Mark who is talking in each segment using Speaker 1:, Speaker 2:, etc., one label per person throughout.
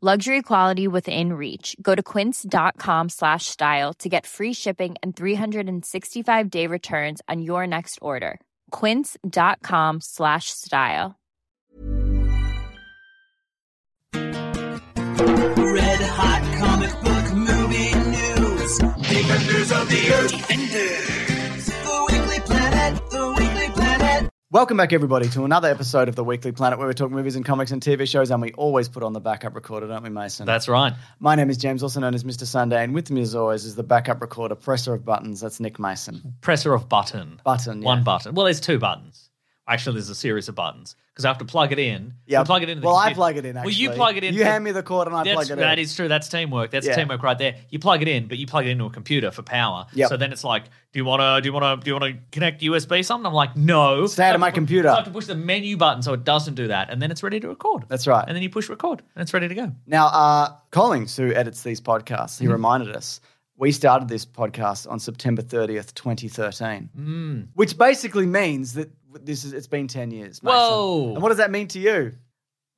Speaker 1: Luxury quality within reach. Go to quince.com slash style to get free shipping and 365 day returns on your next order. Quince.com slash style.
Speaker 2: Red hot comic book movie news. Defenders of the Earth. Defenders. The Weekly Planet. The Weekly Planet.
Speaker 3: Welcome back, everybody, to another episode of the Weekly Planet, where we talk movies and comics and TV shows, and we always put on the backup recorder, don't we, Mason?
Speaker 4: That's right.
Speaker 3: My name is James, also known as Mr. Sunday, and with me, as always, is the backup recorder, presser of buttons. That's Nick Mason.
Speaker 4: Presser of button.
Speaker 3: Button, yeah.
Speaker 4: One button. Well, there's two buttons. Actually, there's a series of buttons because I have to plug it in.
Speaker 3: Yeah.
Speaker 4: You plug it in.
Speaker 3: Well, I plug it in. Actually.
Speaker 4: Well, you plug it in.
Speaker 3: You
Speaker 4: for-
Speaker 3: hand me the cord, and I
Speaker 4: That's,
Speaker 3: plug it
Speaker 4: that
Speaker 3: in.
Speaker 4: is true. That's teamwork. That's
Speaker 3: Yeah.
Speaker 4: teamwork right there. You plug it in, but you plug it into a computer for power.
Speaker 3: Yep.
Speaker 4: So then it's like, do you want to? Do you want to? Do you want to connect USB something? I'm like, no.
Speaker 3: Stay out of my computer.
Speaker 4: So I have to push the menu button so it doesn't do that, and then it's ready to record.
Speaker 3: That's right.
Speaker 4: And then you push record, and it's ready to go.
Speaker 3: Now, uh, Collings, who edits these podcasts,
Speaker 4: Mm-hmm.
Speaker 3: he reminded us we started this podcast on September 30th, 2013,
Speaker 4: Mm.
Speaker 3: which basically means that this is it's been 10 years. Mason.
Speaker 4: Whoa.
Speaker 3: And what does that mean to you?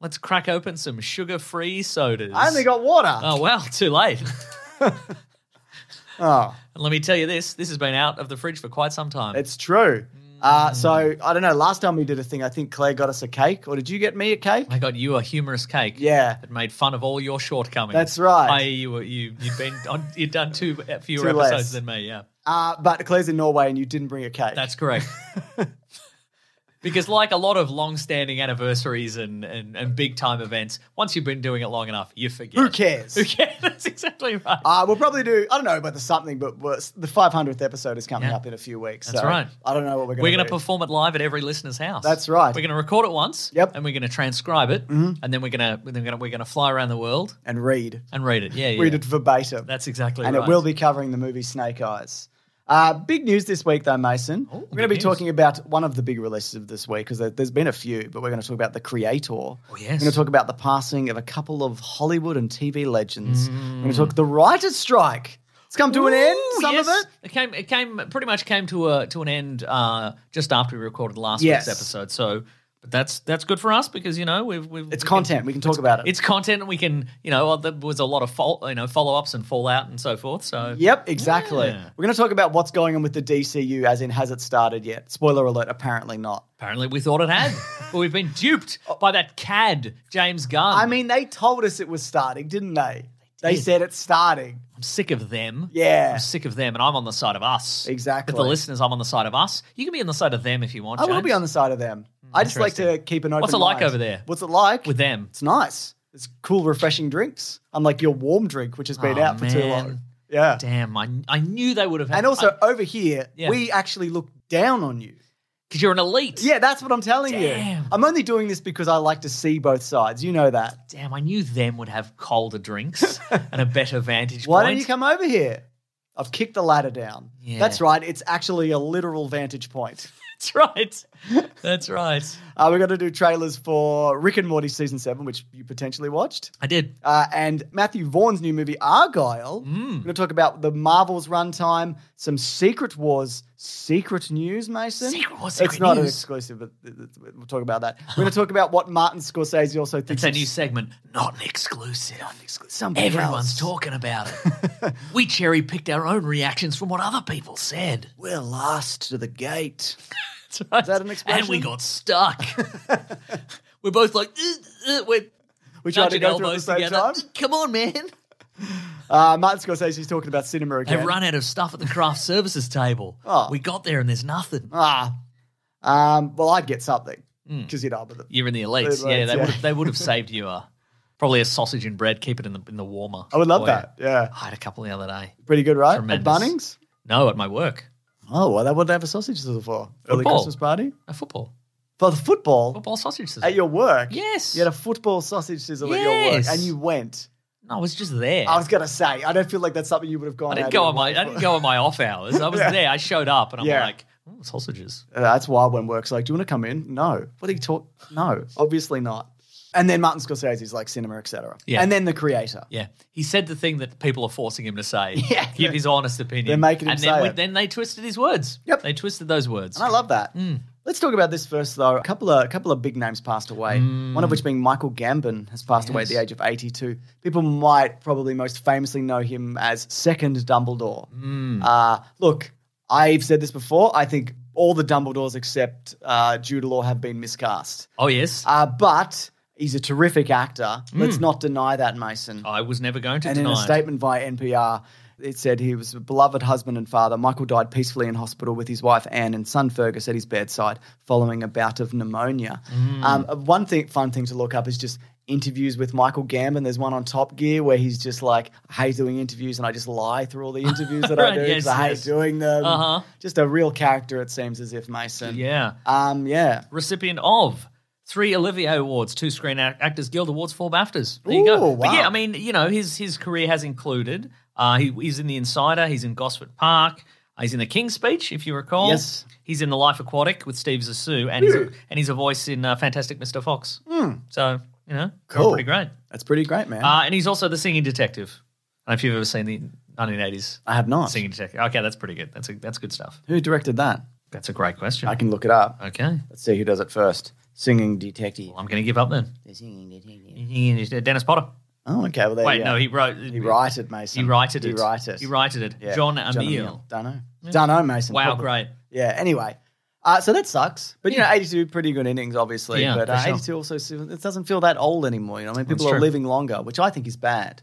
Speaker 4: Let's crack open some sugar-free sodas.
Speaker 3: I only got water.
Speaker 4: Oh well, too late.
Speaker 3: Oh,
Speaker 4: and let me tell you this: this has been out of the fridge for quite some time.
Speaker 3: it's true. Uh, so
Speaker 4: Hmm.
Speaker 3: I don't know. Last time we did a thing, I think Claire got us a cake, or did you get me a cake?
Speaker 4: I got you a humorous cake.
Speaker 3: Yeah.
Speaker 4: That made fun of all your shortcomings.
Speaker 3: That's right.
Speaker 4: I, you, were- you, you'd been on, you'd done two fewer
Speaker 3: Two
Speaker 4: episodes
Speaker 3: less.
Speaker 4: than me. Yeah,
Speaker 3: Uh, but Claire's in Norway, and you didn't bring a cake.
Speaker 4: that's correct. because like a lot of long-standing anniversaries and, and, and big-time events, once you've been doing it long enough, you forget.
Speaker 3: who cares.
Speaker 4: Who cares? That's exactly right.
Speaker 3: Uh, we'll probably do. I don't know about the something, but we're- the 500th episode is coming
Speaker 4: Yeah.
Speaker 3: up in a few weeks.
Speaker 4: That's
Speaker 3: so
Speaker 4: right.
Speaker 3: I don't know what we're going to.
Speaker 4: we're going to
Speaker 3: do.
Speaker 4: perform it live at every listener's house.
Speaker 3: That's right.
Speaker 4: We're going to record it once.
Speaker 3: Yep. Mm-hmm.
Speaker 4: And we're going to transcribe it, and then we're going to then we're going to we're going to fly around the world
Speaker 3: and read.
Speaker 4: and read it. Yeah, yeah.
Speaker 3: Read it verbatim.
Speaker 4: That's exactly
Speaker 3: and
Speaker 4: right.
Speaker 3: it will be covering the movie Snake Eyes. Uh, big news this week, though, Mason. we're going to
Speaker 4: big
Speaker 3: be
Speaker 4: Oh, news.
Speaker 3: talking about one of the big releases of this week because there, there's been a few, but we're going to talk about the creator. Oh,
Speaker 4: yes.
Speaker 3: We're going to talk about the passing of a couple of Hollywood and TV legends. We're going to talk the writer's strike. It's come to an end,
Speaker 4: Mm. Ooh,
Speaker 3: some
Speaker 4: yes.
Speaker 3: of it.
Speaker 4: came it came pretty much came to a to an end uh, just after we recorded last
Speaker 3: Yes.
Speaker 4: week's episode. So but that's that's good for us because you know we've we've
Speaker 3: It's
Speaker 4: we
Speaker 3: content.
Speaker 4: Can,
Speaker 3: We can talk about it.
Speaker 4: it's content and we can you know well, there was a lot of fol- you know follow ups and fallout and so forth. So
Speaker 3: Yep, exactly.
Speaker 4: Yeah.
Speaker 3: We're going to talk about what's going on with the DCU, as in, has it started yet? Spoiler alert, apparently not.
Speaker 4: apparently we thought it had, but we've been duped by that cad James Gunn.
Speaker 3: Oh. I mean, they told us it was starting, didn't they? They
Speaker 4: Hmm. did.
Speaker 3: said it's starting.
Speaker 4: I'm sick of them.
Speaker 3: Yeah.
Speaker 4: I'm sick of them, and I'm on the side of us.
Speaker 3: Exactly.
Speaker 4: With the listeners, I'm on the side of us. You can be on the side of them if you want.
Speaker 3: I will
Speaker 4: James.
Speaker 3: be on the side of them. I just like to
Speaker 4: interesting.
Speaker 3: keep an open.
Speaker 4: What's it like
Speaker 3: mind.
Speaker 4: over there?
Speaker 3: What's it like
Speaker 4: with them.
Speaker 3: It's nice. It's cool, refreshing drinks. Unlike your warm drink, which has been
Speaker 4: Oh,
Speaker 3: out for too
Speaker 4: man.
Speaker 3: long. Yeah.
Speaker 4: Damn, I, I knew they would have. had-
Speaker 3: And also over here,
Speaker 4: Yeah.
Speaker 3: we actually look down on you.
Speaker 4: because you're an elite.
Speaker 3: Yeah, that's what I'm telling you.
Speaker 4: Damn.
Speaker 3: I'm only doing this because I like to see both sides. You know that.
Speaker 4: Damn, I knew them would have colder drinks and a better vantage
Speaker 3: Why
Speaker 4: point.
Speaker 3: don't you come over here? I've kicked the ladder down.
Speaker 4: Yeah.
Speaker 3: That's right. It's actually a literal vantage point.
Speaker 4: That's right. That's right.
Speaker 3: Uh, we're going to do trailers for Rick and Morty season seven, which you potentially watched.
Speaker 4: I did.
Speaker 3: uh, and Matthew Vaughn's new movie Argyle.
Speaker 4: Hmm.
Speaker 3: We're going to talk about the Marvel's runtime, some Secret Wars, secret news, Mason.
Speaker 4: Secret Wars,
Speaker 3: It's
Speaker 4: secret
Speaker 3: not an
Speaker 4: news.
Speaker 3: exclusive, but th- th- th- we'll talk about that. We're going to talk about what Martin Scorsese also thinks.
Speaker 4: It's a
Speaker 3: of
Speaker 4: new
Speaker 3: s-
Speaker 4: segment, not an exclusive. Not an exclusive.
Speaker 3: somebody
Speaker 4: Everyone's
Speaker 3: else.
Speaker 4: talking about it. we cherry picked our own reactions from what other people said.
Speaker 3: We're last to the gate.
Speaker 4: That's right.
Speaker 3: that an expression?
Speaker 4: And we got stuck. we're both like, "Ugh, ugh," we're
Speaker 3: We tried to
Speaker 4: nudging
Speaker 3: go through at the
Speaker 4: elbows
Speaker 3: same
Speaker 4: together.
Speaker 3: time.
Speaker 4: Come on, man.
Speaker 3: Uh, Martin Scorsese's talking about cinema
Speaker 4: They've
Speaker 3: again.
Speaker 4: run out of stuff at the craft services table.
Speaker 3: Oh.
Speaker 4: We got there and there's nothing.
Speaker 3: Ah, um, well, I'd get something
Speaker 4: Hmm.
Speaker 3: because you'd up with them.
Speaker 4: You're in the elites.
Speaker 3: Third
Speaker 4: yeah,
Speaker 3: rates,
Speaker 4: they
Speaker 3: yeah.
Speaker 4: would they would have saved you a probably a sausage and bread. Keep it in the in the warmer.
Speaker 3: I would love
Speaker 4: Boy,
Speaker 3: that. Yeah,
Speaker 4: I had a couple the other day.
Speaker 3: pretty good, right? At
Speaker 4: Tremendous.
Speaker 3: Bunnings.
Speaker 4: No, at my work,
Speaker 3: Oh, well, that would they have a sausage sizzle for early
Speaker 4: Football.
Speaker 3: Christmas party
Speaker 4: a football
Speaker 3: for the football,
Speaker 4: football sausage sizzle.
Speaker 3: at your work.
Speaker 4: Yes.
Speaker 3: you had a football sausage sizzle at your work,
Speaker 4: Yes.
Speaker 3: and you went.
Speaker 4: no, I was just there.
Speaker 3: I was gonna say, I don't feel like that's something you would have gone.
Speaker 4: I
Speaker 3: out
Speaker 4: didn't go
Speaker 3: of
Speaker 4: on
Speaker 3: your
Speaker 4: my I
Speaker 3: work
Speaker 4: didn't go on my off hours. I was
Speaker 3: Yeah.
Speaker 4: there. I showed up and I'm
Speaker 3: Yeah.
Speaker 4: like "Ooh, sausages.
Speaker 3: Uh, that's wild when work's like, do you want to come in? No. What are you talk? No, obviously not. And then Martin Scorsese's like cinema, etc.
Speaker 4: Yeah.
Speaker 3: And then the creator.
Speaker 4: Yeah, he said the thing that people are forcing him to say.
Speaker 3: Yeah.
Speaker 4: give his honest opinion.
Speaker 3: They're making him
Speaker 4: and
Speaker 3: say
Speaker 4: then, we-
Speaker 3: it.
Speaker 4: then they twisted his words.
Speaker 3: Yep.
Speaker 4: they twisted those words.
Speaker 3: And I love that. Let's talk about this first, though. A couple of a couple of big names passed away. One of which being Michael Gambon has passed away at the
Speaker 4: Yes.
Speaker 3: age of 82. People might probably most famously know him as Second Dumbledore. Uh, look, I've said this before. I think all the Dumbledores except uh, Jude Law have been miscast.
Speaker 4: oh yes,
Speaker 3: Uh, but he's a terrific actor. Let's not deny that, Mason.
Speaker 4: I was never going to
Speaker 3: And in
Speaker 4: deny.
Speaker 3: a
Speaker 4: it.
Speaker 3: statement via NPR, it said he was a beloved husband and father. Michael died peacefully in hospital with his wife Anne and son Fergus at his bedside following a bout of pneumonia.
Speaker 4: Mm.
Speaker 3: Um, uh, one thing, fun thing to look up is just interviews with Michael Gambon. There's one on Top Gear where he's just like, I hate doing interviews and I just lie through all the interviews that I
Speaker 4: Right,
Speaker 3: do because
Speaker 4: yes,
Speaker 3: I hate
Speaker 4: yes.
Speaker 3: doing them.
Speaker 4: Uh-huh.
Speaker 3: Just a real character, it seems, as if Mason.
Speaker 4: Yeah,
Speaker 3: Um, yeah.
Speaker 4: recipient of three Olivier Awards, two Screen Ac- Actors Guild Awards, four BAFTAs. There you go.
Speaker 3: Ooh,
Speaker 4: But yeah,
Speaker 3: wow.
Speaker 4: I mean, you know, his his career has included. Uh, he, he's in The Insider. He's in Gosford Park. uh, he's in The King's Speech, if you recall.
Speaker 3: Yes.
Speaker 4: He's in The Life Aquatic with Steve Zissou, and he's a, and he's a voice in uh, Fantastic Mr. Fox. So you know,
Speaker 3: Hmm. Cool.
Speaker 4: pretty great.
Speaker 3: That's pretty great, man.
Speaker 4: Uh, and he's also the singing detective. I don't know if you've ever seen the 1980s
Speaker 3: I have not.
Speaker 4: singing detective. Okay, that's pretty good. That's a, that's good stuff.
Speaker 3: Who directed that?
Speaker 4: That's a great question.
Speaker 3: I can look it up.
Speaker 4: Okay,
Speaker 3: Let's see who does it first. Singing detective.
Speaker 4: well, I'm going to give up then. Dennis Potter.
Speaker 3: Oh, okay. Well, there
Speaker 4: Wait,
Speaker 3: you go.
Speaker 4: no, he wrote.
Speaker 3: He righted Mason.
Speaker 4: He righted it.
Speaker 3: He righted it.
Speaker 4: He righted it.
Speaker 3: Yeah.
Speaker 4: John Amiel.
Speaker 3: Dunno. Dunno, Mason.
Speaker 4: Wow,
Speaker 3: Probably.
Speaker 4: great.
Speaker 3: Yeah, anyway. Uh, so that sucks. But, you know, 82, pretty good innings, obviously.
Speaker 4: Yeah,
Speaker 3: but
Speaker 4: for
Speaker 3: uh,
Speaker 4: sure.
Speaker 3: 82 also, it doesn't feel that old anymore. You know, I mean, people
Speaker 4: That's
Speaker 3: are
Speaker 4: true.
Speaker 3: living longer, which I think is bad.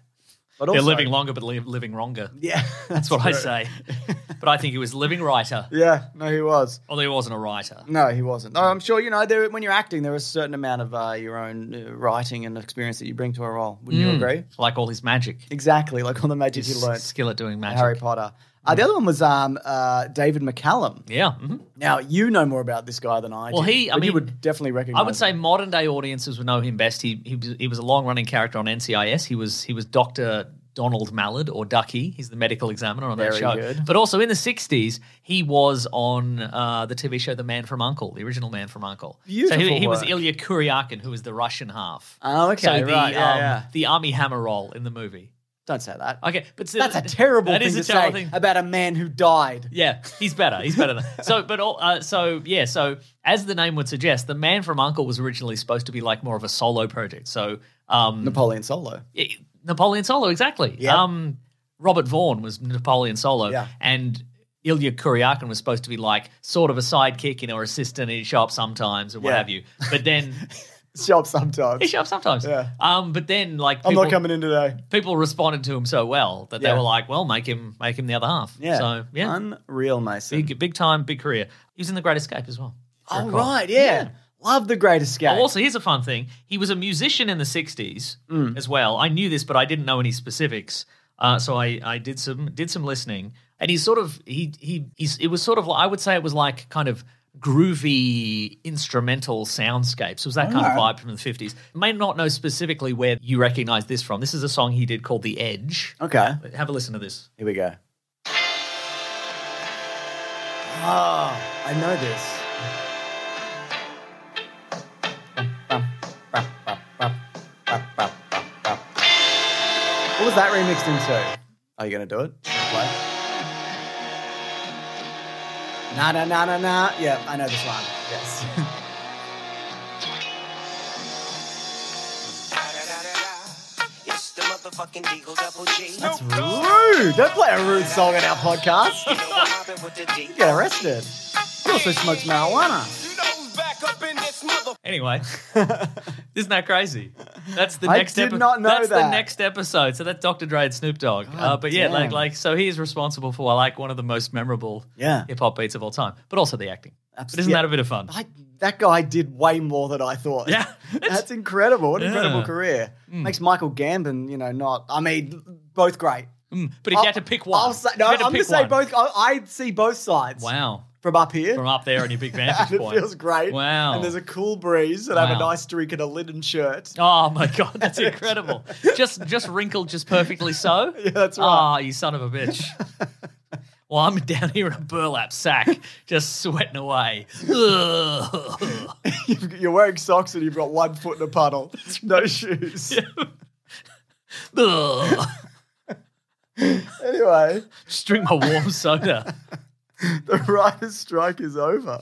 Speaker 3: But also,
Speaker 4: They're living longer, but li- living wronger.
Speaker 3: Yeah.
Speaker 4: That's what I say. but I think he was living writer,
Speaker 3: Yeah, no, he was.
Speaker 4: although he wasn't a writer.
Speaker 3: No, he wasn't. No, I'm sure, you know, there, when you're acting, there is a certain amount of uh, your own uh, writing and experience that you bring to a role. Wouldn't
Speaker 4: Mm.
Speaker 3: you agree?
Speaker 4: Like all his magic,
Speaker 3: Exactly, like all the magic you
Speaker 4: his
Speaker 3: learned.
Speaker 4: skill at doing magic.
Speaker 3: Harry Potter. Uh, the other one was um, uh, David McCallum.
Speaker 4: Yeah. mhm.
Speaker 3: Now you know more about this guy than I do.
Speaker 4: Well, he- I
Speaker 3: but you
Speaker 4: mean,
Speaker 3: would definitely recognize.
Speaker 4: I would say modern day audiences would know him best. He he was, he was a long running character on NCIS. He was he was Doctor Donald Mallard or Ducky. He's the medical examiner on that
Speaker 3: Very
Speaker 4: show.
Speaker 3: good.
Speaker 4: But also in the '60s, he was on uh, the TV show The Man from Uncle, the original Man from Uncle. so
Speaker 3: Beautiful
Speaker 4: he, he was
Speaker 3: work.
Speaker 4: Ilya Kuryakin, who was the Russian half.
Speaker 3: Oh, okay,
Speaker 4: so the,
Speaker 3: right, yeah,
Speaker 4: um,
Speaker 3: yeah.
Speaker 4: the army hammer role in the movie.
Speaker 3: Don't say that.
Speaker 4: Okay, but so-
Speaker 3: That's a terrible
Speaker 4: that
Speaker 3: thing
Speaker 4: is
Speaker 3: to
Speaker 4: a terrible
Speaker 3: say
Speaker 4: thing.
Speaker 3: about a man who died.
Speaker 4: Yeah, he's better. He's better. Than, so, but all, uh, so yeah, so as the name would suggest, the Man from Uncle was originally supposed to be like more of a solo project. So, um,
Speaker 3: Napoleon Solo.
Speaker 4: it- Napoleon Solo, exactly.
Speaker 3: Yeah.
Speaker 4: Um, Robert Vaughn was Napoleon Solo,
Speaker 3: Yeah.
Speaker 4: and Ilya Kuryakin was supposed to be like sort of a sidekick in or assistant in his shop sometimes or what
Speaker 3: Yeah.
Speaker 4: have you. But then
Speaker 3: Shop
Speaker 4: his
Speaker 3: sometimes.
Speaker 4: shop sometimes.
Speaker 3: Yeah.
Speaker 4: Um, but then like
Speaker 3: I'm
Speaker 4: people,
Speaker 3: not coming in today.
Speaker 4: people responded to him so well that
Speaker 3: Yeah.
Speaker 4: they were like, well, make him make him the other half.
Speaker 3: Yeah.
Speaker 4: So yeah.
Speaker 3: Unreal, Mason.
Speaker 4: Big, big time, big career. He was in The Great Escape as well.
Speaker 3: oh, right, yeah. Love the Great Escape.
Speaker 4: Oh, also, here's a fun thing. He was a musician in the 60s
Speaker 3: Mm.
Speaker 4: as well. I knew this, but I didn't know any specifics. Uh, so I, I did some did some listening. And he's sort of, he, he he's, it was sort of, I would say it was like kind of groovy instrumental soundscapes. It was that kind of vibe from the 50s. May not know specifically where you recognize this from. This is a song he did called The Edge.
Speaker 3: okay,
Speaker 4: Have a listen to this.
Speaker 3: here we go. Oh, I know this. What was that remixed into? Are you gonna do it? Play. Na na na na na. Yeah, I know this one. Yes.
Speaker 2: It's the motherfucking Eagle Double G.
Speaker 3: That's rude. Don't play a rude song on our podcast.
Speaker 2: You know I'm mobbing with the D.
Speaker 3: You get arrested. He also smokes marijuana.
Speaker 4: Anyway, isn't that crazy? That's the
Speaker 3: I
Speaker 4: next.
Speaker 3: did
Speaker 4: epi-
Speaker 3: not know
Speaker 4: That's the
Speaker 3: that.
Speaker 4: next episode. So that's Dr. Dre and Snoop Dogg. Uh, but yeah,
Speaker 3: damn.
Speaker 4: like like so he is responsible for like one of the most memorable
Speaker 3: Yeah.
Speaker 4: hip hop beats of all time, but also the acting. But isn't
Speaker 3: Yeah.
Speaker 4: that a bit of fun?
Speaker 3: I, that guy did way more than I thought.
Speaker 4: Yeah.
Speaker 3: that's incredible. What an
Speaker 4: Yeah.
Speaker 3: incredible career. Makes Michael Gambon, you know, not. I mean, both great.
Speaker 4: But if you had to pick one,
Speaker 3: I'll say,
Speaker 4: if you
Speaker 3: no,
Speaker 4: had
Speaker 3: I'm
Speaker 4: to
Speaker 3: gonna
Speaker 4: pick
Speaker 3: say
Speaker 4: one.
Speaker 3: both. I, I see both sides.
Speaker 4: Wow,
Speaker 3: From up here,
Speaker 4: from up there on your big
Speaker 3: and
Speaker 4: vantage
Speaker 3: it
Speaker 4: point,
Speaker 3: feels great.
Speaker 4: Wow.
Speaker 3: And there's a cool breeze, and I have a
Speaker 4: Wow.
Speaker 3: nice drink and a linen shirt.
Speaker 4: Oh my god, that's incredible! just just wrinkled, just perfectly so. Yeah,
Speaker 3: that's right.
Speaker 4: Ah, you son of a bitch. well, I'm down here in a burlap sack, just sweating away. Ugh.
Speaker 3: You've- You're wearing socks, and you've got one foot in a puddle. No shoes.
Speaker 4: Ugh.
Speaker 3: Anyway,
Speaker 4: Just drink my warm soda.
Speaker 3: the writer's strike is over.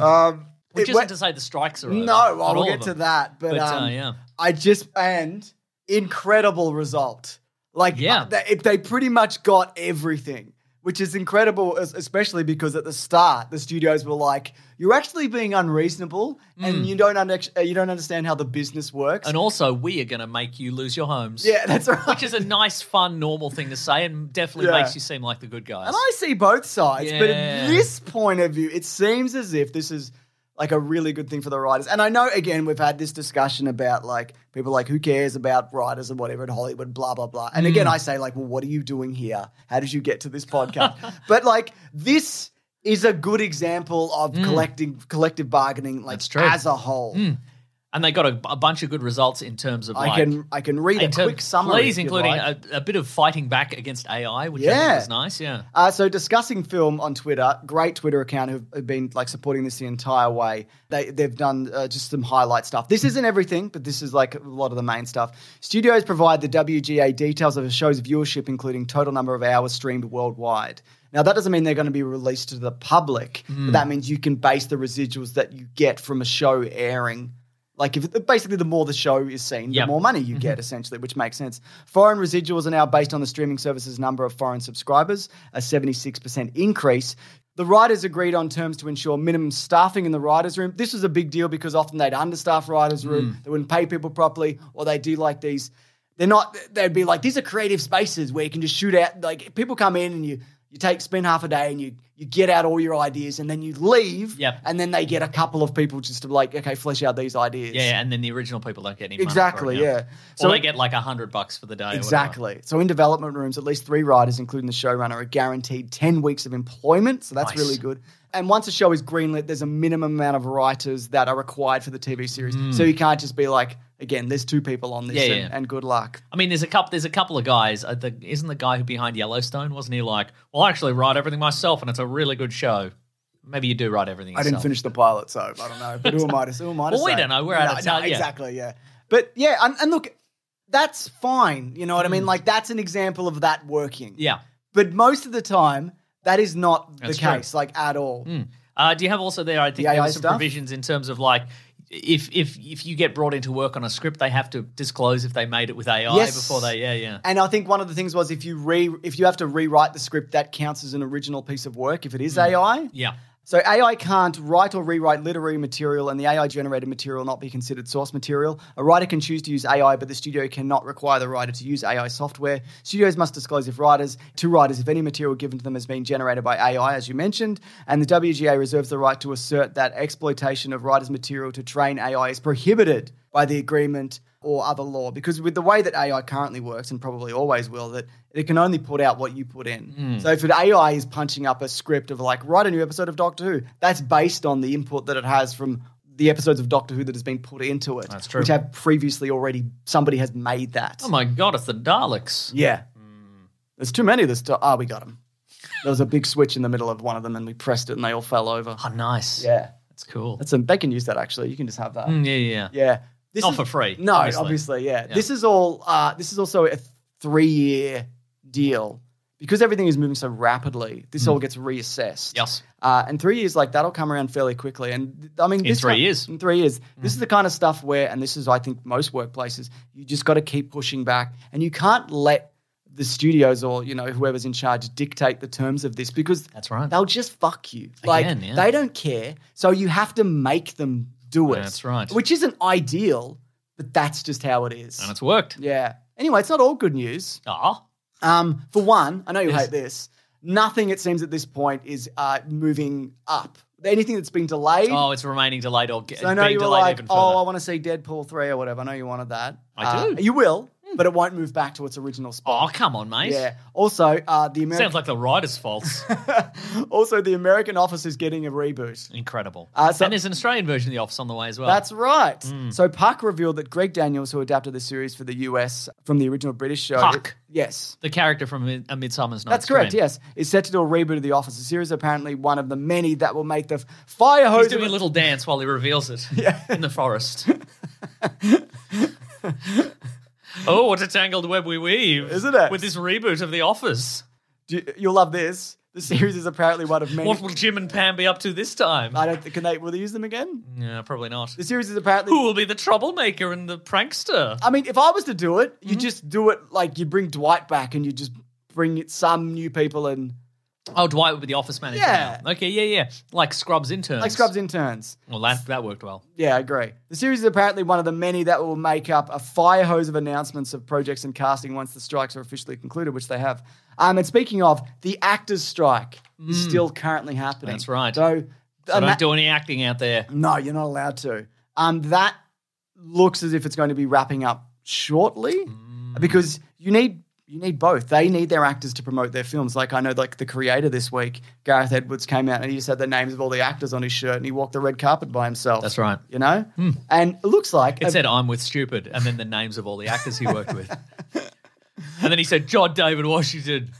Speaker 3: Um,
Speaker 4: Hmm. Which
Speaker 3: it
Speaker 4: isn't
Speaker 3: went-
Speaker 4: to say the strikes are over.
Speaker 3: no,
Speaker 4: Not
Speaker 3: I will
Speaker 4: all
Speaker 3: get
Speaker 4: of
Speaker 3: to
Speaker 4: them.
Speaker 3: that. But,
Speaker 4: But uh,
Speaker 3: um,
Speaker 4: yeah,
Speaker 3: I just and incredible result. Like
Speaker 4: Yeah.
Speaker 3: uh, they, they pretty much got everything, which is incredible, es- especially because at the start the studios were like, "You're actually being unreasonable, and you don't under- uh, you don't understand how the business works."
Speaker 4: Hmm. and also we are going to make you lose your homes.
Speaker 3: yeah, that's right.
Speaker 4: which is a nice, fun, normal thing to say, and definitely
Speaker 3: Yeah.
Speaker 4: makes you seem like the good guys.
Speaker 3: And I see both sides, but
Speaker 4: Yeah.
Speaker 3: at this point of view, it seems as if this is like a really good thing for the writers. And I know, again, we've had this discussion about like people like who cares about writers and whatever in Hollywood, blah blah blah. And
Speaker 4: Mm.
Speaker 3: again, I say like, well, what are you doing here? How did you get to this podcast? but like this is a good example of collecting collective bargaining, like
Speaker 4: Mm. That's true. Mm.
Speaker 3: as a whole.
Speaker 4: and they got a, a bunch of good results in terms of
Speaker 3: I
Speaker 4: like,
Speaker 3: can I can read a
Speaker 4: And to-
Speaker 3: quick summary,
Speaker 4: Please,
Speaker 3: if you'd
Speaker 4: including
Speaker 3: like.
Speaker 4: a, a bit of fighting back against AI, which I think
Speaker 3: Yeah.
Speaker 4: was nice. Yeah.
Speaker 3: Uh, so discussing film on Twitter, great Twitter account who've who've been like supporting this the entire way. They they've done uh, just some highlight stuff. This isn't everything, but this is like a lot of the main stuff. Studios provide the WGA details of a show's viewership, including total number of hours streamed worldwide. Now that doesn't mean they're going to be released to the public, but that means you can base the residuals that you get from a show airing like if basically the more the show is seen,
Speaker 4: Yep.
Speaker 3: the more money you
Speaker 4: Mm-hmm.
Speaker 3: get essentially, which makes sense. Foreign residuals are now based on the streaming service's number of foreign subscribers, a 76% increase. The writers agreed on terms to ensure minimum staffing in the writers' room. This was a big deal because often they'd understaff writers' room,
Speaker 4: Mm.
Speaker 3: they wouldn't pay people properly, or they do like these. They're not. They'd be like these are creative spaces where you can just shoot out. Like people come in and you you take spend half a day and you you get out all your ideas and then you leave.
Speaker 4: Yep.
Speaker 3: And then they get a couple of people just to like okay flesh out these ideas.
Speaker 4: Yeah. And then the original people don't get any money. for it
Speaker 3: Exactly,
Speaker 4: now.
Speaker 3: yeah.
Speaker 4: So
Speaker 3: So-
Speaker 4: they get like a hundred bucks for the day. or whatever.
Speaker 3: Exactly. So in development rooms, at least three writers, including the showrunner, are guaranteed 10 weeks of employment. So that's
Speaker 4: Nice.
Speaker 3: really good. And once a show is greenlit, there's a minimum amount of writers that are required for the TV series. So you can't just be like, again, there's two people on this
Speaker 4: Mm. Yeah,
Speaker 3: and,
Speaker 4: yeah.
Speaker 3: and good luck.
Speaker 4: I mean, there's a couple. There's a couple of guys. Uh, the, isn't the guy who behind Yellowstone? Wasn't he like, well, I actually write everything myself, and it's a really good show. Maybe you do write everything.
Speaker 3: I didn't
Speaker 4: yourself.
Speaker 3: finish the pilot, so I don't know. But who am I to, who am I to
Speaker 4: Well, we
Speaker 3: say?
Speaker 4: don't know. We're
Speaker 3: No,
Speaker 4: out of
Speaker 3: no,
Speaker 4: town, yeah.
Speaker 3: Exactly, yeah. But yeah, and, and look, that's fine. You know what I mean? Like, that's an example of that working.
Speaker 4: Mm. Yeah.
Speaker 3: But most of the time, that is not
Speaker 4: That's
Speaker 3: the
Speaker 4: true.
Speaker 3: case, like, at all.
Speaker 4: Uh, do you have also there? I think
Speaker 3: The
Speaker 4: there were
Speaker 3: AI
Speaker 4: some
Speaker 3: stuff?
Speaker 4: provisions in terms of like. If if if you get brought into work on a script, they have to disclose if they made it with AI
Speaker 3: Yes.
Speaker 4: before they yeah yeah
Speaker 3: And I think one of the things was if you re if you have to rewrite the script, that counts as an original piece of work if it is AI.
Speaker 4: yeah
Speaker 3: So AI can't write or rewrite literary material, and the AI generated material not be considered source material. A writer can choose to use AI, but the studio cannot require the writer to use AI software. Studios must disclose if writers to writers if any material given to them has been generated by AI, as you mentioned. And the WGA reserves the right to assert that exploitation of writers' material to train AI is prohibited by the agreement or other law because with the way that AI currently works and probably always will that it can only put out what you put in.
Speaker 4: Hmm.
Speaker 3: So if an AI is punching up a script of like write a new episode of Doctor Who, that's based on the input that it has from the episodes of Doctor Who that has been put into it,
Speaker 4: That's true.
Speaker 3: which have previously already somebody has made that.
Speaker 4: oh my god it's the Daleks
Speaker 3: Yeah. Hmm. There's too many this time. Ah, we got them. There was a big switch in the middle of one of them and we pressed it and they all fell over.
Speaker 4: Oh, nice.
Speaker 3: Yeah.
Speaker 4: That's cool.
Speaker 3: That's a, they can use that actually. You can just have that.
Speaker 4: Mm, yeah, yeah, yeah.
Speaker 3: Yeah. This
Speaker 4: Not for free,
Speaker 3: No,
Speaker 4: obviously.
Speaker 3: obviously, yeah. This is all uh, this is also a three year deal. Because everything is moving so rapidly, this all gets reassessed.
Speaker 4: Yes.
Speaker 3: Uh, and three years, like that'll come around fairly quickly. And th- I mean, this
Speaker 4: three
Speaker 3: ki-
Speaker 4: years.
Speaker 3: in three years, Mm-hmm. this is the kind of stuff where, and this is, I think, most workplaces, you just got to keep pushing back, and you can't let the studios or you know whoever's in charge dictate the terms of this because
Speaker 4: That's right.
Speaker 3: they'll just fuck you.
Speaker 4: Again,
Speaker 3: like
Speaker 4: yeah.
Speaker 3: they don't care, so you have to make them do it.
Speaker 4: That's right.
Speaker 3: Which isn't ideal, but that's just how it is.
Speaker 4: and it's worked.
Speaker 3: yeah. Anyway, it's not all good news.
Speaker 4: Ah,
Speaker 3: Um, for one, I know you
Speaker 4: Yes.
Speaker 3: hate this. Nothing, it seems, at this point is uh, moving up. Anything that's been delayed.
Speaker 4: oh, it's remaining delayed or get,
Speaker 3: so I know
Speaker 4: being
Speaker 3: you were
Speaker 4: delayed
Speaker 3: like,
Speaker 4: even further.
Speaker 3: oh, I want to see Deadpool 3 or whatever. I know you wanted that.
Speaker 4: I
Speaker 3: Uh,
Speaker 4: do. Hmm.
Speaker 3: You will, but it won't move back to its original spot.
Speaker 4: oh, come on, mate.
Speaker 3: yeah. Also, uh, the
Speaker 4: Sounds
Speaker 3: American
Speaker 4: like the writer's fault.
Speaker 3: also the American Office is getting a reboot.
Speaker 4: Incredible.
Speaker 3: Uh, so-
Speaker 4: and there's an Australian version of The Office on the way as well.
Speaker 3: That's right.
Speaker 4: Mm.
Speaker 3: So Puck revealed that Greg Daniels, who adapted the series for the US from the original British show,
Speaker 4: Puck.
Speaker 3: yes,
Speaker 4: the character from A, a Midsummer's Night.
Speaker 3: That's correct,
Speaker 4: Dream.
Speaker 3: yes. It's set to do a reboot of The Office. The series is apparently one of the many that will make the f- fire hose.
Speaker 4: He's doing a little dance while he reveals it in the forest. oh, what a tangled web we weave.
Speaker 3: Isn't it?
Speaker 4: With this reboot of The Office.
Speaker 3: Do- You'll love this. The series is apparently one of many.
Speaker 4: What will Jim and Pam be up to this time?
Speaker 3: I don't. Can they? Will they use them again?
Speaker 4: Yeah, probably not.
Speaker 3: The series is apparently.
Speaker 4: Mm. Who will be the troublemaker and the prankster?
Speaker 3: I mean, if I was to do it,
Speaker 4: Mm-hmm.
Speaker 3: you just do it like you bring Dwight back and you just bring it some new people and
Speaker 4: Oh, Dwight would be the office manager.
Speaker 3: Yeah.
Speaker 4: now. Okay, yeah, yeah. Like Scrubs interns.
Speaker 3: like Scrubs interns.
Speaker 4: Well, that, that worked well.
Speaker 3: Yeah, I agree. The series is apparently one of the many that will make up a fire hose of announcements of projects and casting once the strikes are officially concluded, which they have. Um, and speaking of, the actors' strike is still currently happening.
Speaker 4: Mm. That's right.
Speaker 3: So,
Speaker 4: So
Speaker 3: and
Speaker 4: don't
Speaker 3: that-
Speaker 4: do any acting out there.
Speaker 3: no, you're not allowed to. Um, that looks as if it's going to be wrapping up shortly
Speaker 4: Mm.
Speaker 3: because you need you need both. They need their actors to promote their films. Like I know, like the creator this week, Gareth Edwards came out and he just had the names of all the actors on his shirt and he walked the red carpet by himself.
Speaker 4: That's right. Hmm.
Speaker 3: You know, and it looks like
Speaker 4: It said, I'm with stupid, and then the names of all the actors he worked with. and then he said, John David Washington.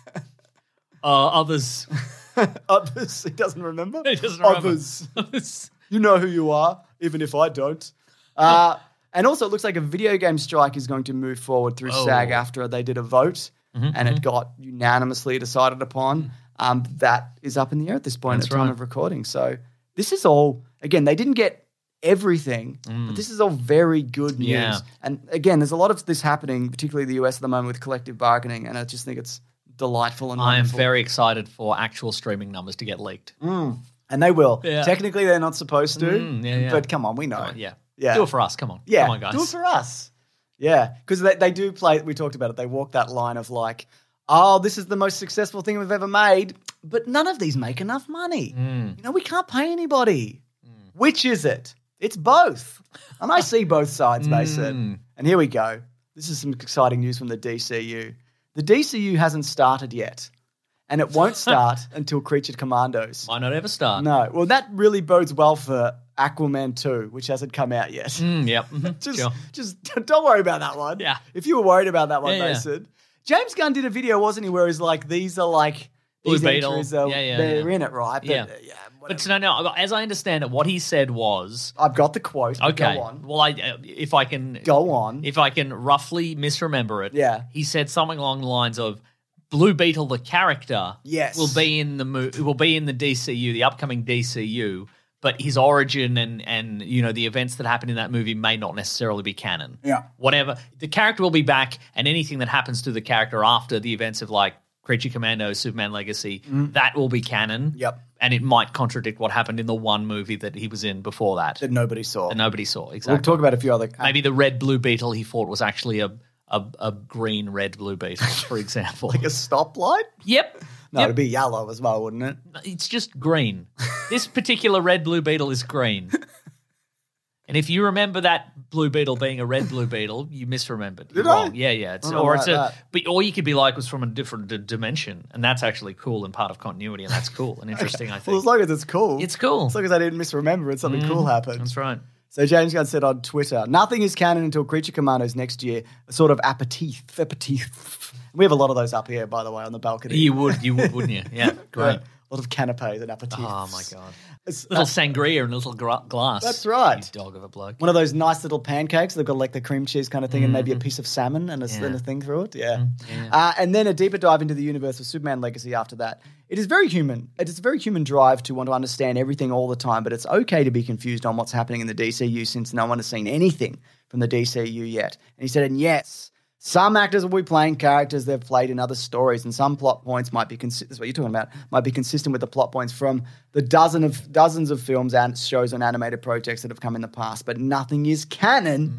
Speaker 4: Uh, others.
Speaker 3: others. He doesn't remember.
Speaker 4: He doesn't remember.
Speaker 3: Others.
Speaker 4: others.
Speaker 3: You know who you are, even if I don't. Uh, and also, it looks like a video game strike is going to move forward through
Speaker 4: Oh. Mm-hmm,
Speaker 3: SAG after they did a vote and it got unanimously decided upon. Um, that is up in the air at this point
Speaker 4: Mm. That's
Speaker 3: at the time
Speaker 4: right.
Speaker 3: of recording. So, this is all, again, they didn't get everything, but this is all very good news.
Speaker 4: Mm. Yeah.
Speaker 3: And again, there's a lot of this happening, particularly in the US at the moment with collective bargaining. And I just think it's delightful and
Speaker 4: I am
Speaker 3: wonderful. Mm.
Speaker 4: very excited for actual streaming numbers to get leaked.
Speaker 3: And they will.
Speaker 4: Yeah.
Speaker 3: Technically, they're not supposed to.
Speaker 4: Mm, yeah, yeah.
Speaker 3: But come on, we know.
Speaker 4: Yeah.
Speaker 3: Yeah.
Speaker 4: Do it for us. Come on.
Speaker 3: Yeah.
Speaker 4: Come on, guys.
Speaker 3: Do it for us. Yeah. Because they, they do play, we talked about it. They walk that line of like, oh, this is the most successful thing we've ever made, but none of these make enough money. You know, we can't pay anybody. Which is it? It's both. And I see both sides, Mason. And here we go. This is some exciting news from the DCU. The DCU hasn't started yet, and it won't start until Creature Commandos.
Speaker 4: Might not ever start.
Speaker 3: No. Well, that really bodes well for Aquaman 2, which hasn't come out yet.
Speaker 4: Mm, yep. mhm,
Speaker 3: just,
Speaker 4: sure.
Speaker 3: just don't worry about that one.
Speaker 4: Yeah.
Speaker 3: If you were worried about that one,
Speaker 4: Yeah, yeah.
Speaker 3: Mason. James Gunn did a video, wasn't he, where he's like, these are like,
Speaker 4: Blue
Speaker 3: these
Speaker 4: Beetle.
Speaker 3: entries are,
Speaker 4: Yeah, yeah,
Speaker 3: they're
Speaker 4: yeah.
Speaker 3: in it, right? But,
Speaker 4: Yeah.
Speaker 3: uh, yeah whatever.
Speaker 4: But no, no. As I understand it, what he said was
Speaker 3: I've got the quote. but
Speaker 4: okay.
Speaker 3: Go on.
Speaker 4: Well, I uh, if I can
Speaker 3: Go on.
Speaker 4: if I can roughly misremember it.
Speaker 3: Yeah.
Speaker 4: He said something along the lines of Blue Beetle, the character,
Speaker 3: Yes.
Speaker 4: will be in the mo- will be in the DCU, the upcoming DCU. But his origin and and you know the events that happen in that movie may not necessarily be canon.
Speaker 3: Yeah.
Speaker 4: whatever. The character will be back, and anything that happens to the character after the events of like Creature Commando, Superman Legacy,
Speaker 3: Mm.
Speaker 4: that will be canon.
Speaker 3: Yep.
Speaker 4: And it might contradict what happened in the one movie that he was in before that
Speaker 3: that nobody saw.
Speaker 4: that nobody saw. Exactly.
Speaker 3: we'll talk about a few other.
Speaker 4: Maybe the red blue beetle he fought was actually a a, a green red blue beetle, for example.
Speaker 3: like a stoplight?
Speaker 4: yep.
Speaker 3: No,
Speaker 4: Yep.
Speaker 3: it'd be yellow as well, wouldn't it?
Speaker 4: It's just green. this particular red blue beetle is green. And if you remember that blue beetle being a red blue beetle, you misremembered. You're
Speaker 3: Did I?
Speaker 4: wrong. Yeah, yeah. It's,
Speaker 3: I don't know
Speaker 4: or it's a,
Speaker 3: about that.
Speaker 4: but or you could be like it was from a different d- dimension, and that's actually cool and part of continuity, and that's cool and interesting. I
Speaker 3: Well,
Speaker 4: think
Speaker 3: as long as it's cool.
Speaker 4: it's Mm-hmm. cool.
Speaker 3: As long as I didn't misremember it, something cool happened.
Speaker 4: That's right.
Speaker 3: So James Gunn said on Twitter, nothing is canon until Creature Commandos next year, a sort of appetit. appetit. We have a lot of those up here, by the way, on the balcony.
Speaker 4: You would, you would, wouldn't you? Yeah, great.
Speaker 3: A lot of canapes and appetit.
Speaker 4: Oh my god,
Speaker 3: It's,
Speaker 4: little
Speaker 3: uh,
Speaker 4: sangria and a little gra- glass.
Speaker 3: That's right.
Speaker 4: You dog of a bloke.
Speaker 3: one of those nice little pancakes. They've got like the cream cheese kind of thing and
Speaker 4: Mm-hmm.
Speaker 3: maybe a piece of salmon and a, and a thing through it. Yeah. Uh, and then a deeper dive into the universe of Superman Legacy after that. It is very human. It is a very human drive to want to understand everything all the time, but it's okay to be confused on what's happening in the DCU since no one has seen anything from the DCU yet. And he said, and yes, some actors will be playing characters they've played in other stories, and some plot points might be consi- this is what you're talking about might be consistent with the plot points from the dozen of dozens of films and shows and animated projects that have come in the past. But nothing is canon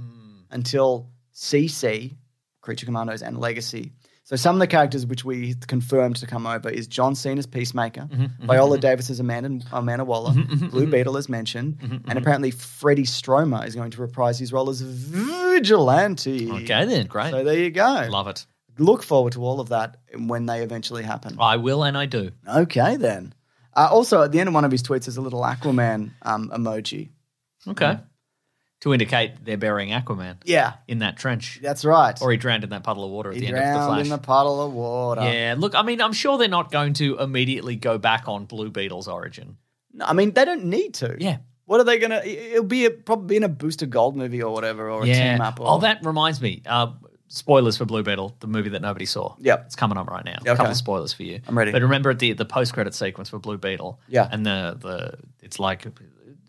Speaker 3: until CC, Creature Commandos, and Legacy. So some of the characters which we confirmed to come over is John Cena as Peacemaker, Viola Davis as Amanda, Amanda Waller, Blue Beetle as mentioned, and apparently Freddie Stroma is going to reprise his role as Vigilante.
Speaker 4: Okay, then. Great.
Speaker 3: So there you go.
Speaker 4: Love it.
Speaker 3: Look forward to all of that when they eventually happen.
Speaker 4: I will and I do.
Speaker 3: Okay, then. Uh, also, at the end of one of his tweets, there's a little Aquaman um, emoji.
Speaker 4: Okay.
Speaker 3: Mm.
Speaker 4: To indicate they're burying Aquaman
Speaker 3: Yeah,
Speaker 4: in that trench.
Speaker 3: that's right.
Speaker 4: Or he drowned in that puddle of water at
Speaker 3: he
Speaker 4: the end of the
Speaker 3: drowned
Speaker 4: Flash.
Speaker 3: in the puddle of water.
Speaker 4: yeah, look, I mean, I'm sure they're not going to immediately go back on Blue Beetle's origin.
Speaker 3: No, I mean, they don't need to.
Speaker 4: Yeah.
Speaker 3: What are they gonna? It'll be a, probably in a Booster Gold movie or whatever, or a team up. Or,
Speaker 4: oh, that reminds me. Uh, spoilers for Blue Beetle, the movie that nobody saw.
Speaker 3: Yep.
Speaker 4: It's coming up right now.
Speaker 3: Okay.
Speaker 4: A couple of spoilers for you.
Speaker 3: I'm ready.
Speaker 4: But remember at the the post credit sequence for Blue Beetle.
Speaker 3: Yeah.
Speaker 4: And the the it's like uh,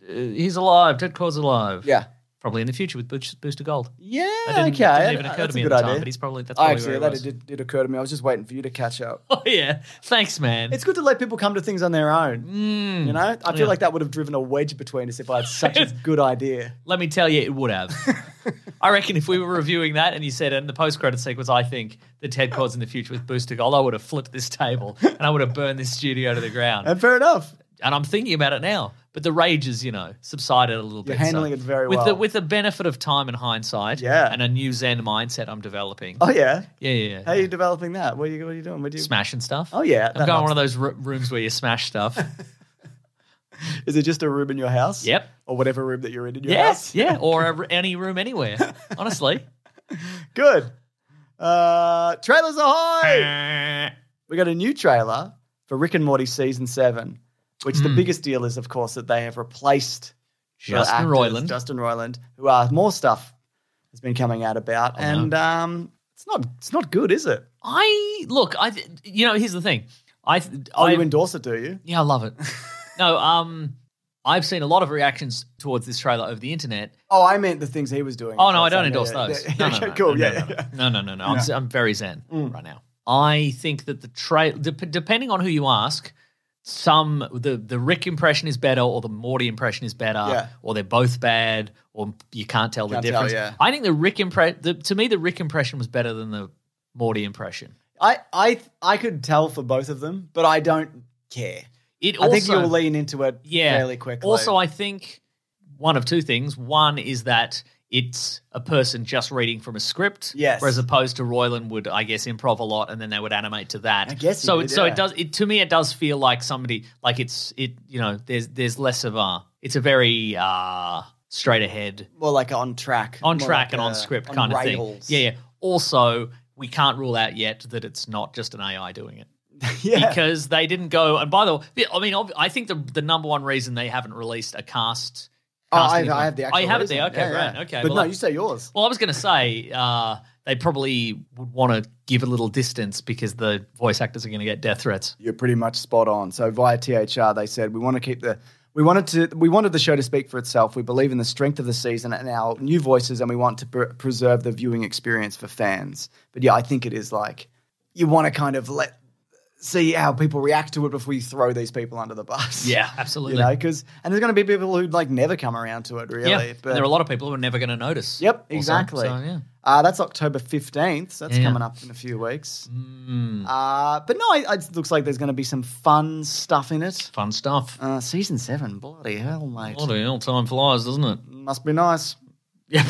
Speaker 4: he's alive. Ted Cord's alive.
Speaker 3: Yeah.
Speaker 4: Probably in the future with Boost- Booster Gold.
Speaker 3: Yeah.
Speaker 4: That didn't,
Speaker 3: okay.
Speaker 4: that didn't even
Speaker 3: uh,
Speaker 4: occur to
Speaker 3: that's
Speaker 4: me
Speaker 3: a
Speaker 4: at
Speaker 3: good
Speaker 4: the
Speaker 3: idea.
Speaker 4: time, but he's probably that's
Speaker 3: I
Speaker 4: probably
Speaker 3: actually,
Speaker 4: where he
Speaker 3: that
Speaker 4: was.
Speaker 3: did, did occur to me. I was just waiting for you to catch up.
Speaker 4: Oh yeah, thanks, man.
Speaker 3: It's good to let people come to things on their own. You know, I feel
Speaker 4: Mm. Yeah.
Speaker 3: like that would have driven a wedge between us if I had such a good idea.
Speaker 4: Let me tell you, it would have. I reckon if we were reviewing that and you said in the post credit sequence, I think the Ted Cords in the future with Booster Gold, I would have flipped this table and I would have burned this studio to the ground.
Speaker 3: And fair enough.
Speaker 4: and I'm thinking about it now. But the rage is, you know, subsided a little bit.
Speaker 3: You're handling it very
Speaker 4: with The,
Speaker 3: well.
Speaker 4: with the benefit of time and hindsight
Speaker 3: Yeah.
Speaker 4: and a new Zen mindset I'm developing.
Speaker 3: Oh yeah.
Speaker 4: Yeah, yeah,
Speaker 3: How
Speaker 4: yeah.
Speaker 3: are you developing that? What are you, what are you doing? What do you,
Speaker 4: Smashing stuff.
Speaker 3: Oh, yeah,
Speaker 4: I'm
Speaker 3: that
Speaker 4: going one of those r- rooms where you smash stuff.
Speaker 3: Is it just a room in your house?
Speaker 4: Yep.
Speaker 3: Or whatever room that you're in in your
Speaker 4: yes,
Speaker 3: house?
Speaker 4: yeah. Or a r any room anywhere, honestly.
Speaker 3: Good. Uh, trailers ahoy! we got a new trailer for Rick and Morty season seven, which
Speaker 4: Hmm.
Speaker 3: the biggest deal is, of course, that they have replaced the
Speaker 4: Justin
Speaker 3: actors,
Speaker 4: Roiland.
Speaker 3: Justin Roiland, who are more stuff has been coming out
Speaker 4: Oh,
Speaker 3: about, and um, it's not it's not good, is it?
Speaker 4: I look. I th- you know here's the thing. I th-
Speaker 3: Oh,
Speaker 4: I
Speaker 3: you endorse it, do you?
Speaker 4: yeah I love it. no, um, I've seen a lot of reactions towards this trailer over the internet.
Speaker 3: Oh, I meant the things he was doing.
Speaker 4: Oh no, I don't
Speaker 3: Yeah,
Speaker 4: endorse
Speaker 3: yeah,
Speaker 4: those.
Speaker 3: yeah.
Speaker 4: No, no,
Speaker 3: Okay,
Speaker 4: no,
Speaker 3: cool.
Speaker 4: no,
Speaker 3: yeah,
Speaker 4: no,
Speaker 3: yeah. Mm.
Speaker 4: no, no, no, no. I'm, s- I'm very zen right now. I think that the trail, dep depending on who you ask, some the the Rick impression is better, or the Morty impression is better,
Speaker 3: Yeah.
Speaker 4: or they're both bad, or you can't tell the
Speaker 3: Can't tell,
Speaker 4: difference.
Speaker 3: yeah.
Speaker 4: I think the Rick impression, to me, the Rick impression was better than the Morty impression.
Speaker 3: I I I could tell for both of them, but I don't care.
Speaker 4: It
Speaker 3: I think
Speaker 4: also-
Speaker 3: you'll lean into it
Speaker 4: yeah.
Speaker 3: fairly quickly.
Speaker 4: Also, I think one of two things. One is that it's a person just reading from a script.
Speaker 3: Yes.
Speaker 4: Whereas opposed to Royland would, I guess, improv a lot and then they would animate to that.
Speaker 3: I guess he
Speaker 4: so
Speaker 3: would,
Speaker 4: it so
Speaker 3: yeah.
Speaker 4: it does it to me it does feel like somebody like it's it you know, there's there's less of a it's a very uh straight ahead
Speaker 3: more like on track,
Speaker 4: on
Speaker 3: more
Speaker 4: track
Speaker 3: like
Speaker 4: and
Speaker 3: a-
Speaker 4: on script
Speaker 3: on
Speaker 4: kind of
Speaker 3: rails.
Speaker 4: thing. Yeah, yeah. Also, we can't rule out yet that it's not just an AI doing it
Speaker 3: yeah.
Speaker 4: because they didn't go. And by the way, I mean, ob- I think the the number one reason they haven't released a cast.
Speaker 3: Oh, I,
Speaker 4: casting is-
Speaker 3: I have the actual.
Speaker 4: Oh, you have it
Speaker 3: reason.
Speaker 4: there. Okay,
Speaker 3: Yeah, yeah.
Speaker 4: right. Okay,
Speaker 3: but
Speaker 4: well,
Speaker 3: no, you say yours.
Speaker 4: Well, I was going to say uh, they probably would want to give a little distance because the voice actors are going to get death threats.
Speaker 3: You're pretty much spot on. So via THR, they said we want to keep the. We wanted to. We wanted the show to speak for itself. We believe in the strength of the season and our new voices, and we want to pr- preserve the viewing experience for fans. But yeah, I think it is like you want to kind of let see how people react to it before you throw these people under the bus.
Speaker 4: Yeah, absolutely.
Speaker 3: you know, because and there's going to be people who like never come around to it, really.
Speaker 4: yeah, and there are a lot of people who are never going to notice.
Speaker 3: Yep,
Speaker 4: also.
Speaker 3: exactly.
Speaker 4: So, yeah.
Speaker 3: uh, that's October 15th. So that's
Speaker 4: Yeah.
Speaker 3: coming up in a few weeks.
Speaker 4: Hmm,
Speaker 3: Uh, but no, it, it looks like there's going to be some fun stuff in it.
Speaker 4: Fun stuff.
Speaker 3: Uh, season seven, bloody hell, mate.
Speaker 4: Bloody hell, time flies, doesn't it?
Speaker 3: Must be nice.
Speaker 4: Yeah,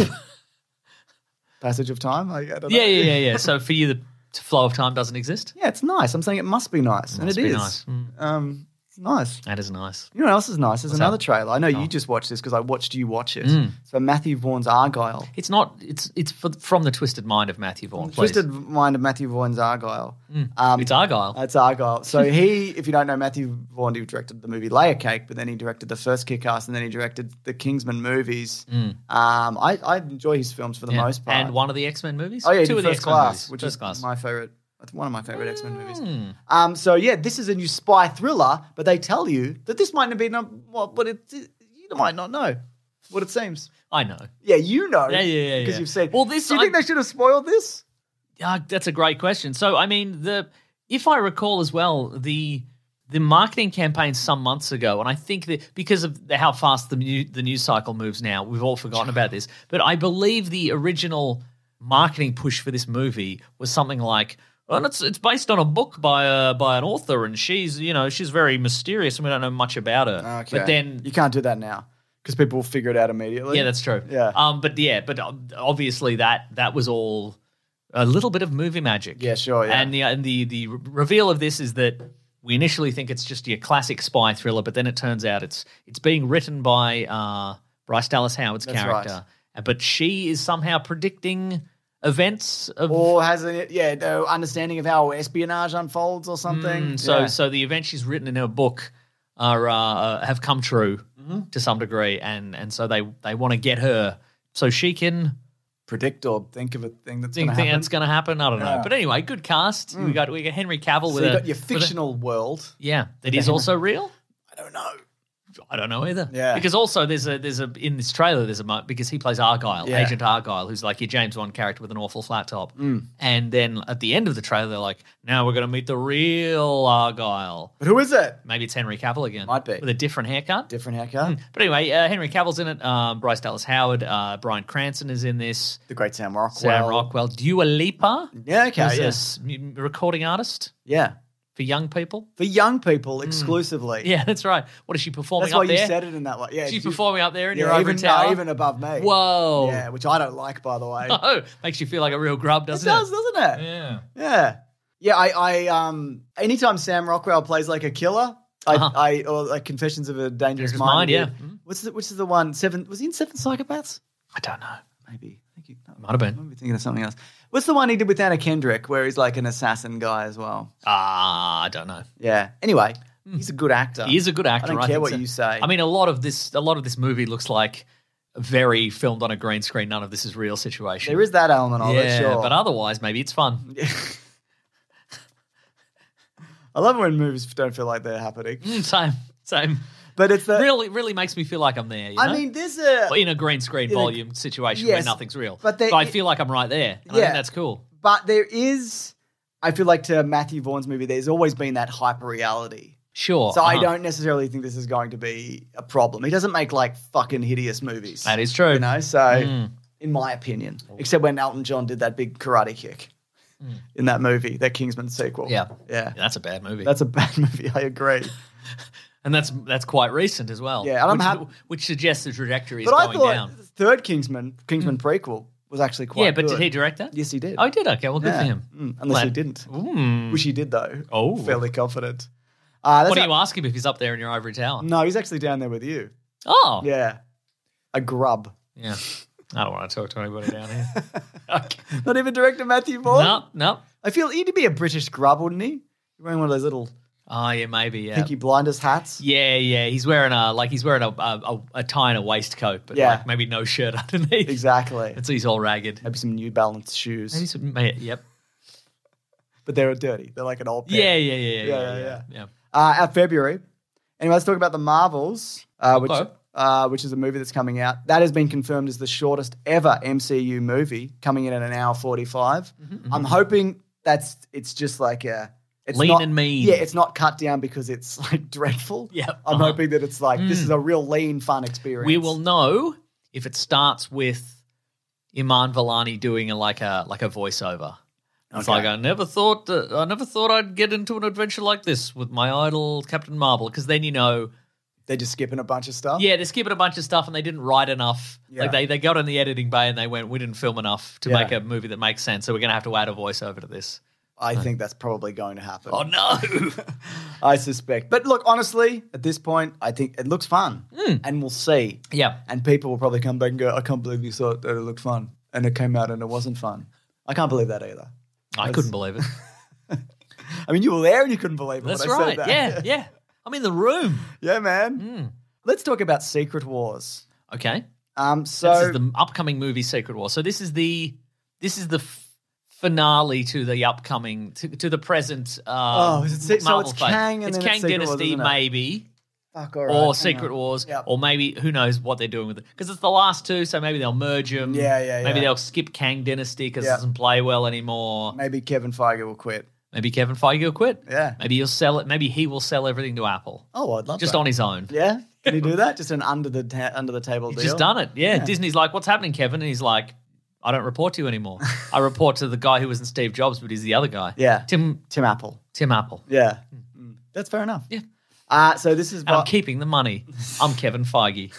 Speaker 3: Passage of time. I, I don't know.
Speaker 4: yeah, yeah, yeah, yeah. So for you, the t- flow of time doesn't exist.
Speaker 3: Yeah, it's nice. I'm saying it must be nice, and it
Speaker 4: Must
Speaker 3: is.
Speaker 4: be nice. Mm,
Speaker 3: Um, it's nice.
Speaker 4: that is nice.
Speaker 3: You know what else is nice? There's another
Speaker 4: that? Oh. Mm.
Speaker 3: trailer. I know you just watched this because I watched you watch it. So Matthew Vaughn's Argyle.
Speaker 4: It's not. It's it's for, from the twisted mind of Matthew Vaughn. please.
Speaker 3: Twisted
Speaker 4: Mm.
Speaker 3: Mind of Matthew Vaughn's Argyle. Um,
Speaker 4: It's Argyle.
Speaker 3: That's Argyle. So he, if you don't know, Matthew Vaughn, who directed the movie Layer Cake, but then he directed the first Kick-Ass, and then he directed the Kingsman movies. Um, I, I enjoy his films for the
Speaker 4: Mm. Yeah.
Speaker 3: most part.
Speaker 4: And one of the X Men movies.
Speaker 3: oh yeah, he
Speaker 4: two
Speaker 3: did
Speaker 4: of the
Speaker 3: First
Speaker 4: X-Men
Speaker 3: Class,
Speaker 4: movies.
Speaker 3: which
Speaker 4: First
Speaker 3: is
Speaker 4: class. Hmm.
Speaker 3: my favorite. That's one of my favorite X-Men movies. Um, so yeah, this is a new spy thriller, but they tell you that this might not be not well, but it, you might not know what it seems.
Speaker 4: I know.
Speaker 3: Yeah, you know.
Speaker 4: Yeah, yeah, yeah,
Speaker 3: Because
Speaker 4: yeah.
Speaker 3: you've said.
Speaker 4: Well, this-
Speaker 3: Do you think
Speaker 4: I-
Speaker 3: they should have spoiled this?
Speaker 4: Ah, that's a great question. So I mean, the if I recall as well, the the- the marketing campaign some months ago, and I think that because of the, how fast the new, the news cycle moves now, we've all forgotten about this. But I believe the original marketing push for this movie was something like, "Well, it's it's based on a book by a, by an author, and she's you know she's very mysterious, and we don't know much about her."
Speaker 3: Okay.
Speaker 4: But then
Speaker 3: you can't do that now because people will figure it out immediately.
Speaker 4: yeah, that's true.
Speaker 3: Yeah.
Speaker 4: Um. But yeah. But ob- obviously that that was all a little bit of movie magic.
Speaker 3: Yeah, sure, yeah.
Speaker 4: And the and the the re- reveal of this is that we initially think it's just your classic spy thriller, but then it turns out it's it's being written by uh, Bryce Dallas Howard's
Speaker 3: That's right.
Speaker 4: character, Uh, but she is somehow predicting events of.
Speaker 3: or has a yeah no understanding of how espionage unfolds or something.
Speaker 4: Mm, so
Speaker 3: Yeah.
Speaker 4: so the events she's written in her book are uh, have come true
Speaker 3: Mm-hmm.
Speaker 4: to some degree, and and so they they want to get her so she can
Speaker 3: predict or think of a thing that's
Speaker 4: think
Speaker 3: going to happen. Hmm.
Speaker 4: that's going to happen. I don't know. But anyway, good cast. We got we got Henry
Speaker 3: so
Speaker 4: Cavill with
Speaker 3: you
Speaker 4: a
Speaker 3: got your
Speaker 4: with a-
Speaker 3: fictional world.
Speaker 4: yeah, that is also real.
Speaker 3: I don't know.
Speaker 4: I don't know either.
Speaker 3: Yeah.
Speaker 4: because also there's a there's a in this trailer there's a mo- because he plays Argyle,
Speaker 3: Yeah. Hmm.
Speaker 4: Agent Argyle, who's like your James Bond character with an awful flat top. And then at the end of the trailer, they're like, now we're going to meet the real Argyle.
Speaker 3: But who is it?
Speaker 4: Maybe it's Henry Cavill again.
Speaker 3: Might be.
Speaker 4: with a different haircut.
Speaker 3: Different hacker.
Speaker 4: but anyway, uh, Henry Cavill's in it. Um, Bryce Dallas Howard, uh, Brian Cranston is in this.
Speaker 3: The great Sam Rockwell.
Speaker 4: Sam Rockwell, Dua Lipa,
Speaker 3: Yeah, okay.
Speaker 4: who's
Speaker 3: yeah.
Speaker 4: a s- m- recording artist.
Speaker 3: yeah.
Speaker 4: for young people.
Speaker 3: For young people exclusively.
Speaker 4: Hmm. Yeah, that's right. What is she performing
Speaker 3: That's
Speaker 4: up
Speaker 3: why
Speaker 4: there?
Speaker 3: you said it in that way. Yeah.
Speaker 4: She's
Speaker 3: you-
Speaker 4: performing up there in
Speaker 3: yeah,
Speaker 4: your
Speaker 3: even,
Speaker 4: ivory tower.
Speaker 3: No, even above me.
Speaker 4: Whoa!
Speaker 3: Yeah, which I don't like, by the way.
Speaker 4: Oh, makes you feel like a real grub,
Speaker 3: it
Speaker 4: doesn't it?
Speaker 3: does, doesn't it?
Speaker 4: Yeah.
Speaker 3: Yeah. Yeah, I, I um anytime Sam Rockwell plays like a killer, I,
Speaker 4: Uh-huh.
Speaker 3: I or like Confessions of a Dangerous,
Speaker 4: Dangerous
Speaker 3: Mind.
Speaker 4: Mind, yeah.
Speaker 3: dude.
Speaker 4: Mhm.
Speaker 3: What's the which is the one seven was he in Seven Psychopaths?
Speaker 4: I don't know.
Speaker 3: Maybe. Thank you. No,
Speaker 4: Might have
Speaker 3: I
Speaker 4: been.
Speaker 3: might be thinking of something else. What's the one he did with Anna Kendrick where he's like an assassin guy as well?
Speaker 4: Ah, I don't know.
Speaker 3: Yeah. Anyway, he's a good actor.
Speaker 4: Hmm. He is a good actor.
Speaker 3: I don't care
Speaker 4: think
Speaker 3: what
Speaker 4: so.
Speaker 3: you say.
Speaker 4: I mean, a lot of this, a lot of this movie looks like very filmed on a green screen. None of this is real situation.
Speaker 3: there is that element of it,
Speaker 4: yeah,
Speaker 3: sure.
Speaker 4: but otherwise, maybe it's fun.
Speaker 3: I love when movies don't feel like they're happening.
Speaker 4: Mm, same, same.
Speaker 3: But it's the
Speaker 4: really, really makes me feel like I'm there. You
Speaker 3: I
Speaker 4: know?
Speaker 3: mean, there's a
Speaker 4: in a green screen
Speaker 3: a-
Speaker 4: volume situation where
Speaker 3: Yes,
Speaker 4: nothing's real.
Speaker 3: but
Speaker 4: But,
Speaker 3: they-
Speaker 4: I feel like I'm right there. And I
Speaker 3: Yeah.
Speaker 4: think that's cool.
Speaker 3: but there is I feel like to Matthew Vaughn's movie, there's always been that hyper reality.
Speaker 4: Sure.
Speaker 3: So I
Speaker 4: uh-huh.
Speaker 3: don't necessarily think this is going to be a problem. He doesn't make like fucking hideous movies.
Speaker 4: That is true. Hmm.
Speaker 3: you
Speaker 4: Oh.
Speaker 3: know, so in my opinion. Except when Elton John did that big karate kick in that movie, that Kingsman sequel.
Speaker 4: Hmm. Yeah.
Speaker 3: Yeah.
Speaker 4: Yeah, that's a bad movie.
Speaker 3: That's a bad movie, I agree.
Speaker 4: and that's that's quite recent as well.
Speaker 3: Yeah, and I'm
Speaker 4: which,
Speaker 3: hap-
Speaker 4: which suggests the trajectory is
Speaker 3: but I
Speaker 4: going
Speaker 3: thought
Speaker 4: down. Hmm.
Speaker 3: the third Kingsman, Kingsman prequel, was actually quite
Speaker 4: yeah, but
Speaker 3: good.
Speaker 4: did he direct that?
Speaker 3: Yes, he did.
Speaker 4: Oh, he did. Okay, well, good
Speaker 3: Yeah.
Speaker 4: for him.
Speaker 3: Mm, unless he
Speaker 4: Glad-
Speaker 3: didn't.
Speaker 4: Mm.
Speaker 3: Which he did though.
Speaker 4: Oh.
Speaker 3: fairly confident. Uh, that's
Speaker 4: What do
Speaker 3: a-
Speaker 4: you ask him if he's up there in your ivory tower?
Speaker 3: No, he's actually down there with you.
Speaker 4: Oh, yeah.
Speaker 3: Yeah, a grub.
Speaker 4: I don't want to talk to anybody down here. okay.
Speaker 3: Not even director Matthew Vaughn.
Speaker 4: No, no.
Speaker 3: I feel he'd be a British grub, wouldn't he? Wearing one of those little
Speaker 4: Oh, yeah, maybe. Yeah.
Speaker 3: pinky blinders hats.
Speaker 4: Yeah, yeah, he's wearing a like he's wearing a a, a, a tie and a waistcoat, but
Speaker 3: Yeah.
Speaker 4: like maybe no shirt underneath.
Speaker 3: Exactly.
Speaker 4: And so he's all ragged.
Speaker 3: Maybe some New Balance shoes,
Speaker 4: Maybe some, may- yep.
Speaker 3: but they're dirty. They're like an old pair.
Speaker 4: Yeah, yeah, yeah, yeah, yeah,
Speaker 3: yeah,
Speaker 4: yeah.
Speaker 3: yeah.
Speaker 4: yeah.
Speaker 3: Uh, out February. Anyway, let's talk about the Marvels, uh, which
Speaker 4: Okay.
Speaker 3: uh, which is a movie that's coming out. That has been confirmed as the shortest ever MCU movie, coming in at an hour 45 i I'm hoping that's it's just like a it's
Speaker 4: Mm-hmm. Lean
Speaker 3: not,
Speaker 4: and mean.
Speaker 3: Yeah, it's not cut down because it's like dreadful.
Speaker 4: Yeah,
Speaker 3: I'm
Speaker 4: uh-huh.
Speaker 3: hoping that it's like this is a real lean, fun experience.
Speaker 4: We will know if it starts with Iman Vellani doing a, like a like a voiceover. It's
Speaker 3: Okay.
Speaker 4: like I never thought that, I never thought I'd get into an adventure like this with my idol Captain Marvel because then you know
Speaker 3: They're just skipping a bunch of stuff.
Speaker 4: yeah they're skipping a bunch of stuff and they didn't write enough
Speaker 3: Yeah.
Speaker 4: like they, they got in the editing bay and they went we didn't film enough to
Speaker 3: Yeah.
Speaker 4: make a movie that makes sense so we're gonna have to add a voiceover to this
Speaker 3: I think that's probably going to happen.
Speaker 4: oh no
Speaker 3: I suspect. But look, honestly, at this point, I think it looks fun,
Speaker 4: Hmm.
Speaker 3: and we'll see.
Speaker 4: yeah
Speaker 3: And people will probably come back and go, I can't believe you thought that it looked fun. And it came out and it wasn't fun. I can't believe that either.
Speaker 4: I couldn't believe it
Speaker 3: I mean, you were there and you couldn't believe it
Speaker 4: that's
Speaker 3: when I
Speaker 4: right
Speaker 3: said that.
Speaker 4: yeah yeah I'm in the room Hmm.
Speaker 3: yeah, man. Let's talk about Secret Wars.
Speaker 4: okay
Speaker 3: Um,
Speaker 4: this
Speaker 3: so,
Speaker 4: is the upcoming movie Secret War. So this is the this is the f- finale to the upcoming to, to the present. Uh,
Speaker 3: Oh, is it Se- so
Speaker 4: Marvel
Speaker 3: it's
Speaker 4: phase.
Speaker 3: Kang and
Speaker 4: it's
Speaker 3: then
Speaker 4: Kang
Speaker 3: it's Secret Wars,
Speaker 4: Dynasty,
Speaker 3: isn't it?
Speaker 4: maybe,
Speaker 3: fuck, all right, hang
Speaker 4: or
Speaker 3: on.
Speaker 4: Secret Wars,
Speaker 3: Yep.
Speaker 4: or maybe who knows what they're doing with it because it's the last two. So maybe they'll merge them.
Speaker 3: Yeah, yeah,
Speaker 4: Maybe
Speaker 3: yeah.
Speaker 4: they'll skip Kang Dynasty because
Speaker 3: Yeah.
Speaker 4: it doesn't play well anymore.
Speaker 3: Maybe Kevin Feige will quit.
Speaker 4: Maybe Kevin Feige will quit.
Speaker 3: Yeah.
Speaker 4: Maybe he'll sell it. Maybe he will sell everything to Apple.
Speaker 3: Oh, I'd love
Speaker 4: just
Speaker 3: that.
Speaker 4: on his own.
Speaker 3: Yeah, can you do that? Just an under the ta- under the table
Speaker 4: He's
Speaker 3: deal.
Speaker 4: just done it. Yeah. Disney's like, what's happening, Kevin? And he's like, I don't report to you anymore. I report to the guy who wasn't Steve Jobs, but he's the other guy.
Speaker 3: Yeah.
Speaker 4: Tim
Speaker 3: Tim Apple.
Speaker 4: Tim Apple.
Speaker 3: Yeah, Mm. that's fair enough.
Speaker 4: Hmm. Yeah.
Speaker 3: Uh, so this is
Speaker 4: And I'm
Speaker 3: what
Speaker 4: keeping the money. I'm Kevin Feige.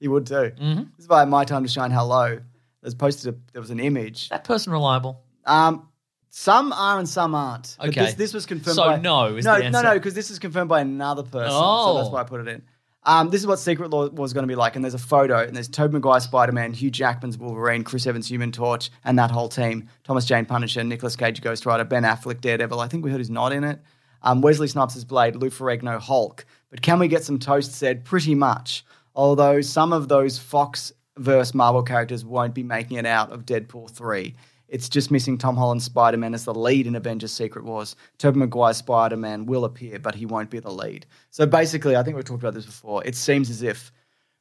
Speaker 3: you would do.
Speaker 4: Mm-hmm.
Speaker 3: This is by My Time to Shine. Hello. There's posted. A, there was an image.
Speaker 4: That person reliable.
Speaker 3: Um, some are and some aren't. But
Speaker 4: Okay.
Speaker 3: This, this was confirmed.
Speaker 4: So
Speaker 3: by,
Speaker 4: no is
Speaker 3: no,
Speaker 4: the
Speaker 3: no,
Speaker 4: answer.
Speaker 3: no, because this is confirmed by another person.
Speaker 4: Oh.
Speaker 3: So that's why I put it in. Um, this is what Secret Law was going to be like, and there's a photo, and there's Tobey Maguire Spider-Man, Hugh Jackman's Wolverine, Chris Evans Human Torch, and that whole team: Thomas Jane Punisher, Nicolas Cage Ghost Rider, Ben Affleck Daredevil. I think we heard he's not in it. Um, Wesley Snipes as Blade, Lou Ferrigno Hulk. But can we get some toast said? Pretty much. Although some of those Fox verse Marvel characters won't be making it out of Deadpool three. It's just missing Tom Holland's Spider Man as the lead in Avengers Secret Wars. Tobey Maguire's Spider Man will appear, but he won't be the lead. So basically, I think we've talked about this before. It seems as if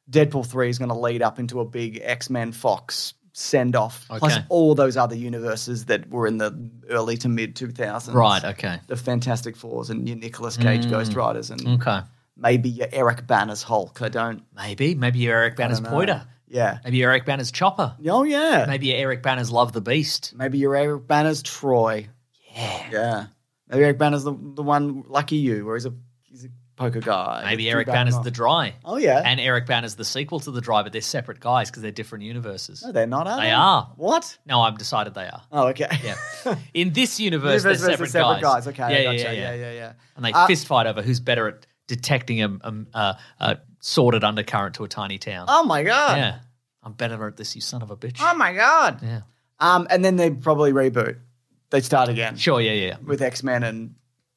Speaker 3: Deadpool 3 is going to lead up into a big X Men Fox send off, plus
Speaker 4: Okay.
Speaker 3: all those other universes that were in the early to mid 2000s.
Speaker 4: Right, Mm. okay.
Speaker 3: The Fantastic Fours and your Nicolas Cage Ghost Riders and
Speaker 4: Okay.
Speaker 3: maybe your Eric Banner's Hulk. I don't.
Speaker 4: Maybe. Maybe you're Eric Banner's Pointer.
Speaker 3: Yeah.
Speaker 4: Maybe you're Eric Banner's Chopper.
Speaker 3: Oh, yeah.
Speaker 4: Maybe you're Eric Banner's Love the Beast.
Speaker 3: Maybe your Eric Banner's Troy. Yeah. Yeah. Maybe Eric Banner's the, the one lucky you, where he's a he's a poker guy.
Speaker 4: Maybe
Speaker 3: Two
Speaker 4: Eric
Speaker 3: back
Speaker 4: Banner's
Speaker 3: knock.
Speaker 4: The Dry.
Speaker 3: Oh yeah.
Speaker 4: And Eric Banner's the sequel to The Dry, but they're separate guys because they're different universes.
Speaker 3: no, they're not. Are
Speaker 4: They are.
Speaker 3: What?
Speaker 4: No, I've decided they are.
Speaker 3: Oh, okay.
Speaker 4: Yeah. In this universe, they're
Speaker 3: Universe
Speaker 4: separate,
Speaker 3: versus separate guys. Okay.
Speaker 4: Yeah,
Speaker 3: I
Speaker 4: yeah,
Speaker 3: gotcha.
Speaker 4: yeah, yeah.
Speaker 3: yeah, yeah.
Speaker 4: And they
Speaker 3: Uh,
Speaker 4: fist fight over who's better at detecting a, a, a, a sordid undercurrent to a tiny town.
Speaker 3: Oh my god.
Speaker 4: yeah. I'm better at this, you son of a bitch.
Speaker 3: Oh my god.
Speaker 4: yeah.
Speaker 3: Um, and then they probably reboot. They start again
Speaker 4: Sure, yeah, yeah.
Speaker 3: with X Men and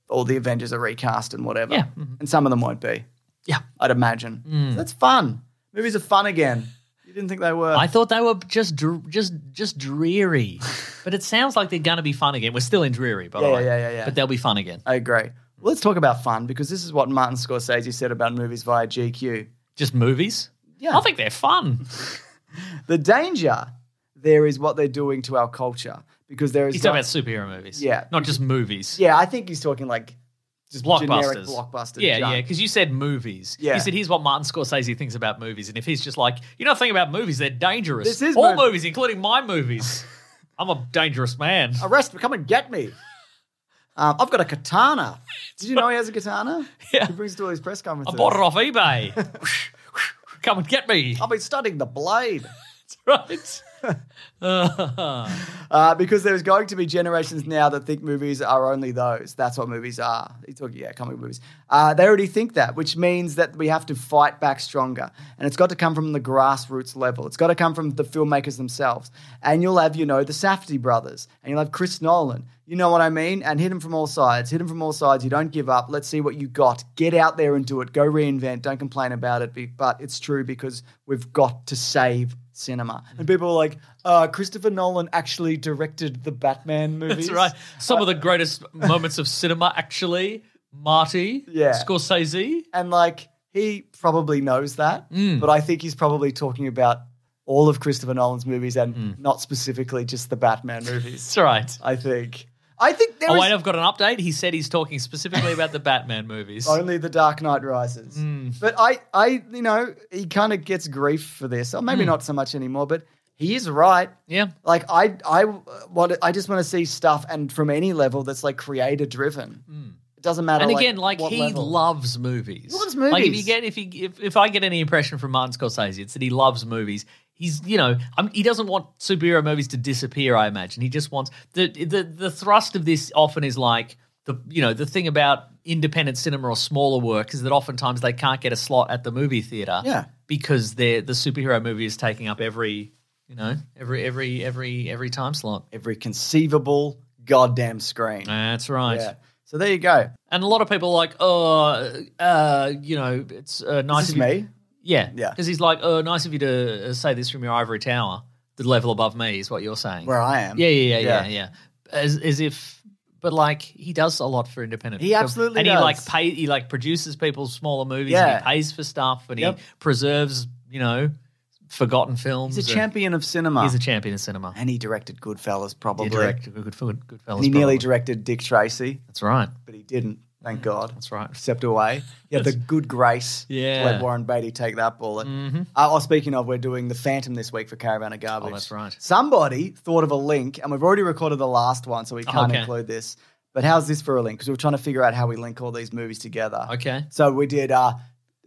Speaker 3: all the Avengers are recast and whatever.
Speaker 4: Yeah, mhm.
Speaker 3: And some of them won't be.
Speaker 4: Yeah. Mm.
Speaker 3: I'd imagine. So that's fun. Movies are fun again. You didn't think they were.
Speaker 4: I thought they were just dr- just just dreary, but it sounds like they're gonna be fun again. We're still in dreary, by the
Speaker 3: Yeah,
Speaker 4: way.
Speaker 3: yeah, yeah, yeah.
Speaker 4: But they'll be fun again.
Speaker 3: I agree. Well, let's talk about fun because this is what Martin Scorsese said about movies via GQ.
Speaker 4: Just movies.
Speaker 3: Yeah.
Speaker 4: I think they're fun.
Speaker 3: The danger there is what they're doing to our culture because there is.
Speaker 4: He's
Speaker 3: not-
Speaker 4: talking about superhero movies.
Speaker 3: Yeah.
Speaker 4: Not just movies.
Speaker 3: yeah, I think he's talking like
Speaker 4: Just
Speaker 3: generic
Speaker 4: blockbusters.
Speaker 3: blockbuster.
Speaker 4: Yeah, yeah,
Speaker 3: junk.
Speaker 4: because you said movies.
Speaker 3: Yeah.
Speaker 4: You said here's what Martin Scorsese thinks about movies. And if he's just like, you know the thing about movies, they're dangerous.
Speaker 3: This is
Speaker 4: All
Speaker 3: mov-
Speaker 4: movies, including my movies. I'm a dangerous man.
Speaker 3: Arrest me! Come and get me. Um, I've got a katana. Did you know he has a katana?
Speaker 4: Yeah.
Speaker 3: He brings it to all his press
Speaker 4: I
Speaker 3: conferences.
Speaker 4: bought it off eBay. Come and get me.
Speaker 3: I've been studying the blade.
Speaker 4: Right. Uh,
Speaker 3: Uh, because there's going to be generations now that think movies are only those. That's what movies are. He's talking, yeah, comic movies. Uh, they already think that, which means that we have to fight back stronger. And it's got to come from the grassroots level. It's got to come from the filmmakers themselves. And you'll have, you know, the Safdie brothers, and you'll have Chris Nolan. You know what I mean? And hit them from all sides. Hit them from all sides. You don't give up. Let's see what you got. Get out there and do it. Go reinvent. Don't complain about it. Be- But it's true because we've got to save cinema. And people are like, uh, Christopher Nolan actually directed the Batman movies.
Speaker 4: that's right. Some
Speaker 3: Uh,
Speaker 4: of the greatest moments of cinema, actually. Marty.
Speaker 3: Yeah.
Speaker 4: Scorsese.
Speaker 3: And like, he probably knows that.
Speaker 4: Mm.
Speaker 3: But I think he's probably talking about all of Christopher Nolan's movies and
Speaker 4: Mm.
Speaker 3: not specifically just the Batman movies.
Speaker 4: That's right.
Speaker 3: I think. I think there
Speaker 4: Oh,
Speaker 3: is
Speaker 4: wait, I've got an update. He said he's talking specifically about the Batman movies.
Speaker 3: Only the Dark Knight Rises.
Speaker 4: Mm.
Speaker 3: But I, I, you know, he kind of gets grief for this, or
Speaker 4: Mm.
Speaker 3: maybe not so much anymore. But he is right.
Speaker 4: Yeah.
Speaker 3: Like I, I want, I just want to see stuff, and from any level that's like creator driven.
Speaker 4: Hmm.
Speaker 3: It doesn't matter.
Speaker 4: And again, like
Speaker 3: what
Speaker 4: he
Speaker 3: level.
Speaker 4: loves movies.
Speaker 3: Loves
Speaker 4: Like if you
Speaker 3: movies.
Speaker 4: get if he if, if I get any impression from Martin Scorsese, it's that he loves movies. He's you know i he doesn't want superhero movies to disappear. I imagine he just wants the the the thrust of this often is like the you know the thing about independent cinema or smaller work is that oftentimes they can't get a slot at the movie theater.
Speaker 3: Yeah.
Speaker 4: because they the superhero movie is taking up every you know every every every every time slot.
Speaker 3: every conceivable goddamn screen.
Speaker 4: That's right.
Speaker 3: Yeah. So there you go.
Speaker 4: And a lot of people are like, oh, uh, you know, it's uh, nice
Speaker 3: This is
Speaker 4: of you-
Speaker 3: me.
Speaker 4: Yeah,
Speaker 3: Yeah.
Speaker 4: Because he's like, "Oh, nice of you to uh, say this from your ivory tower. The level above me is what you're saying."
Speaker 3: Where I am.
Speaker 4: Yeah, yeah, yeah, yeah,
Speaker 3: Yeah.
Speaker 4: yeah. As as if, but like he does a lot for independent.
Speaker 3: He
Speaker 4: film.
Speaker 3: absolutely
Speaker 4: and he
Speaker 3: does.
Speaker 4: like pay he like produces people's smaller movies. and
Speaker 3: Yeah.
Speaker 4: he pays for stuff and
Speaker 3: Yep.
Speaker 4: he preserves you know forgotten films.
Speaker 3: He's a
Speaker 4: and-
Speaker 3: champion of cinema.
Speaker 4: He's a champion in cinema.
Speaker 3: and he directed Goodfellas, probably.
Speaker 4: He directed Good, Good, Goodfellas.
Speaker 3: and he nearly
Speaker 4: probably. Hmm.
Speaker 3: directed Dick Tracy,
Speaker 4: That's right.
Speaker 3: but he didn't. Thank God.
Speaker 4: That's right.
Speaker 3: Stepped away. He had the good grace
Speaker 4: Yeah.
Speaker 3: to let Warren Beatty take that bullet.
Speaker 4: Mm-hmm.
Speaker 3: Uh, oh, speaking of, we're doing The Phantom this week for Caravan of Garbage.
Speaker 4: Oh, that's right.
Speaker 3: Somebody thought of a link, and we've already recorded the last one, so we can't
Speaker 4: Okay.
Speaker 3: include this. But how's this for a link? Because we were trying to figure out how we link all these movies together.
Speaker 4: Okay.
Speaker 3: So we did. Uh,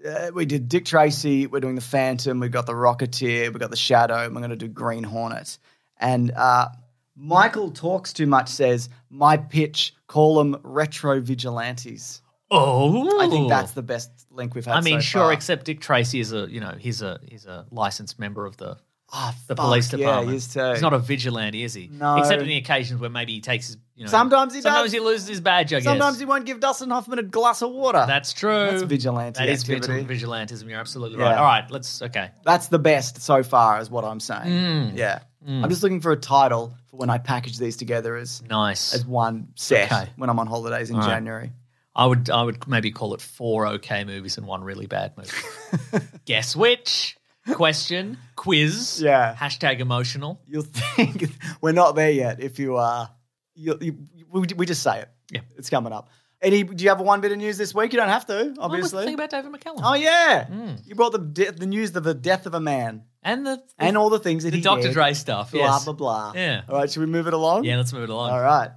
Speaker 3: uh, we did Dick Tracy. We're doing the Phantom. We've got the Rocketeer. We've got the Shadow. And we're going to do Green Hornet. And uh, Michael talks too much. Says my pitch. Call them retro vigilantes.
Speaker 4: Oh,
Speaker 3: I think that's the best link we've had.
Speaker 4: I mean,
Speaker 3: so
Speaker 4: sure,
Speaker 3: far.
Speaker 4: except Dick Tracy is a you know he's a he's a licensed member of the
Speaker 3: Ah,
Speaker 4: the
Speaker 3: fuck,
Speaker 4: police
Speaker 3: Yeah,
Speaker 4: department.
Speaker 3: he is too.
Speaker 4: He's not a vigilante, is he?
Speaker 3: No.
Speaker 4: Except on the occasions where maybe he takes his you know.
Speaker 3: Sometimes he
Speaker 4: sometimes
Speaker 3: does.
Speaker 4: he loses his badge. I guess.
Speaker 3: Sometimes he won't give Dustin Hoffman a glass of water.
Speaker 4: That's true.
Speaker 3: That's vigilante
Speaker 4: That is vigil-
Speaker 3: activity.
Speaker 4: vigilantism. You're absolutely
Speaker 3: Yeah.
Speaker 4: right. All right, let's okay.
Speaker 3: That's the best so far, is what I'm saying.
Speaker 4: Mm.
Speaker 3: Yeah. I'm just looking for a title for when I package these together as
Speaker 4: Nice.
Speaker 3: as one set
Speaker 4: Okay.
Speaker 3: when I'm on holidays in
Speaker 4: right.
Speaker 3: January.
Speaker 4: I would I would maybe call it four okay movies and one really bad movie. Guess which? Question, quiz,
Speaker 3: Yeah.
Speaker 4: hashtag emotional.
Speaker 3: You'll think we're not there yet. If you are, you, you, we, we just say it.
Speaker 4: Yeah.
Speaker 3: It's coming up. Eddie, do you have one bit of news this week? You don't have to,
Speaker 4: What was the
Speaker 3: obviously.
Speaker 4: thing about David McCallum?
Speaker 3: oh yeah,
Speaker 4: Mm.
Speaker 3: you brought the de- the news of the death of a man
Speaker 4: And the, the,
Speaker 3: and all the things that
Speaker 4: the
Speaker 3: he
Speaker 4: Dr.
Speaker 3: did.
Speaker 4: Dre stuff.
Speaker 3: Blah
Speaker 4: yes.
Speaker 3: blah blah.
Speaker 4: Yeah.
Speaker 3: All right, should we move it along?
Speaker 4: Yeah, let's move it along.
Speaker 3: All right.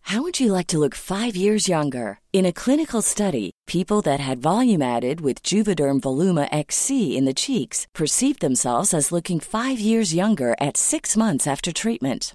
Speaker 5: How would you like to look five years younger? In a clinical study, people that had volume added with Juvederm Voluma XC in the cheeks perceived themselves as looking five years younger at six months after treatment.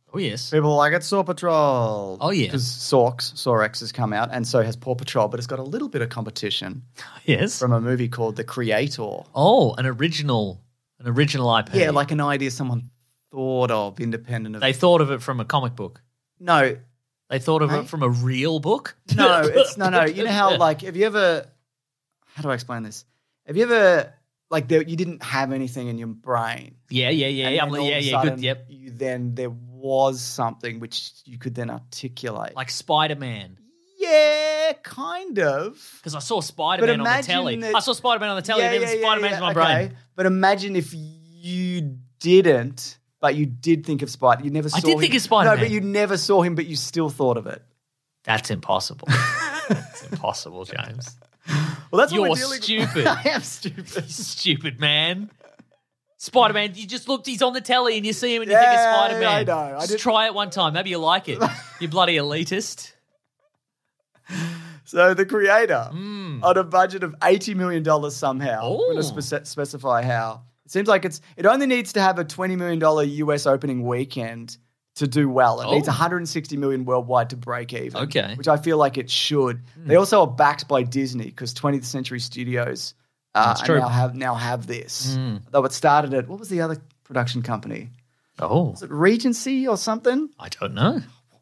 Speaker 4: Oh yes.
Speaker 3: People are like it's Saw Patrol.
Speaker 4: Oh, yeah.
Speaker 3: because Sorks, Sorex has come out, and so has Paw Patrol, but it's got a little bit of competition
Speaker 4: Oh, Yes.
Speaker 3: from a movie called The Creator.
Speaker 4: Oh, an original an original IP.
Speaker 3: Yeah, like an idea someone thought of, independent of.
Speaker 4: they thought of it from a comic book.
Speaker 3: no,
Speaker 4: They thought of
Speaker 3: Right?
Speaker 4: it from a real book.
Speaker 3: no, it's no, no. You know how like have you ever? How do I explain this? Have you ever like there, you didn't have anything in your brain.
Speaker 4: Yeah, yeah, yeah,
Speaker 3: And
Speaker 4: yeah.
Speaker 3: then
Speaker 4: I'm like,
Speaker 3: all
Speaker 4: yeah,
Speaker 3: of a
Speaker 4: yeah, good.
Speaker 3: sudden,
Speaker 4: Yep.
Speaker 3: You then there was something which you could then articulate.
Speaker 4: Like Spider Man.
Speaker 3: yeah, kind of.
Speaker 4: Because I saw Spider Man on the
Speaker 3: imagine
Speaker 4: telly.
Speaker 3: that-
Speaker 4: I saw Spider Man on the telly, and then Spider Man's in my
Speaker 3: okay.
Speaker 4: brain.
Speaker 3: But imagine if you didn't, but you did think of Spider. You never saw.
Speaker 4: I did
Speaker 3: him.
Speaker 4: think of Spider-Man.
Speaker 3: No, but you never saw him, but you still thought of it.
Speaker 4: That's impossible. it's impossible, James.
Speaker 3: Well, that's
Speaker 4: You're
Speaker 3: what we're dealing
Speaker 4: stupid.
Speaker 3: I am stupid.
Speaker 4: You stupid man. Spider Man, you just looked, he's on the telly and you see him and you think
Speaker 3: Yeah,
Speaker 4: it's Spider Man.
Speaker 3: I know. I
Speaker 4: just
Speaker 3: didn't-
Speaker 4: try it one time. Maybe you like it. You bloody elitist.
Speaker 3: So the creator,
Speaker 4: Hmm.
Speaker 3: on a budget of eighty million dollars, somehow I'm
Speaker 4: Ooh.
Speaker 3: going to spec- specify how. It seems like it's it only needs to have a twenty million dollar US opening weekend to do well. It needs
Speaker 4: Oh.
Speaker 3: one hundred and sixty million worldwide to break even.
Speaker 4: Okay. Hmm.
Speaker 3: which I feel like it should. They also are backed by Disney because 20th Century Studios uh,
Speaker 4: That's
Speaker 3: are
Speaker 4: true. Hmm.
Speaker 3: now have now have this. Though it started at what was the other production company?
Speaker 4: Oh,
Speaker 3: Was it Regency or something?
Speaker 4: I don't know.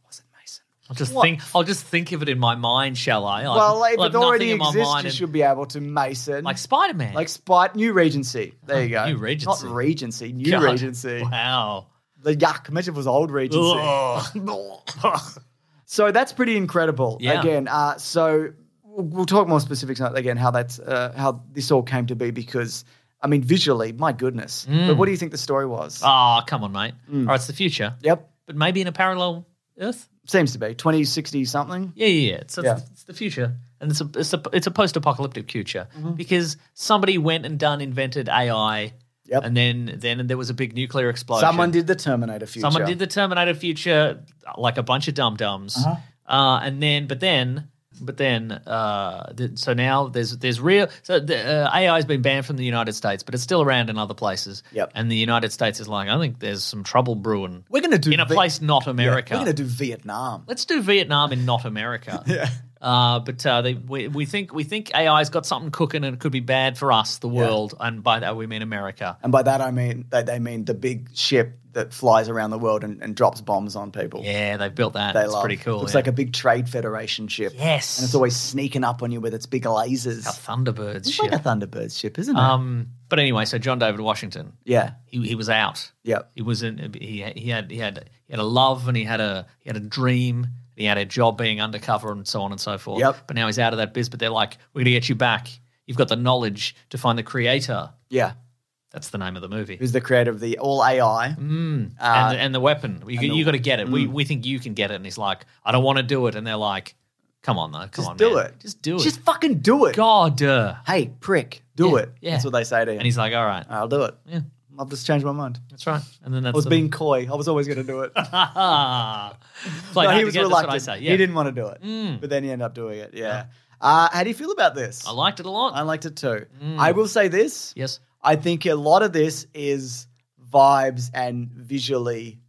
Speaker 3: Was it Mason?
Speaker 4: I'll just
Speaker 3: What?
Speaker 4: think. I'll just think of it in my mind, shall I? I'll-
Speaker 3: well, if
Speaker 4: I'll
Speaker 3: it
Speaker 4: have nothing
Speaker 3: already
Speaker 4: in my
Speaker 3: exists,
Speaker 4: mind
Speaker 3: you
Speaker 4: and-
Speaker 3: should be able to Mason.
Speaker 4: like Spider Man.
Speaker 3: Like Spot New Regency. There you go.
Speaker 4: Oh, New Regency.
Speaker 3: Not Regency, New Regency.
Speaker 4: Wow.
Speaker 3: The yuck. Imagine if it was old Regency.
Speaker 4: Ugh.
Speaker 3: So that's pretty incredible.
Speaker 4: Yeah.
Speaker 3: Again, uh, so we'll we'll talk more specifics on- again how that's uh, how this all came to be because I mean visually, my goodness.
Speaker 4: Mm.
Speaker 3: But what do you think the story was?
Speaker 4: Ah, come on, mate.
Speaker 3: Mm.
Speaker 4: All right, it's the future,
Speaker 3: yep,
Speaker 4: but maybe in a parallel Earth.
Speaker 3: seems to be 2060 something.
Speaker 4: Yeah, yeah, yeah. It's, it's,
Speaker 3: Yeah.
Speaker 4: it's the future, and it's a it's a it's a post-apocalyptic future
Speaker 3: Mm-hmm.
Speaker 4: because somebody went and done invented AI,
Speaker 3: Yep.
Speaker 4: and then then there was a big nuclear explosion.
Speaker 3: Someone did the Terminator future.
Speaker 4: Oh, Someone did the Terminator future like a bunch of dum dums,
Speaker 3: Uh-huh.
Speaker 4: uh and then but then but then uh, th- so now there's there's real so the, uh, AI has been banned from the United States, but it's still around in other places.
Speaker 3: Yep.
Speaker 4: And the United States is like, I think there's some trouble brewing.
Speaker 3: We're gonna do
Speaker 4: in a
Speaker 3: Vi-
Speaker 4: place not America.
Speaker 3: We're going to do Vietnam.
Speaker 4: Let's do Vietnam in not America. yeah. Uh, but uh, they, we, we think we think AI's got something cooking and it could be bad for us, the world, and by that we mean America.
Speaker 3: And by that I mean they, they mean the big ship that flies around the world and, and drops bombs on people.
Speaker 4: Yeah, they've built that.
Speaker 3: They
Speaker 4: it's
Speaker 3: love.
Speaker 4: pretty cool.
Speaker 3: Looks
Speaker 4: yeah.
Speaker 3: like a big trade federation ship.
Speaker 4: Yes.
Speaker 3: and it's always sneaking up on you with its big lasers.
Speaker 4: a Thunderbird
Speaker 3: It's
Speaker 4: ship.
Speaker 3: like a Thunderbird ship, isn't it?
Speaker 4: um, but anyway, so John David Washington,
Speaker 3: yeah,
Speaker 4: he, he was out.
Speaker 3: yeah.
Speaker 4: He was in. He he had he had he had a love and he had a he had a dream. He had a job being undercover and so on and so forth.
Speaker 3: Yep.
Speaker 4: But now he's out of that biz. But they're like, we're gonna get you back. You've got the knowledge to find the creator.
Speaker 3: Yeah.
Speaker 4: That's the name of the movie.
Speaker 3: Who's the creator of the all AI?
Speaker 4: and,
Speaker 3: Uh,
Speaker 4: the- and the weapon. You, you got to get it. We,
Speaker 3: Mm.
Speaker 4: we think you can get it. And he's like, I don't want to do it. And they're like, come on, though. Come
Speaker 3: Just
Speaker 4: on,
Speaker 3: do
Speaker 4: man.
Speaker 3: it.
Speaker 4: Just do it.
Speaker 3: Just fucking do it.
Speaker 4: God. uh.
Speaker 3: Hey, prick, do
Speaker 4: Yeah,
Speaker 3: it.
Speaker 4: yeah.
Speaker 3: That's what they say to him.
Speaker 4: And he's like, all right.
Speaker 3: I'll do it.
Speaker 4: Yeah,
Speaker 3: I've just changed my mind.
Speaker 4: that's right. And then that's
Speaker 3: I was
Speaker 4: the-
Speaker 3: being coy. I was always going to do it.
Speaker 4: Ah. Play
Speaker 3: no,
Speaker 4: hard
Speaker 3: he
Speaker 4: to
Speaker 3: was
Speaker 4: get, that's what I
Speaker 3: reluctant.
Speaker 4: say, yeah. Mm.
Speaker 3: He didn't want to do it, but then he ended up doing it. Yeah. Uh, how do you feel about this?
Speaker 4: I liked it a lot.
Speaker 3: I liked it too. I will say this.
Speaker 4: yes.
Speaker 3: I think a lot of this is vibes and visually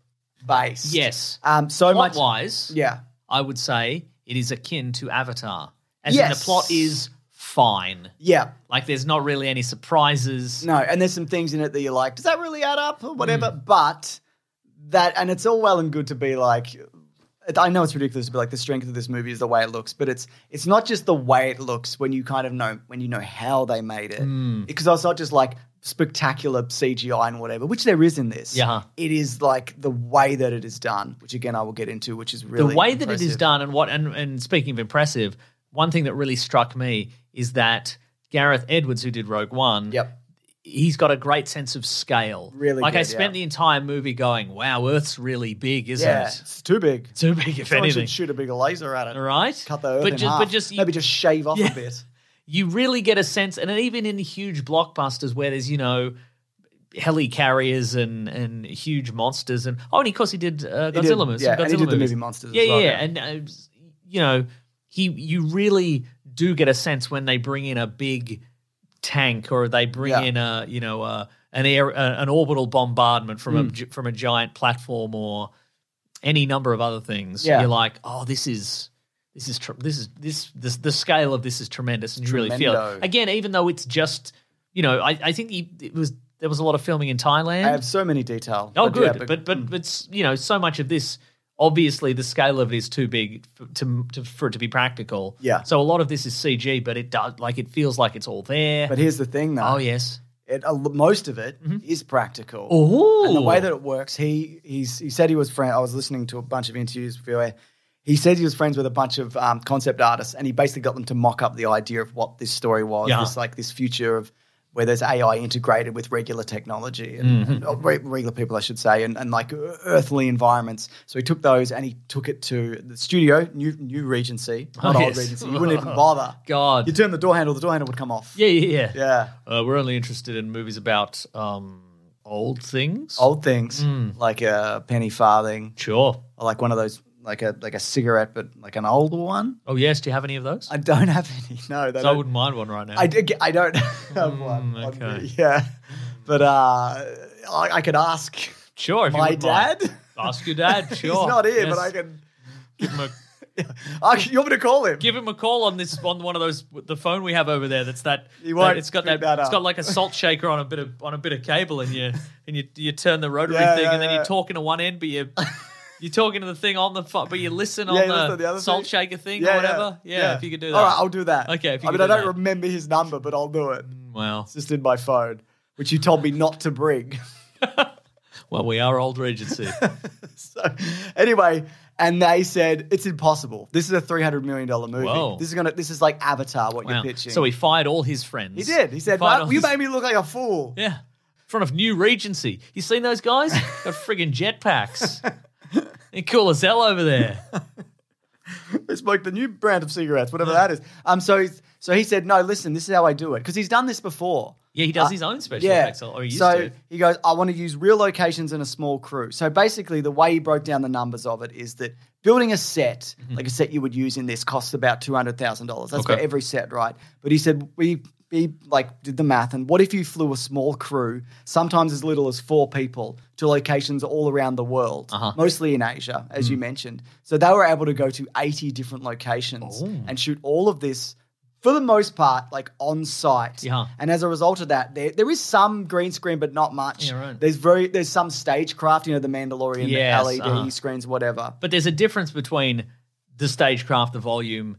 Speaker 3: based.
Speaker 4: Yes.
Speaker 3: Um. So much.
Speaker 4: Plot-wise,
Speaker 3: Yeah.
Speaker 4: I would say it is akin to Avatar. As in the
Speaker 3: Yes.
Speaker 4: plot is fine.
Speaker 3: Yeah.
Speaker 4: Like there's not really any surprises.
Speaker 3: No, and there's some things in it that you're like, does that really add up or whatever?
Speaker 4: Mm.
Speaker 3: But that, and it's all well and good to be like, it- I know it's ridiculous to be like the strength of this movie is the way it looks, but it's it's not just the way it looks when you kind of know when you know how they made it
Speaker 4: Mm.
Speaker 3: because it's not just like spectacular CGI and whatever, which there is in this.
Speaker 4: Yeah.
Speaker 3: it is like the way that it is done, which again I will get into, which is really
Speaker 4: the way that it is
Speaker 3: impressive.
Speaker 4: done and what and, and speaking of impressive one thing that really struck me is that gareth edwards who did rogue one
Speaker 3: Yep.
Speaker 4: he's got a great sense of scale
Speaker 3: Really
Speaker 4: like i
Speaker 3: good,
Speaker 4: spent
Speaker 3: yeah.
Speaker 4: the entire movie going wow earth's really big isn't
Speaker 3: Yeah,
Speaker 4: it
Speaker 3: it's too big.
Speaker 4: too big if
Speaker 3: Someone
Speaker 4: anything
Speaker 3: should shoot a big laser at it.
Speaker 4: right
Speaker 3: Cut the earth
Speaker 4: but
Speaker 3: in
Speaker 4: just
Speaker 3: half.
Speaker 4: but just you,
Speaker 3: maybe just shave off
Speaker 4: Yeah.
Speaker 3: a bit.
Speaker 4: you really get a sense and even in huge blockbusters where there's you know heli carriers and and huge monsters and oh and of course he did uh,
Speaker 3: He
Speaker 4: Godzilla
Speaker 3: did-
Speaker 4: movies
Speaker 3: yeah,
Speaker 4: Godzilla
Speaker 3: and he did the
Speaker 4: movies.
Speaker 3: movie Monsters.
Speaker 4: yeah,
Speaker 3: as well,
Speaker 4: yeah, and uh, you know, he you really do get a sense when they bring in a big tank or they bring
Speaker 3: Yeah.
Speaker 4: in a you know a, an air a, an orbital bombardment
Speaker 3: Hmm.
Speaker 4: from a gi- from a giant platform or any number of other things.
Speaker 3: Yeah.
Speaker 4: You're like, oh, this is. This is tr- this is this this the scale of this is tremendous, and you really feel
Speaker 3: Tremendo.
Speaker 4: it. Again, even though it's just, you know, I, I think he, it was there was a lot of filming in Thailand.
Speaker 3: I have so many detail.
Speaker 4: Oh,
Speaker 3: yeah,
Speaker 4: good, but but
Speaker 3: Hmm.
Speaker 4: but, s- you know, so much of this, obviously, the scale of it is too big f- to, to for it to be practical.
Speaker 3: Yeah.
Speaker 4: So a lot of this is CG, but it does like it feels like it's all there.
Speaker 3: but here's the thing, though.
Speaker 4: oh Mm-hmm. yes,
Speaker 3: it, a l- most of it is practical.
Speaker 4: Ooh.
Speaker 3: And the way that it works, he he's, he said he was friend. I was listening to a bunch of interviews where he said he was friends with a bunch of um, concept artists, and he basically got them to mock up the idea of what this story was.
Speaker 4: Yeah.
Speaker 3: This like this future of where there's AI integrated with regular technology and,
Speaker 4: Mm-hmm.
Speaker 3: and, oh, re- regular people, I should say, and, and like ear- earthly environments. So he took those and he took it to the studio, new new Regency, not
Speaker 4: Oh,
Speaker 3: old
Speaker 4: yes.
Speaker 3: Regency. You wouldn't even bother.
Speaker 4: God.
Speaker 3: You turn the door handle, the door handle would come off.
Speaker 4: yeah, yeah, yeah.
Speaker 3: Yeah.
Speaker 4: Uh, we're only interested in movies about um, old things.
Speaker 3: Old things
Speaker 4: Mm.
Speaker 3: like a penny farthing,
Speaker 4: Sure.
Speaker 3: or like one of those, like a like a cigarette, but like an older one.
Speaker 4: Oh yes. Do you have any of those?
Speaker 3: I don't have any. No, they
Speaker 4: So I
Speaker 3: don't-
Speaker 4: wouldn't mind one right now.
Speaker 3: I, did get- I don't have one.
Speaker 4: Mm, okay.
Speaker 3: on me, Yeah. But uh, I, I could ask
Speaker 4: sure. If you
Speaker 3: my
Speaker 4: wouldn't mind.
Speaker 3: dad.
Speaker 4: Ask your dad. Sure.
Speaker 3: He's not here,
Speaker 4: Yes.
Speaker 3: but I can.
Speaker 4: give him a
Speaker 3: I can- you want me to call him?
Speaker 4: give him a call on this on one of those the phone we have over there. That's that.
Speaker 3: He won't
Speaker 4: that- it's got
Speaker 3: pick
Speaker 4: that.
Speaker 3: that
Speaker 4: It's
Speaker 3: up.
Speaker 4: got like a salt shaker on a bit of on a bit of cable, and you and you you turn the rotary
Speaker 3: Yeah,
Speaker 4: thing,
Speaker 3: yeah,
Speaker 4: and then
Speaker 3: yeah.
Speaker 4: you're talking to one end, but you. You're talking to the thing on the phone, but you listen
Speaker 3: Yeah,
Speaker 4: on
Speaker 3: you
Speaker 4: the,
Speaker 3: listen to the other
Speaker 4: salt
Speaker 3: thing.
Speaker 4: shaker thing or whatever. Yeah, if you could do that.
Speaker 3: All right, I'll do that.
Speaker 4: Okay, if you
Speaker 3: I
Speaker 4: could
Speaker 3: mean, I
Speaker 4: do
Speaker 3: don't
Speaker 4: that. Mm.
Speaker 3: remember his number, but I'll do it.
Speaker 4: Well,
Speaker 3: It's just in my phone, which you told me not to bring.
Speaker 4: well, we are old Regency.
Speaker 3: so, anyway, and they said it's impossible. This is a three hundred million dollar movie.
Speaker 4: Whoa.
Speaker 3: This is gonna. This is like Avatar. What
Speaker 4: wow.
Speaker 3: you're pitching.
Speaker 4: So he fired all his friends.
Speaker 3: He did. He said,
Speaker 4: fired
Speaker 3: "Mark,
Speaker 4: all
Speaker 3: "You
Speaker 4: his-
Speaker 3: made me look like a fool."
Speaker 4: Yeah. In front of New Regency. You seen those guys? Got friggin' jetpacks. They're cool as hell over there.
Speaker 3: It's like the new brand of cigarettes, whatever that is. Um. So he's, so he said, "No, listen. This is how I do it." Because he's done this before.
Speaker 4: Yeah, he does his own special effects. Or he used
Speaker 3: Uh, so
Speaker 4: to.
Speaker 3: he goes, I want to use real locations and a small crew. So basically, the way he broke down the numbers of it is that building a set, like a set you would use in this, costs about two hundred thousand dollars. That's for
Speaker 4: Mm-hmm. Okay.
Speaker 3: every set, right? But he said we he like did the math, and what if you flew a small crew, sometimes as little as four people, to locations all around the world,
Speaker 4: Uh-huh.
Speaker 3: mostly in Asia, as
Speaker 4: Mm.
Speaker 3: you mentioned. So they were able to go to eighty different locations
Speaker 4: Oh.
Speaker 3: and shoot all of this. For the most part, like on site,
Speaker 4: Yeah.
Speaker 3: and as a result of that, there, there is some green screen, but not much.
Speaker 4: Yeah, right.
Speaker 3: There's very there's some stagecraft, you know, the Mandalorian,
Speaker 4: Yes,
Speaker 3: the LED
Speaker 4: uh-huh.
Speaker 3: screens, whatever.
Speaker 4: But there's a difference between the stagecraft, the volume,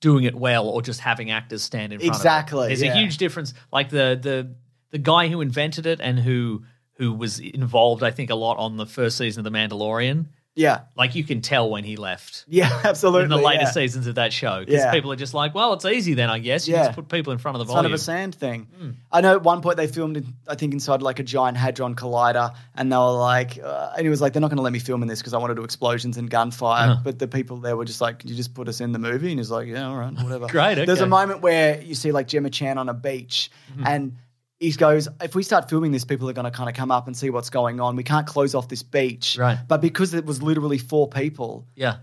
Speaker 4: doing it well, or just having actors stand in front
Speaker 3: Exactly,
Speaker 4: of it. There's
Speaker 3: yeah.
Speaker 4: a huge difference. Like the the the guy who invented it and who who was involved, I think, a lot on the first season of The Mandalorian.
Speaker 3: Yeah,
Speaker 4: Like you can tell when he left.
Speaker 3: yeah, absolutely.
Speaker 4: in the later
Speaker 3: yeah.
Speaker 4: seasons of that show because
Speaker 3: Yeah.
Speaker 4: people are just like, well, it's easy then, I guess. You
Speaker 3: Yeah.
Speaker 4: just put people in front of
Speaker 3: It's
Speaker 4: the
Speaker 3: kind
Speaker 4: volume. Hmm.
Speaker 3: of a sand thing. I know at one point they filmed, in, I think, inside like a giant hadron collider, and they were like, uh, and he was like, they're not going to let me film in this because I want to do explosions and gunfire.
Speaker 4: Uh-huh.
Speaker 3: But the people there were just like, can you just put us in the movie? And he's like, yeah, all right, whatever.
Speaker 4: Great,
Speaker 3: There's a
Speaker 4: okay. Hmm.
Speaker 3: moment where you see like Gemma Chan on a beach, and he goes, if we start filming this, people are going to kind of come up and see what's going on. We can't close off this beach,
Speaker 4: Right.
Speaker 3: But because it was literally four people,
Speaker 4: yeah.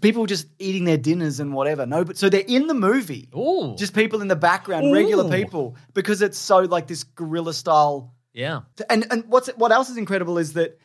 Speaker 3: people just eating their dinners and whatever. No, but so they're in the movie.
Speaker 4: Ooh.
Speaker 3: Just people in the background, regular
Speaker 4: Ooh.
Speaker 3: people, because it's so like this guerrilla style.
Speaker 4: yeah.
Speaker 3: And and what's what else is incredible is that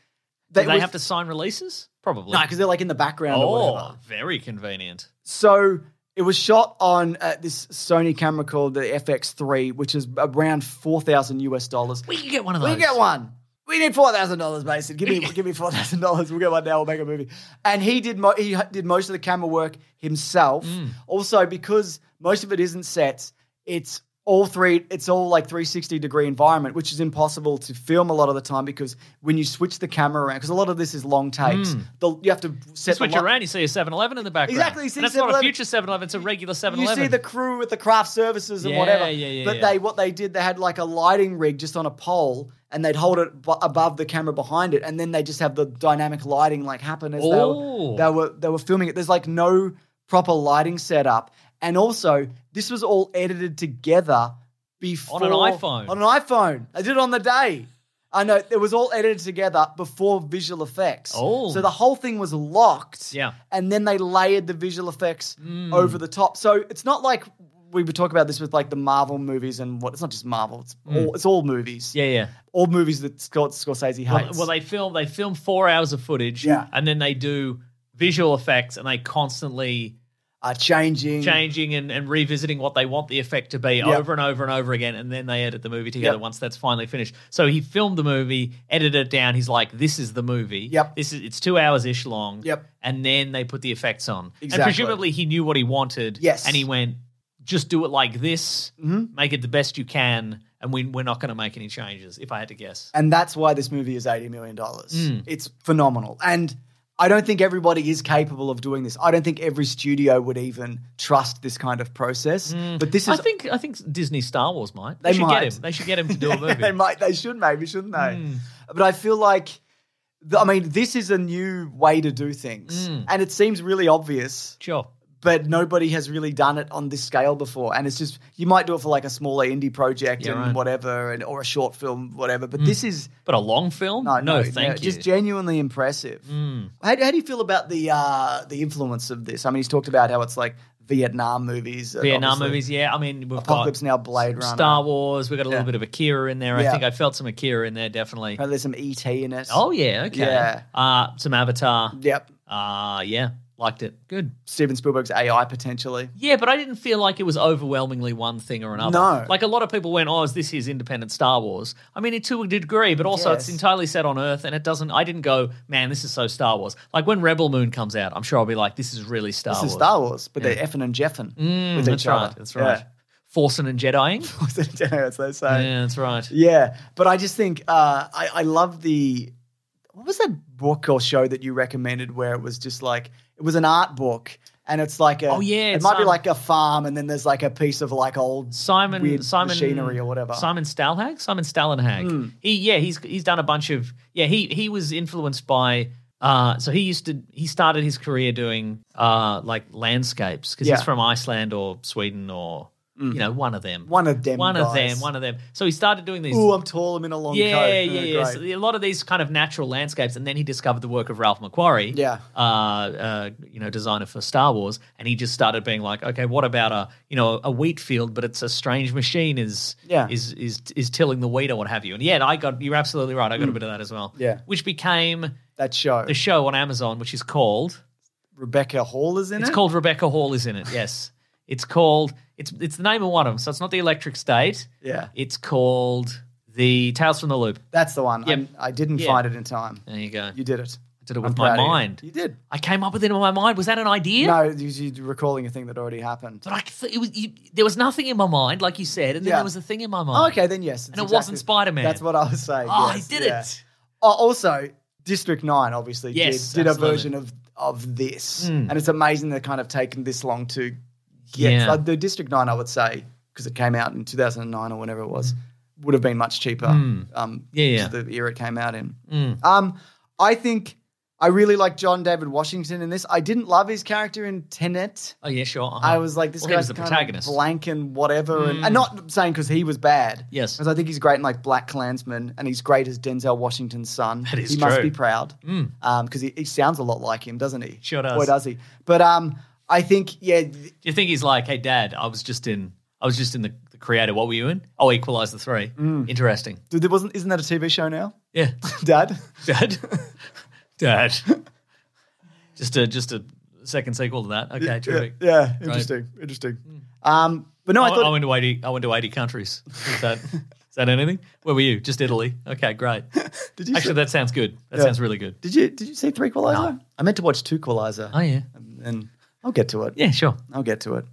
Speaker 4: Do they
Speaker 3: was-
Speaker 4: have to sign releases? Probably.
Speaker 3: no, because they're like in the background or
Speaker 4: oh,
Speaker 3: whatever.
Speaker 4: very convenient.
Speaker 3: So it was shot on uh, this Sony camera called the FX3, which is around four thousand US dollars.
Speaker 4: We can get one of
Speaker 3: We
Speaker 4: those.
Speaker 3: can get one. We need four thousand dollars, Mason. Give me, give me four thousand dollars. We'll get one now. We'll make a movie. And he did, mo- he h- did most of the camera work himself.
Speaker 4: Mm.
Speaker 3: Also, because most of it isn't sets, it's all three. It's all like three sixty degree environment, which is impossible to film a lot of the time because when you switch the camera around, because a lot of this is long takes. The, you have to set
Speaker 4: Switch
Speaker 3: the lo-
Speaker 4: around, Mm. you see a 7 Eleven in the background.
Speaker 3: Exactly, you see
Speaker 4: And that's not a
Speaker 3: 7-Eleven.
Speaker 4: future 7 Eleven, it's a regular 7
Speaker 3: you
Speaker 4: Eleven.
Speaker 3: see the crew with the craft services and
Speaker 4: Yeah,
Speaker 3: whatever.
Speaker 4: yeah, yeah,
Speaker 3: but
Speaker 4: yeah.
Speaker 3: they what they did, they had like a lighting rig just on a pole, and they'd hold it bu- above the camera behind it, and then they just have the dynamic lighting like happen as they were,
Speaker 4: Ooh.
Speaker 3: they were they were filming it. There's like no proper lighting setup, and also this was all edited together before
Speaker 4: iPhone.
Speaker 3: On an iPhone, I did it on the day. I know it was all edited together before visual effects.
Speaker 4: Oh.
Speaker 3: so the whole thing was locked
Speaker 4: Yeah.
Speaker 3: and then they layered the visual effects
Speaker 4: Mm.
Speaker 3: over the top. So it's not like we would talk about this with like the Marvel movies and what. It's not just Marvel. It's all it's all movies.
Speaker 4: Mm. yeah, yeah.
Speaker 3: all movies that Scott Scorsese hates.
Speaker 4: Well, well, they film they film four hours of footage,
Speaker 3: Yeah.
Speaker 4: and then they do visual effects, and they constantly
Speaker 3: are changing.
Speaker 4: changing and, and revisiting what they want the effect to be
Speaker 3: Yep.
Speaker 4: over and over and over again and then they edit the movie together
Speaker 3: Yep.
Speaker 4: once that's finally finished so he filmed the movie edited it down he's like this is the movie
Speaker 3: Yep.
Speaker 4: this is it's two hours ish long
Speaker 3: Yep.
Speaker 4: and then they put the effects on
Speaker 3: Exactly.
Speaker 4: and presumably he knew what he wanted
Speaker 3: Yes. Mm-hmm.
Speaker 4: and he went just do it like this, make it the best you can, and we, we're not going to make any changes, if I had to guess.
Speaker 3: And that's why this movie is $80 million.
Speaker 4: Mm.
Speaker 3: It's phenomenal. And I don't think everybody is capable of doing this. I don't think every studio would even trust this kind of process. But this
Speaker 4: Mm. I
Speaker 3: is.
Speaker 4: think I think Disney Star Wars might. They,
Speaker 3: They
Speaker 4: should
Speaker 3: might.
Speaker 4: get him. They should get him to do a movie.
Speaker 3: they might. They should, maybe, shouldn't they?
Speaker 4: Hmm.
Speaker 3: But I feel like. th- I mean, this is a new way to do things.
Speaker 4: Hmm.
Speaker 3: And it seems really obvious,
Speaker 4: Sure.
Speaker 3: but nobody has really done it on this scale before. And it's just, you might do it for like a smaller indie project
Speaker 4: Yeah,
Speaker 3: and
Speaker 4: right.
Speaker 3: whatever, and, or a short film, whatever. But this is
Speaker 4: But a long film?
Speaker 3: No, no,
Speaker 4: thank you. Hmm.
Speaker 3: Just genuinely impressive. How, how do you feel about the uh, the influence of this? I mean, he's talked about how it's like Vietnam movies, uh,
Speaker 4: Vietnam
Speaker 3: obviously.
Speaker 4: movies, yeah. I mean, we've
Speaker 3: Apocalypse
Speaker 4: got
Speaker 3: Now, Blade Runner.
Speaker 4: Star Wars. We've got a little
Speaker 3: Yeah.
Speaker 4: bit of Akira in there. I
Speaker 3: Yeah.
Speaker 4: think I felt some Akira in there, definitely.
Speaker 3: Apparently there's some ET in it.
Speaker 4: Oh, yeah, okay.
Speaker 3: Yeah.
Speaker 4: Uh, some Avatar.
Speaker 3: yep.
Speaker 4: Uh, yeah, liked it. Good.
Speaker 3: Steven Spielberg's AI potentially.
Speaker 4: Yeah, but I didn't feel like it was overwhelmingly one thing or another.
Speaker 3: No.
Speaker 4: Like a lot of people went, oh, is this his independent Star Wars? I mean, it to a degree, but also it's
Speaker 3: Yes.
Speaker 4: entirely set on Earth and it doesn't, I didn't go, man, this is so Star Wars. Like when Rebel Moon comes out, I'm sure I'll be like, this is really Star
Speaker 3: This
Speaker 4: Wars.
Speaker 3: is Star Wars, but they're effing and jeffing
Speaker 4: Mm,
Speaker 3: with
Speaker 4: that's
Speaker 3: each
Speaker 4: right.
Speaker 3: other.
Speaker 4: That's right. Forcing and Jediing.
Speaker 3: Yeah. That's what they say.
Speaker 4: yeah, that's right.
Speaker 3: Yeah, but I just think uh, I, I love the what was that book or show that you recommended where it was just like it was an art book and it's like a
Speaker 4: Oh, yeah,
Speaker 3: it
Speaker 4: it's,
Speaker 3: might be
Speaker 4: um,
Speaker 3: like a farm and then there's like a piece of like old
Speaker 4: Simon
Speaker 3: weird
Speaker 4: Simon
Speaker 3: machinery or whatever. Hmm.
Speaker 4: Simon Stalhag? Simon Stalenhag. He yeah, he's he's done a bunch of yeah, he he was influenced by uh so he used to he started his career doing uh like landscapes because
Speaker 3: Yeah. Hmm.
Speaker 4: he's from Iceland or Sweden or you know, one of them.
Speaker 3: One of them
Speaker 4: One of
Speaker 3: guys.
Speaker 4: them, one of them. So he started doing these
Speaker 3: Ooh, I'm tall. I'm in a long
Speaker 4: yeah,
Speaker 3: coat.
Speaker 4: Yeah,
Speaker 3: Uh,
Speaker 4: yeah,
Speaker 3: great.
Speaker 4: So a lot of these kind of natural landscapes, and then he discovered the work of Ralph McQuarrie,
Speaker 3: Yeah.
Speaker 4: uh, uh, you know, designer for Star Wars, and he just started being like, okay, what about a you know a wheat field, but it's a strange machine is
Speaker 3: Yeah.
Speaker 4: is is is tilling the wheat or what have you. And yeah, I got you're absolutely right. I got a bit of that as well.
Speaker 3: Mm. Yeah.
Speaker 4: which became
Speaker 3: that show.
Speaker 4: the show on Amazon, which is called
Speaker 3: Rebecca Hall is in
Speaker 4: it's
Speaker 3: it.
Speaker 4: called Rebecca Hall is in it. Yes, it's called it's it's the name of one of them. So it's not the Electric State.
Speaker 3: Yeah.
Speaker 4: it's called the Tales from the Loop.
Speaker 3: That's the one.
Speaker 4: Yep.
Speaker 3: I, I didn't
Speaker 4: Yeah.
Speaker 3: find it in time.
Speaker 4: There you go.
Speaker 3: You did it.
Speaker 4: did it
Speaker 3: I'm
Speaker 4: with
Speaker 3: proud
Speaker 4: my
Speaker 3: of you.
Speaker 4: mind.
Speaker 3: You did.
Speaker 4: I came up with it in my mind. Was that an idea?
Speaker 3: No, you, you're recalling a thing that already happened.
Speaker 4: But I, th- it was, you, there was nothing in my mind, like you said, and then
Speaker 3: Yeah.
Speaker 4: there was a thing in my
Speaker 3: Oh,
Speaker 4: mind.
Speaker 3: okay, then yes. it's
Speaker 4: And it wasn't Spider-Man.
Speaker 3: That's what I was saying.
Speaker 4: Oh,
Speaker 3: yes,
Speaker 4: I did
Speaker 3: yeah.
Speaker 4: it.
Speaker 3: Oh, also, District Nine obviously
Speaker 4: Yes,
Speaker 3: did, did a
Speaker 4: absolutely. Hmm.
Speaker 3: version of of this, and it's amazing they've kind of taken this long to get
Speaker 4: Yeah.
Speaker 3: like, the District Nine. I would say because it came out in two thousand and nine or whenever it was, would have been much cheaper. Um,
Speaker 4: Hmm. Yeah, Hmm. yeah.
Speaker 3: to the era it came out in. Um, I think I really like John David Washington in this. I didn't love his character in Tenet.
Speaker 4: Oh, yeah, sure. uh-huh.
Speaker 3: I was like, this
Speaker 4: Well, he
Speaker 3: guy's
Speaker 4: was the
Speaker 3: kind
Speaker 4: protagonist. Hmm.
Speaker 3: of blank and whatever, and, and not saying because he was bad.
Speaker 4: Yes.
Speaker 3: because I think he's great in like Black Klansman, and he's great as Denzel Washington's son. That
Speaker 4: is
Speaker 3: he must
Speaker 4: true. Hmm.
Speaker 3: be proud because he, he sounds a lot like him, doesn't he?
Speaker 4: Sure does.
Speaker 3: Boy, does he! But um, I think yeah, th-
Speaker 4: Do you think he's like, hey, Dad, I was just in, I was just in the, the creator. What were you in? Oh, Equalize the Three.
Speaker 3: Mm.
Speaker 4: Interesting.
Speaker 3: there wasn't. Isn't that a TV show now,
Speaker 4: Yeah,
Speaker 3: Dad?
Speaker 4: Dad, Dad. just a just a second sequel to that. Okay, terrific.
Speaker 3: yeah, interesting, interesting. Um, but no,
Speaker 4: Hmm. I,
Speaker 3: I thought
Speaker 4: I went to eighty. I went to eighty countries. Is that is that anything? Where were you? Just Italy. Okay, great.
Speaker 3: did you
Speaker 4: Actually,
Speaker 3: see,
Speaker 4: that sounds good. That
Speaker 3: Yeah.
Speaker 4: sounds really good.
Speaker 3: did you did you see Three Equalizer? I meant to watch Two Equalizer,
Speaker 4: Oh yeah,
Speaker 3: and I'll get to it.
Speaker 4: yeah, sure,
Speaker 3: I'll get to it.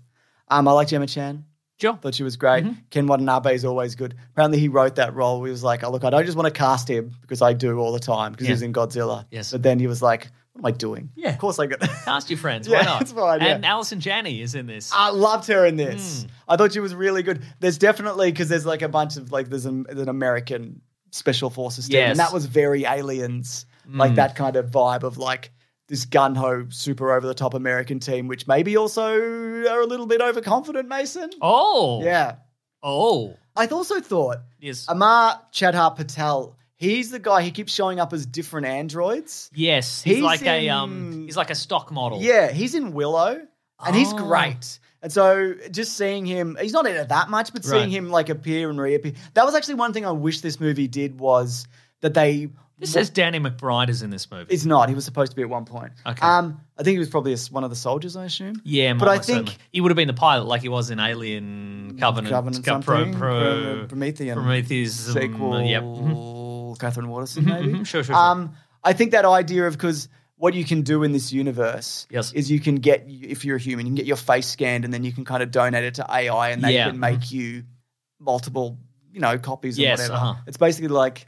Speaker 3: Um, I liked Emma Chan.
Speaker 4: sure.
Speaker 3: thought she was great.
Speaker 4: Mm-hmm.
Speaker 3: Ken Watanabe is always good. Apparently, he wrote that role. He was like, "Oh look, I don't just want to cast him because I do all the time because
Speaker 4: Yeah.
Speaker 3: he was in Godzilla."
Speaker 4: Yes.
Speaker 3: But then he was like, "What am I doing?
Speaker 4: Yeah.
Speaker 3: Of course I got."
Speaker 4: Cast your friends.
Speaker 3: Yeah,
Speaker 4: why not?
Speaker 3: that's fine, yeah. Um,
Speaker 4: And Alison Janney is in this.
Speaker 3: I loved her in
Speaker 4: Hmm.
Speaker 3: this. I thought she was really good. There's definitely because there's like a bunch of like there's an, an American special forces team,
Speaker 4: Yes. Hmm.
Speaker 3: and that was very aliens, like that kind of vibe of like this gun ho super over the top American team, which maybe also are a little bit overconfident, Mason.
Speaker 4: oh,
Speaker 3: Yeah, Um,
Speaker 4: Oh,
Speaker 3: I also thought
Speaker 4: yes,
Speaker 3: Amar Chadha Patel. He's the guy. He keeps showing up as different androids.
Speaker 4: yes. He's,
Speaker 3: he's
Speaker 4: like a
Speaker 3: in-
Speaker 4: um. He's like a stock model.
Speaker 3: Yeah, he's in Willow, and he's
Speaker 4: Oh.
Speaker 3: great. And so, just seeing him, he's not in it that much, but
Speaker 4: Right.
Speaker 3: seeing him like appear and reappear. That was actually one thing I wish this movie did was that they.
Speaker 4: This says Danny McBride is in this movie.
Speaker 3: It's not. He was supposed to be at one point.
Speaker 4: Okay.
Speaker 3: Um, I think he was probably a s one of the soldiers. I assume.
Speaker 4: yeah,
Speaker 3: but I
Speaker 4: most
Speaker 3: think
Speaker 4: certainly. he would have been the pilot, like he was in Alien Covenant,
Speaker 3: Covenant
Speaker 4: Co- Pro,
Speaker 3: something,
Speaker 4: Pro-
Speaker 3: Pro- Promethean
Speaker 4: Prometheus
Speaker 3: sequel.
Speaker 4: Yep. Mm-hmm, Mhm.
Speaker 3: Catherine Waterson, maybe.
Speaker 4: mhm. Sure, sure, sure.
Speaker 3: Um, I think that idea of because what you can do in this universe
Speaker 4: Yes.
Speaker 3: is you can get if you're a human, you can get your face scanned and then you can kind of donate it to AI and they
Speaker 4: Yeah.
Speaker 3: can make you multiple, you know, copies
Speaker 4: Yes,
Speaker 3: and whatever.
Speaker 4: uh-huh.
Speaker 3: It's basically like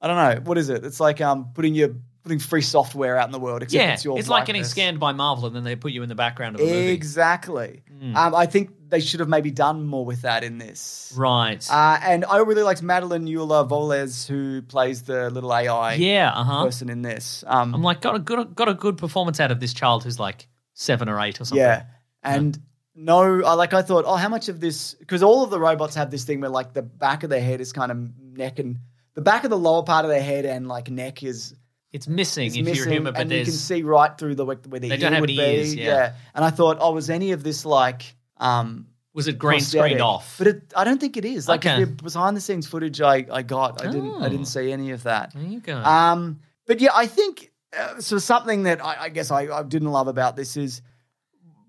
Speaker 3: I don't know, what is it? It's like um putting your putting free software out in the world except
Speaker 4: yeah,
Speaker 3: it's your
Speaker 4: it's like getting
Speaker 3: likeness.
Speaker 4: scanned by Marvel and then they put you in the background of a movie. Hmm.
Speaker 3: Exactly. Um, I think they should have maybe done more with that in this.
Speaker 4: Right.
Speaker 3: Uh, and I really liked Madeline Eula Voles, who plays the little AI
Speaker 4: yeah. Uh huh.
Speaker 3: person in this. Um,
Speaker 4: I'm like got a good got a good performance out of this child who's like seven or eight or something.
Speaker 3: yeah. And no, I like I thought, oh, how much of this? Because all of the robots have this thing where like the back of their head is kind of neck and the back of the lower part of their head and like neck is
Speaker 4: It's missing
Speaker 3: is
Speaker 4: if
Speaker 3: missing,
Speaker 4: you're human, but
Speaker 3: and you
Speaker 4: there's
Speaker 3: can see right through the where the
Speaker 4: They
Speaker 3: ear
Speaker 4: don't have
Speaker 3: would
Speaker 4: any
Speaker 3: be.
Speaker 4: ears, yeah.
Speaker 3: And I thought, oh, was any of this like um
Speaker 4: was it green
Speaker 3: prosthetic.
Speaker 4: screened off?
Speaker 3: But it, I don't think it is. Like
Speaker 4: Okay.
Speaker 3: the behind the scenes footage I, I got, I didn't I
Speaker 4: Oh.
Speaker 3: didn't see any of that.
Speaker 4: there you go.
Speaker 3: Um, but yeah, I think uh, so. Something that I, I guess I, I didn't love about this is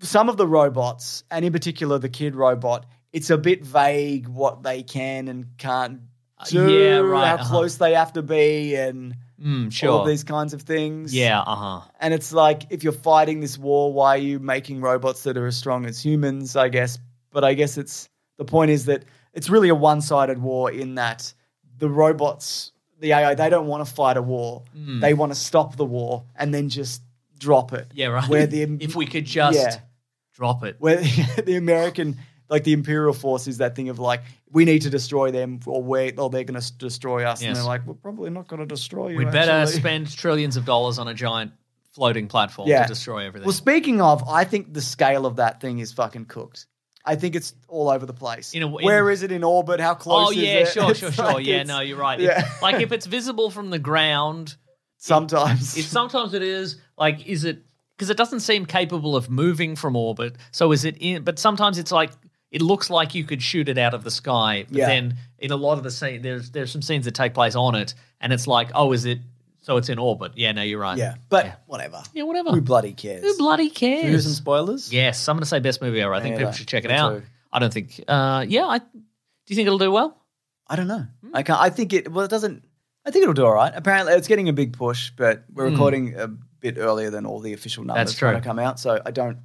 Speaker 3: some of the robots, and in particular the kid robot. It's a bit vague what they can and can't do,
Speaker 4: Uh, yeah, right,
Speaker 3: how
Speaker 4: uh-huh.
Speaker 3: close they have to be, and
Speaker 4: mm, sure.
Speaker 3: all these kinds of things.
Speaker 4: yeah. Uh huh.
Speaker 3: And it's like, if you're fighting this war, why are you making robots that are as strong as humans, I guess? But I guess it's the point is that it's really a one sided war in that the robots, the AI, they don't want to fight a war.
Speaker 4: Hmm.
Speaker 3: They want to stop the war and then just drop it.
Speaker 4: Yeah. Right.
Speaker 3: Where the,
Speaker 4: if we could just
Speaker 3: Yeah.
Speaker 4: drop it.
Speaker 3: Where the, the American, like the Imperial force is that thing of like, we need to destroy them or, we or they're going to destroy us. And
Speaker 4: Yes.
Speaker 3: they're like, we're probably not going to destroy you.
Speaker 4: We'd better
Speaker 3: actually."
Speaker 4: spend trillions of dollars on a giant floating platform
Speaker 3: Yeah.
Speaker 4: to destroy everything.
Speaker 3: Well, speaking of, I think the scale of that thing is fucking cooked. I think it's all over the place.
Speaker 4: In a w-
Speaker 3: Where
Speaker 4: in-
Speaker 3: is it in orbit? How close?
Speaker 4: oh
Speaker 3: is
Speaker 4: yeah,
Speaker 3: it?
Speaker 4: sure,
Speaker 3: It's
Speaker 4: sure,
Speaker 3: like
Speaker 4: sure. Yeah,
Speaker 3: it's-
Speaker 4: no, you're right.
Speaker 3: yeah.
Speaker 4: If- like if it's visible from the ground,
Speaker 3: Sometimes.
Speaker 4: It, sometimes it is like, is it because it doesn't seem capable of moving from orbit? So is it in? But sometimes it's like it looks like you could shoot it out of the sky. But
Speaker 3: Yeah.
Speaker 4: then in a lot of the scene, there's there's some scenes that take place on it, and it's like, oh, is it? So it's in orbit. Yeah, no, you're right.
Speaker 3: yeah, but whatever.
Speaker 4: yeah, whatever.
Speaker 3: Who bloody cares?
Speaker 4: Who bloody
Speaker 3: Should we do some
Speaker 4: cares?
Speaker 3: spoilers?
Speaker 4: Yes, I'm going to say best movie ever. I think
Speaker 3: Yeah,
Speaker 4: people
Speaker 3: that-
Speaker 4: should check it
Speaker 3: me
Speaker 4: out.
Speaker 3: too.
Speaker 4: I don't think. Uh, yeah, I. Do you think it'll do well?
Speaker 3: I don't know.
Speaker 4: Hmm.
Speaker 3: I can't. I think it. Well, it doesn't. I think it'll do all right. Apparently, it's getting a big push, but we're recording a bit earlier than all the official numbers
Speaker 4: Hmm. true.
Speaker 3: kinda come out. So I don't.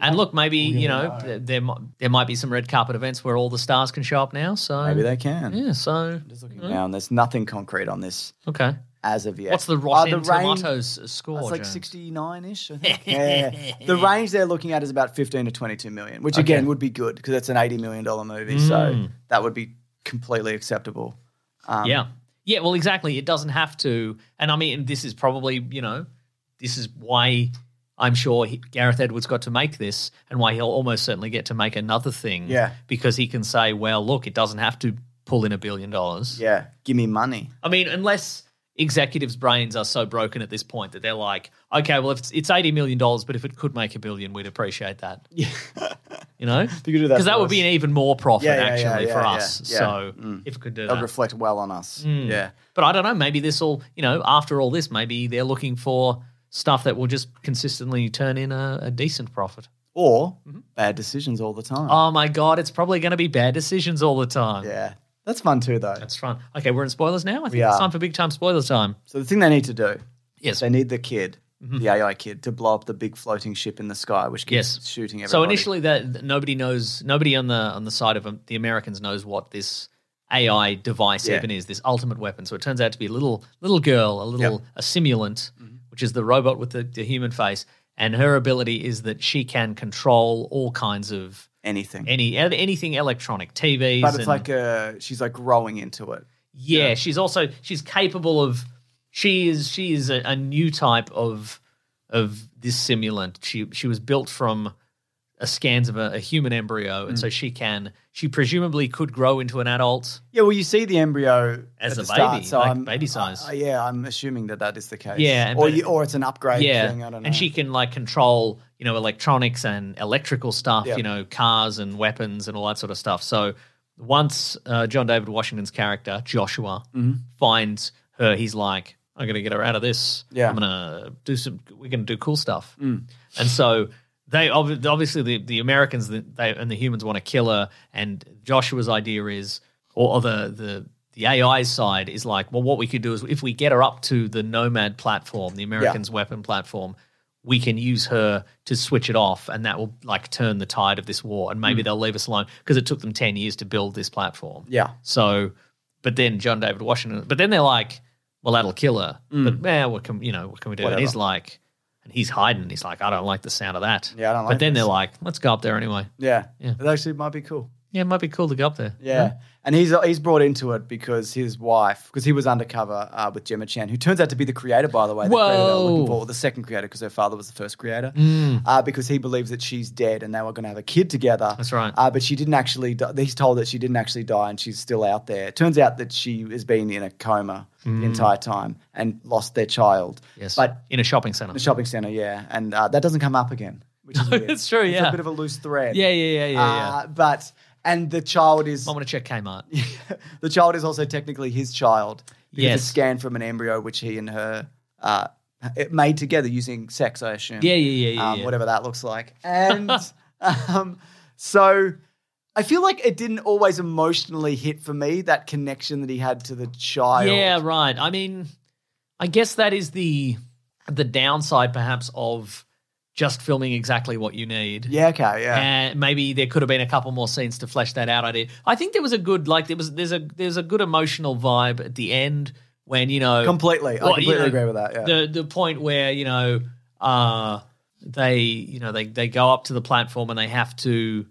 Speaker 4: And look, maybe you know th- there mi- there might be some red carpet events where all the stars can show up now. So
Speaker 3: Maybe they can.
Speaker 4: Yeah, so
Speaker 3: Now, and there's nothing concrete on this
Speaker 4: okay.
Speaker 3: as of yet.
Speaker 4: What's the
Speaker 3: Uh,
Speaker 4: Rotten
Speaker 3: range-
Speaker 4: Tomatoes score?
Speaker 3: It's like
Speaker 4: James?
Speaker 3: sixty nine ish. I think. yeah. The range they're looking at is about fifteen to twenty two million, which again would be good because it's an eighty million dollar movie,
Speaker 4: Hmm.
Speaker 3: so that would be completely acceptable.
Speaker 4: yeah, yeah. Well, exactly. It doesn't have to. And I mean, this is probably you know, this is why I'm sure he, Gareth Edwards got to make this, and why he'll almost certainly get to make another thing.
Speaker 3: Yeah.
Speaker 4: because he can say, well, look, it doesn't have to pull in a billion dollars.
Speaker 3: Yeah, give me money.
Speaker 4: I mean, unless executives' brains are so broken at this point that they're like, okay, well, if it's, it's eighty million dollars, but if it could make a billion, we'd appreciate that. Yeah, you know,
Speaker 3: you could do that
Speaker 4: because that
Speaker 3: for
Speaker 4: would be
Speaker 3: us.
Speaker 4: an even more profit
Speaker 3: Yeah, yeah,
Speaker 4: actually
Speaker 3: yeah,
Speaker 4: for
Speaker 3: yeah,
Speaker 4: us.
Speaker 3: yeah, Mm. yeah.
Speaker 4: So if it could do
Speaker 3: It'll
Speaker 4: that.
Speaker 3: reflect well on us.
Speaker 4: Hmm.
Speaker 3: Yeah.
Speaker 4: but I don't know. Maybe this all, you know, after all this, maybe they're looking for stuff that will just consistently turn in a, a decent profit.
Speaker 3: Or bad decisions all the time.
Speaker 4: Oh my god, it's probably going to be bad decisions all the time.
Speaker 3: Yeah. That's fun too, though.
Speaker 4: That's fun. Okay, we're in spoilers now. I think
Speaker 3: We
Speaker 4: it's
Speaker 3: are.
Speaker 4: time for big time spoilers time.
Speaker 3: So the thing they need to do
Speaker 4: Yes.
Speaker 3: they need the kid,
Speaker 4: Mm-hmm.
Speaker 3: the AI kid, to blow up the big floating ship in the sky, which keeps
Speaker 4: Yes.
Speaker 3: shooting everybody.
Speaker 4: So initially, that that nobody knows, nobody on the on the side of um, the Americans knows what this AI device
Speaker 3: Yeah.
Speaker 4: even is, this ultimate weapon. So it turns out to be a little little girl, a little a simulant,
Speaker 3: Mm-hmm.
Speaker 4: which is the robot with the, the human face, and her ability is that she can control all kinds of
Speaker 3: anything.
Speaker 4: any anything electronic, TVs.
Speaker 3: but it's
Speaker 4: and-
Speaker 3: like uh, she's like growing into it.
Speaker 4: yeah, she's also she's capable of she is she is a, a new type of of this simulant. She she was built from a scans of a, a human embryo, and so she can she presumably could grow into an adult.
Speaker 3: Yeah, well, you see the embryo
Speaker 4: As
Speaker 3: at
Speaker 4: a
Speaker 3: the start,
Speaker 4: baby,
Speaker 3: so
Speaker 4: like
Speaker 3: I'm-
Speaker 4: baby size.
Speaker 3: uh, yeah, I'm assuming that that is the case.
Speaker 4: Yeah,
Speaker 3: or
Speaker 4: but-
Speaker 3: you, or it's an upgrade
Speaker 4: yeah,
Speaker 3: thing. I don't know.
Speaker 4: and she can like control you know electronics and electrical stuff,
Speaker 3: Yeah.
Speaker 4: you know cars and weapons and all that sort of stuff. So once uh, John David Washington's character Joshua
Speaker 3: Mm-hmm.
Speaker 4: finds her, he's like, "I'm gonna get her out of this.
Speaker 3: Yeah. Mm.
Speaker 4: I'm gonna do some. We're gonna do cool stuff." And so they ob- obviously the, the Americans the, they, and the humans want to kill her, and Joshua's idea is, or, or the the the AI side is like, well, what we could do is if we get her up to the Nomad platform, the Americans' weapon platform, we can use her to switch it off, and that will like turn the tide of this war, and maybe they'll leave us alone because it took them ten years to build this platform.
Speaker 3: Yeah.
Speaker 4: So, but then John David Washington, but then they're like, well, that'll kill her. But man, what can you know? What can we do?
Speaker 3: Mm. Whatever.
Speaker 4: And he's like, and he's hiding. He's like, I don't like the sound of that.
Speaker 3: Yeah, I don't
Speaker 4: But
Speaker 3: like
Speaker 4: then
Speaker 3: this.
Speaker 4: they're like, let's go up there anyway.
Speaker 3: Yeah.
Speaker 4: Yeah.
Speaker 3: It actually might be cool.
Speaker 4: Yeah, it might be cool to go up there.
Speaker 3: Yeah. And he's uh, he's brought into it because his wife, because he was undercover uh, with Gemma Chan, who turns out to be the creator, by the way. The creator they were looking
Speaker 4: Whoa. Mm.
Speaker 3: for, or the second creator, because her father was the first creator. Uh, because he believes that she's dead and they were going to have a kid together.
Speaker 4: That's right.
Speaker 3: Uh, but she didn't actually. Di- he's told that she didn't actually die and she's still out there. It turns out that she has been in a coma the entire time and lost their child.
Speaker 4: Mm. Yes.
Speaker 3: But
Speaker 4: in a shopping center.
Speaker 3: the shopping center, yeah, and uh, that doesn't come up again, which is weird.
Speaker 4: it's true,
Speaker 3: It's
Speaker 4: yeah.
Speaker 3: a bit of a loose thread.
Speaker 4: Yeah, yeah, yeah, yeah, yeah. Oh
Speaker 3: Uh, but and the child is
Speaker 4: I want to check Kmart.
Speaker 3: the child is also technically his child because
Speaker 4: Yes.
Speaker 3: it's scanned from an embryo which he and her uh, it made together using sex, I assume.
Speaker 4: Yeah, yeah, yeah, yeah,
Speaker 3: um,
Speaker 4: yeah.
Speaker 3: Whatever that looks like. And um, so I feel like it didn't always emotionally hit for me that connection that he had to the child.
Speaker 4: Yeah, right. I mean, I guess that is the the downside, perhaps, of just filming exactly what you need.
Speaker 3: Yeah. Okay. Yeah.
Speaker 4: And maybe there could have been a couple more scenes to flesh that out. I did. I think there was a good like there was there's a there's a good emotional vibe at the end when you know
Speaker 3: completely. I
Speaker 4: Well, you
Speaker 3: completely
Speaker 4: know,
Speaker 3: agree with that. Yeah.
Speaker 4: the the point where you know uh they you know they they go up to the platform and they have to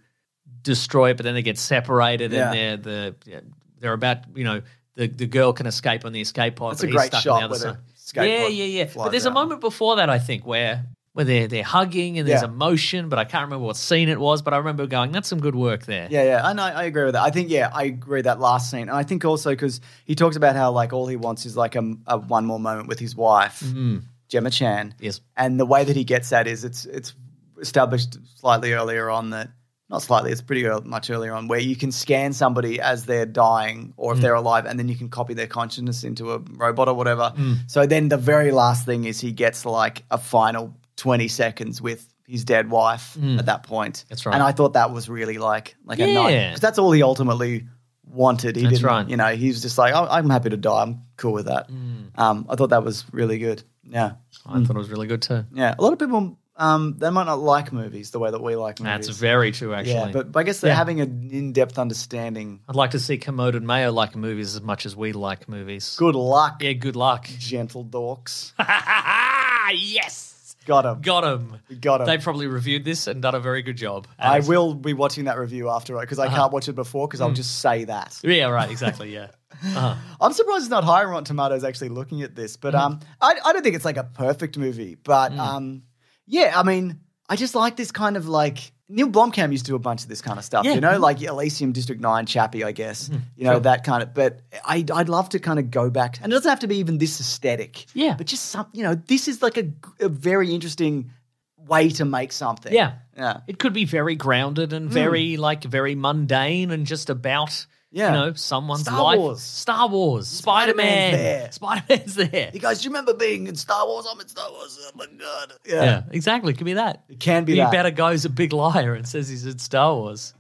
Speaker 4: destroy it but then they get separated
Speaker 3: Yeah.
Speaker 4: and they're the they're about you know the the girl can escape on the escape pod
Speaker 3: That's
Speaker 4: but
Speaker 3: a
Speaker 4: he's
Speaker 3: great
Speaker 4: stuck on
Speaker 3: shot
Speaker 4: the other
Speaker 3: with a
Speaker 4: side.
Speaker 3: escape
Speaker 4: yeah
Speaker 3: pod
Speaker 4: yeah yeah but
Speaker 3: flies
Speaker 4: there's a
Speaker 3: out.
Speaker 4: moment before that i think where where they're they're hugging and there's
Speaker 3: Yeah.
Speaker 4: emotion but i can't remember what scene it was but i remember going that's some good work there
Speaker 3: Yeah, yeah, and I, I agree with that. I think, yeah, I agree that last scene, and I think also because he talks about how like all he wants is like a, a one more moment with his wife,
Speaker 4: Mm-hmm.
Speaker 3: Gemma Chan.
Speaker 4: Yes.
Speaker 3: and the way that he gets that is it's it's established slightly earlier on that not slightly, it's pretty ear- much earlier on where you can scan somebody as they're dying
Speaker 4: Mm.
Speaker 3: or if they're alive, and then you can copy their consciousness into a robot or whatever.
Speaker 4: Mm.
Speaker 3: So then the very last thing is he gets like a final twenty seconds with. His dead wife at that point.
Speaker 4: Mm. That's right.
Speaker 3: And I thought that was really like like a night
Speaker 4: Yeah.
Speaker 3: because that's all he ultimately wanted. He
Speaker 4: That's
Speaker 3: didn't,
Speaker 4: right.
Speaker 3: you know, he was just like, oh, I'm happy to die. I'm cool with that.
Speaker 4: Mm.
Speaker 3: Um, I thought that was really good. Yeah,
Speaker 4: i thought it was really good too
Speaker 3: yeah. A lot of people, um, they might not like movies the way that we like movies.
Speaker 4: that's very true actually
Speaker 3: yeah, but, but I guess they're
Speaker 4: Yeah.
Speaker 3: having an in-depth understanding.
Speaker 4: i'd like to see commode and mayo like movies as much as we like movies
Speaker 3: Good luck,
Speaker 4: yeah good luck
Speaker 3: gentle dorks.
Speaker 4: yes,
Speaker 3: Got him.
Speaker 4: got him.
Speaker 3: Got him.
Speaker 4: They probably reviewed this and done a very good job.
Speaker 3: I
Speaker 4: And-
Speaker 3: will be watching that review after because I
Speaker 4: Uh-huh.
Speaker 3: can't watch it before because I'll
Speaker 4: Mm.
Speaker 3: just say that.
Speaker 4: Yeah, right. Exactly. Yeah. Uh-huh.
Speaker 3: I'm surprised it's not higher on Tomatoes actually looking at this, but
Speaker 4: Mm-hmm.
Speaker 3: um, I, I don't think it's like a perfect movie, but
Speaker 4: Mm.
Speaker 3: um, yeah, I mean, I just like this kind of like Neil Blomkamp used to do a bunch of this kind of stuff,
Speaker 4: Yeah. Mm-hmm.
Speaker 3: you know, like Elysium District Nine, Chappie, I guess, you know, that kind of. But I, I'd love to kind of go back, and it doesn't have to be even this aesthetic,
Speaker 4: Yeah.
Speaker 3: but just some, you know, this is like a, a very interesting way to make something,
Speaker 4: Yeah.
Speaker 3: yeah,
Speaker 4: It could be very grounded and
Speaker 3: Mm.
Speaker 4: very like very mundane and just about
Speaker 3: Yeah.
Speaker 4: you know someone's
Speaker 3: Star
Speaker 4: life.
Speaker 3: Wars.
Speaker 4: Star Wars. Spider
Speaker 3: Spider-Man's
Speaker 4: Man.
Speaker 3: there.
Speaker 4: Spider Man's there.
Speaker 3: You guys, do you remember being in Star Wars? I'm in Star Wars. Oh my god, yeah,
Speaker 4: Yeah. Exactly. It could be that.
Speaker 3: it can be
Speaker 4: He
Speaker 3: that.
Speaker 4: better goes a big liar and says he's in Star Wars.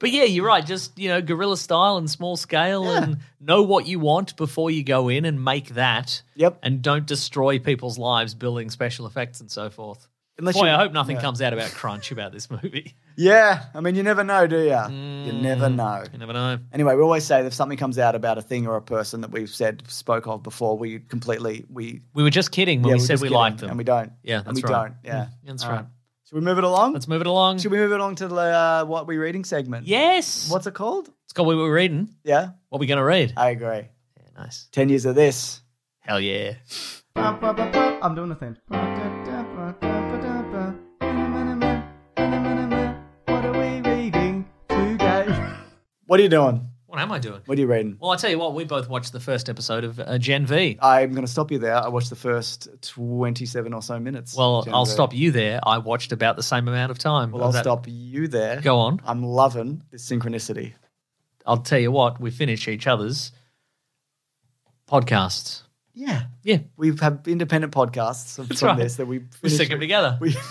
Speaker 4: But yeah, you're right. Just you know, guerrilla style and small scale, and know what you want before you go in and make that.
Speaker 3: Yep.
Speaker 4: And don't destroy people's lives building special effects and so forth.
Speaker 3: Unless
Speaker 4: Boy,
Speaker 3: you-
Speaker 4: I hope nothing
Speaker 3: yeah.
Speaker 4: comes out about crunch about this movie.
Speaker 3: Yeah, I mean, you never know, do you? You
Speaker 4: Mm.
Speaker 3: never know.
Speaker 4: You never know.
Speaker 3: Anyway, we always say that if something comes out about a thing or a person that we've said spoke of before, we completely we
Speaker 4: We were just kidding when
Speaker 3: yeah,
Speaker 4: we
Speaker 3: we're
Speaker 4: said
Speaker 3: just
Speaker 4: we
Speaker 3: kidding,
Speaker 4: liked them.
Speaker 3: and we don't.
Speaker 4: Yeah,
Speaker 3: and we
Speaker 4: that's right.
Speaker 3: don't. Yeah,
Speaker 4: Mm, that's
Speaker 3: All
Speaker 4: right.
Speaker 3: Should we move it along?
Speaker 4: Let's move it along.
Speaker 3: Should we move it along to the uh, what we reading segment?
Speaker 4: Yes.
Speaker 3: What's it called?
Speaker 4: it's called? What we're reading.
Speaker 3: Yeah,
Speaker 4: What we gonna read?
Speaker 3: I agree.
Speaker 4: yeah, nice.
Speaker 3: Ten years of this.
Speaker 4: Hell yeah.
Speaker 3: I'm doing a thing. What are we reading today? What are you doing?
Speaker 4: What am I doing?
Speaker 3: What are you reading?
Speaker 4: Well, I tell you what. We both watched the first episode of uh, Gen V.
Speaker 3: I'm going to stop you there. I watched the first 27 or so minutes.
Speaker 4: Well, I'll
Speaker 3: Jennifer.
Speaker 4: stop you there. I watched about the same amount of time.
Speaker 3: Well,
Speaker 4: of
Speaker 3: I'll
Speaker 4: that.
Speaker 3: stop you there.
Speaker 4: Go on.
Speaker 3: I'm loving this synchronicity.
Speaker 4: I'll tell you what. We finish each other's podcasts.
Speaker 3: Yeah.
Speaker 4: Yeah,
Speaker 3: We've had independent podcasts of-
Speaker 4: That's
Speaker 3: from
Speaker 4: right.
Speaker 3: this that we
Speaker 4: we
Speaker 3: finished-
Speaker 4: stick them together.
Speaker 3: We,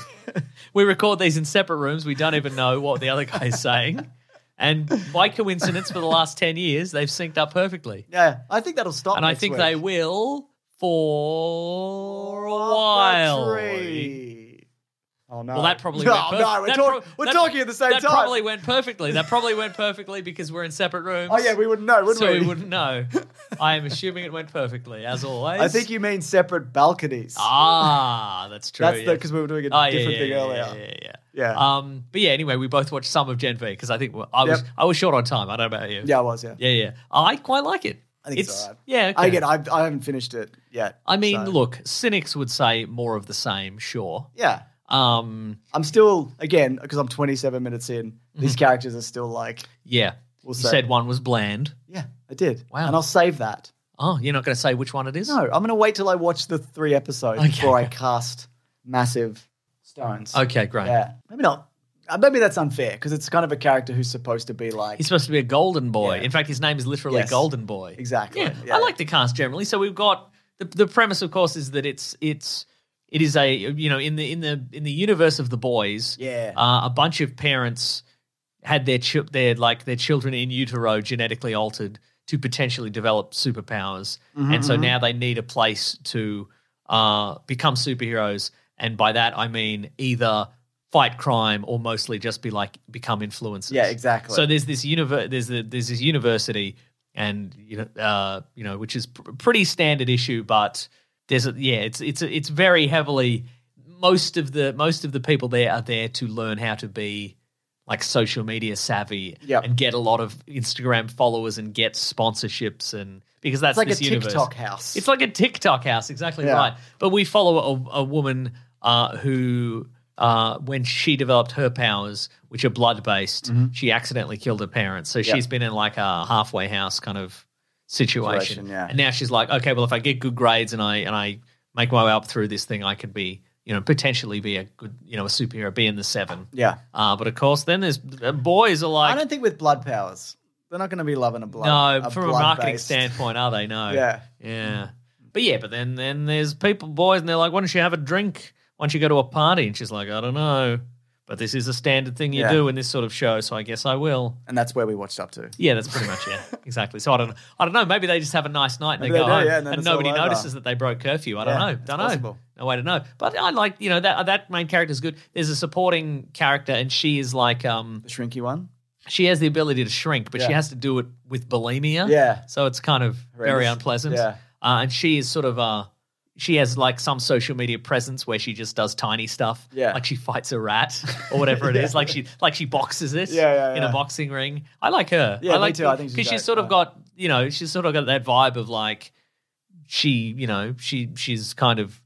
Speaker 4: We record these in separate rooms. We don't even know what the other guy's saying. And by coincidence, for the last 10 years, they've synced up perfectly.
Speaker 3: Yeah, I think that'll stop.
Speaker 4: And I
Speaker 3: next
Speaker 4: think
Speaker 3: week.
Speaker 4: they will for a
Speaker 3: Up
Speaker 4: while.
Speaker 3: a tree. Oh no!
Speaker 4: Well, that probably
Speaker 3: no,
Speaker 4: went perf-
Speaker 3: no. We're,
Speaker 4: that
Speaker 3: talk-
Speaker 4: pro-
Speaker 3: we're
Speaker 4: that-
Speaker 3: talking at the same
Speaker 4: that
Speaker 3: time.
Speaker 4: probably went perfectly. That probably went perfectly because we're in separate rooms.
Speaker 3: oh yeah, we wouldn't know, would
Speaker 4: so
Speaker 3: we?
Speaker 4: we wouldn't know. I am assuming it went perfectly, as always.
Speaker 3: I think you mean separate balconies.
Speaker 4: Ah, that's true.
Speaker 3: That's the
Speaker 4: yes.
Speaker 3: because we were doing a
Speaker 4: Oh, yeah,
Speaker 3: different
Speaker 4: yeah,
Speaker 3: thing
Speaker 4: yeah,
Speaker 3: earlier.
Speaker 4: Yeah, yeah, yeah.
Speaker 3: Yeah.
Speaker 4: Um, but yeah, anyway, we both watched some of Gen V because I think well, I was
Speaker 3: Yep.
Speaker 4: I was short on time. I don't know about you.
Speaker 3: Yeah, I was. Yeah,
Speaker 4: yeah, yeah. I quite like it.
Speaker 3: I think it's alright.
Speaker 4: yeah. Okay.
Speaker 3: I get. I, I haven't finished it yet.
Speaker 4: I mean,
Speaker 3: so-
Speaker 4: look, cynics would say more of the same. Sure.
Speaker 3: Yeah,
Speaker 4: Um.
Speaker 3: I'm still again because I'm 27 minutes in.
Speaker 4: Mm-hmm.
Speaker 3: These characters are still like,
Speaker 4: Yeah.
Speaker 3: We'll
Speaker 4: you
Speaker 3: say-
Speaker 4: said one was bland.
Speaker 3: yeah, I did.
Speaker 4: Wow.
Speaker 3: And I'll save that.
Speaker 4: Oh, you're not going to say which one it is?
Speaker 3: No, I'm going to wait till I watch the three episodes
Speaker 4: Okay.
Speaker 3: before I cast massive stones.
Speaker 4: Okay, great.
Speaker 3: Yeah, maybe not. uh, Maybe that's unfair because it's kind of a character who's supposed to be like
Speaker 4: He's supposed to be a golden boy.
Speaker 3: Yeah.
Speaker 4: In fact, his name is literally
Speaker 3: Yes.
Speaker 4: Golden Boy.
Speaker 3: Exactly.
Speaker 4: Yeah.
Speaker 3: Yeah.
Speaker 4: I like the cast generally. So we've got the the premise, of course, is that it's it's it is a you know in the in the in the universe of the boys.
Speaker 3: Yeah.
Speaker 4: Uh, a bunch of parents had their chi- their like their children in utero genetically altered to potentially develop superpowers,
Speaker 3: Mm-hmm,
Speaker 4: and so now they need a place to uh, become superheroes. And by that I mean either fight crime or mostly just be like become influencers.
Speaker 3: Yeah, exactly.
Speaker 4: So there's this univer- there's the, there's this university, and you know, uh, you know, which is pr- pretty standard issue, but there's a, yeah, it's it's it's very heavily most of the most of the people there are there to learn how to be like social media savvy
Speaker 3: Yep.
Speaker 4: and get a lot of Instagram followers and get sponsorships and because that's
Speaker 3: it's like a
Speaker 4: this universe.
Speaker 3: TikTok house.
Speaker 4: It's like a TikTok house, exactly
Speaker 3: Yeah.
Speaker 4: right. But we follow a, a woman uh, who, uh, when she developed her powers, which are blood based,
Speaker 3: Mm-hmm.
Speaker 4: she accidentally killed her parents. So she's been in like a halfway house kind of situation.
Speaker 3: Situation, yeah.
Speaker 4: And now she's like, okay, well, if I get good grades and I and I make my way up through this thing, I could be, you know, potentially be a good, you know, a superhero, be in the seven.
Speaker 3: yeah.
Speaker 4: Uh, but of course, then there's uh, boys are
Speaker 3: I
Speaker 4: like,
Speaker 3: don't think with blood powers, they're not going to be loving a blood.
Speaker 4: no,
Speaker 3: a
Speaker 4: from a
Speaker 3: blood
Speaker 4: marketing
Speaker 3: based-
Speaker 4: standpoint, are they? No.
Speaker 3: Yeah.
Speaker 4: Yeah. But yeah, but then then there's people, boys, and they're like, why don't you have a drink? Why don't you go to a party? And she's like, I don't know. But this is a standard thing you
Speaker 3: Yeah.
Speaker 4: do in this sort of show, so I guess I will.
Speaker 3: and that's where we watched up to.
Speaker 4: Yeah, that's pretty much it. exactly. So I don't I don't know. Maybe they just have a nice night and
Speaker 3: Maybe
Speaker 4: they go
Speaker 3: they do,
Speaker 4: home
Speaker 3: yeah, and then
Speaker 4: and
Speaker 3: it's all
Speaker 4: nobody
Speaker 3: over.
Speaker 4: notices that they broke curfew. I don't
Speaker 3: Yeah,
Speaker 4: know.
Speaker 3: it's
Speaker 4: Don't know.
Speaker 3: possible.
Speaker 4: No way to know. But I like, you know, that that main character is good. There's a supporting character and she is like um
Speaker 3: The shrinky one.
Speaker 4: she has the ability to shrink, but she
Speaker 3: Yeah.
Speaker 4: has to do it with bulimia.
Speaker 3: Yeah.
Speaker 4: So it's kind of very
Speaker 3: Horrendous.
Speaker 4: unpleasant.
Speaker 3: Yeah.
Speaker 4: Uh, and she is sort of uh she has like some social media presence where she just does tiny stuff.
Speaker 3: Yeah.
Speaker 4: Like she fights a rat or whatever it is. Like she like she boxes it
Speaker 3: Yeah, yeah,
Speaker 4: in a
Speaker 3: yeah.
Speaker 4: boxing ring. I like her.
Speaker 3: Yeah,
Speaker 4: I
Speaker 3: me
Speaker 4: like
Speaker 3: too. I think she's
Speaker 4: because
Speaker 3: great.
Speaker 4: she's sort of
Speaker 3: Yeah.
Speaker 4: got you know, she's sort of got that vibe of like she, you know, she she's kind of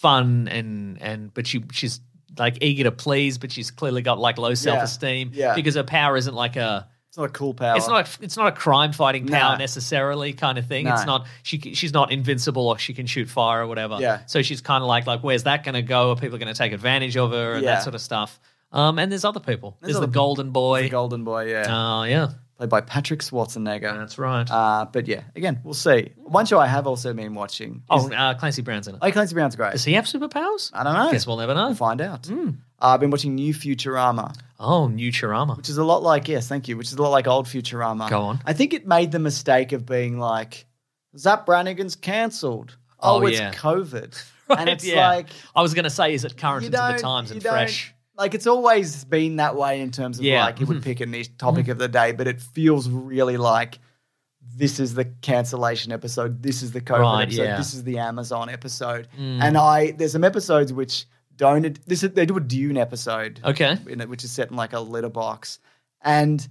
Speaker 4: fun and and but she she's like eager to please, but she's clearly got like low self esteem
Speaker 3: Yeah.
Speaker 4: because her power isn't like a
Speaker 3: It's not a cool power.
Speaker 4: it's not it's not a crime fighting power
Speaker 3: Nah.
Speaker 4: necessarily kind of thing.
Speaker 3: Nah.
Speaker 4: It's not she c- she's not invincible or she can shoot fire or whatever.
Speaker 3: Yeah.
Speaker 4: So she's kind of like like where's that going to go? Are people going to take advantage of her and
Speaker 3: Yeah.
Speaker 4: that sort of stuff? Um, and there's other people. There's,
Speaker 3: other
Speaker 4: the
Speaker 3: people.
Speaker 4: Golden Boy.
Speaker 3: the Golden Boy. Yeah,
Speaker 4: Oh yeah,
Speaker 3: played by Patrick Schwarzenegger.
Speaker 4: that's right.
Speaker 3: Uh, but yeah, again, we'll see. One show I have also been watching. Is,
Speaker 4: oh, uh, Clancy Brown's in it. Oh. Hmm.
Speaker 3: oh, Clancy Brown's great.
Speaker 4: Does he have superpowers?
Speaker 3: I don't know.
Speaker 4: Guess we'll never know.
Speaker 3: We'll find out. Uh, I've been watching New Futurama,
Speaker 4: Oh, New Chirama.
Speaker 3: which is a lot like yes, thank you, which is a lot like old Futurama.
Speaker 4: Go on.
Speaker 3: I think it made the mistake of being like, Zap Brannigan's cancelled. Oh,
Speaker 4: Oh,
Speaker 3: it's
Speaker 4: yeah.
Speaker 3: COVID,
Speaker 4: Right,
Speaker 3: and it's
Speaker 4: yeah.
Speaker 3: like
Speaker 4: I was going to say, is it current
Speaker 3: you
Speaker 4: and to
Speaker 3: don't,
Speaker 4: the times
Speaker 3: you
Speaker 4: and
Speaker 3: don't-
Speaker 4: fresh?
Speaker 3: Like it's always been that way in terms of
Speaker 4: Yeah. Mm-hmm. Mm.
Speaker 3: like he would pick a niche topic of the day, but it feels really like this is the cancellation episode, this is the COVID
Speaker 4: Right,
Speaker 3: episode,
Speaker 4: yeah. Mm.
Speaker 3: this is the Amazon episode, and I there's some episodes which don't this is, they do a Dune episode,
Speaker 4: Okay.
Speaker 3: in it, which is set in like a litter box, and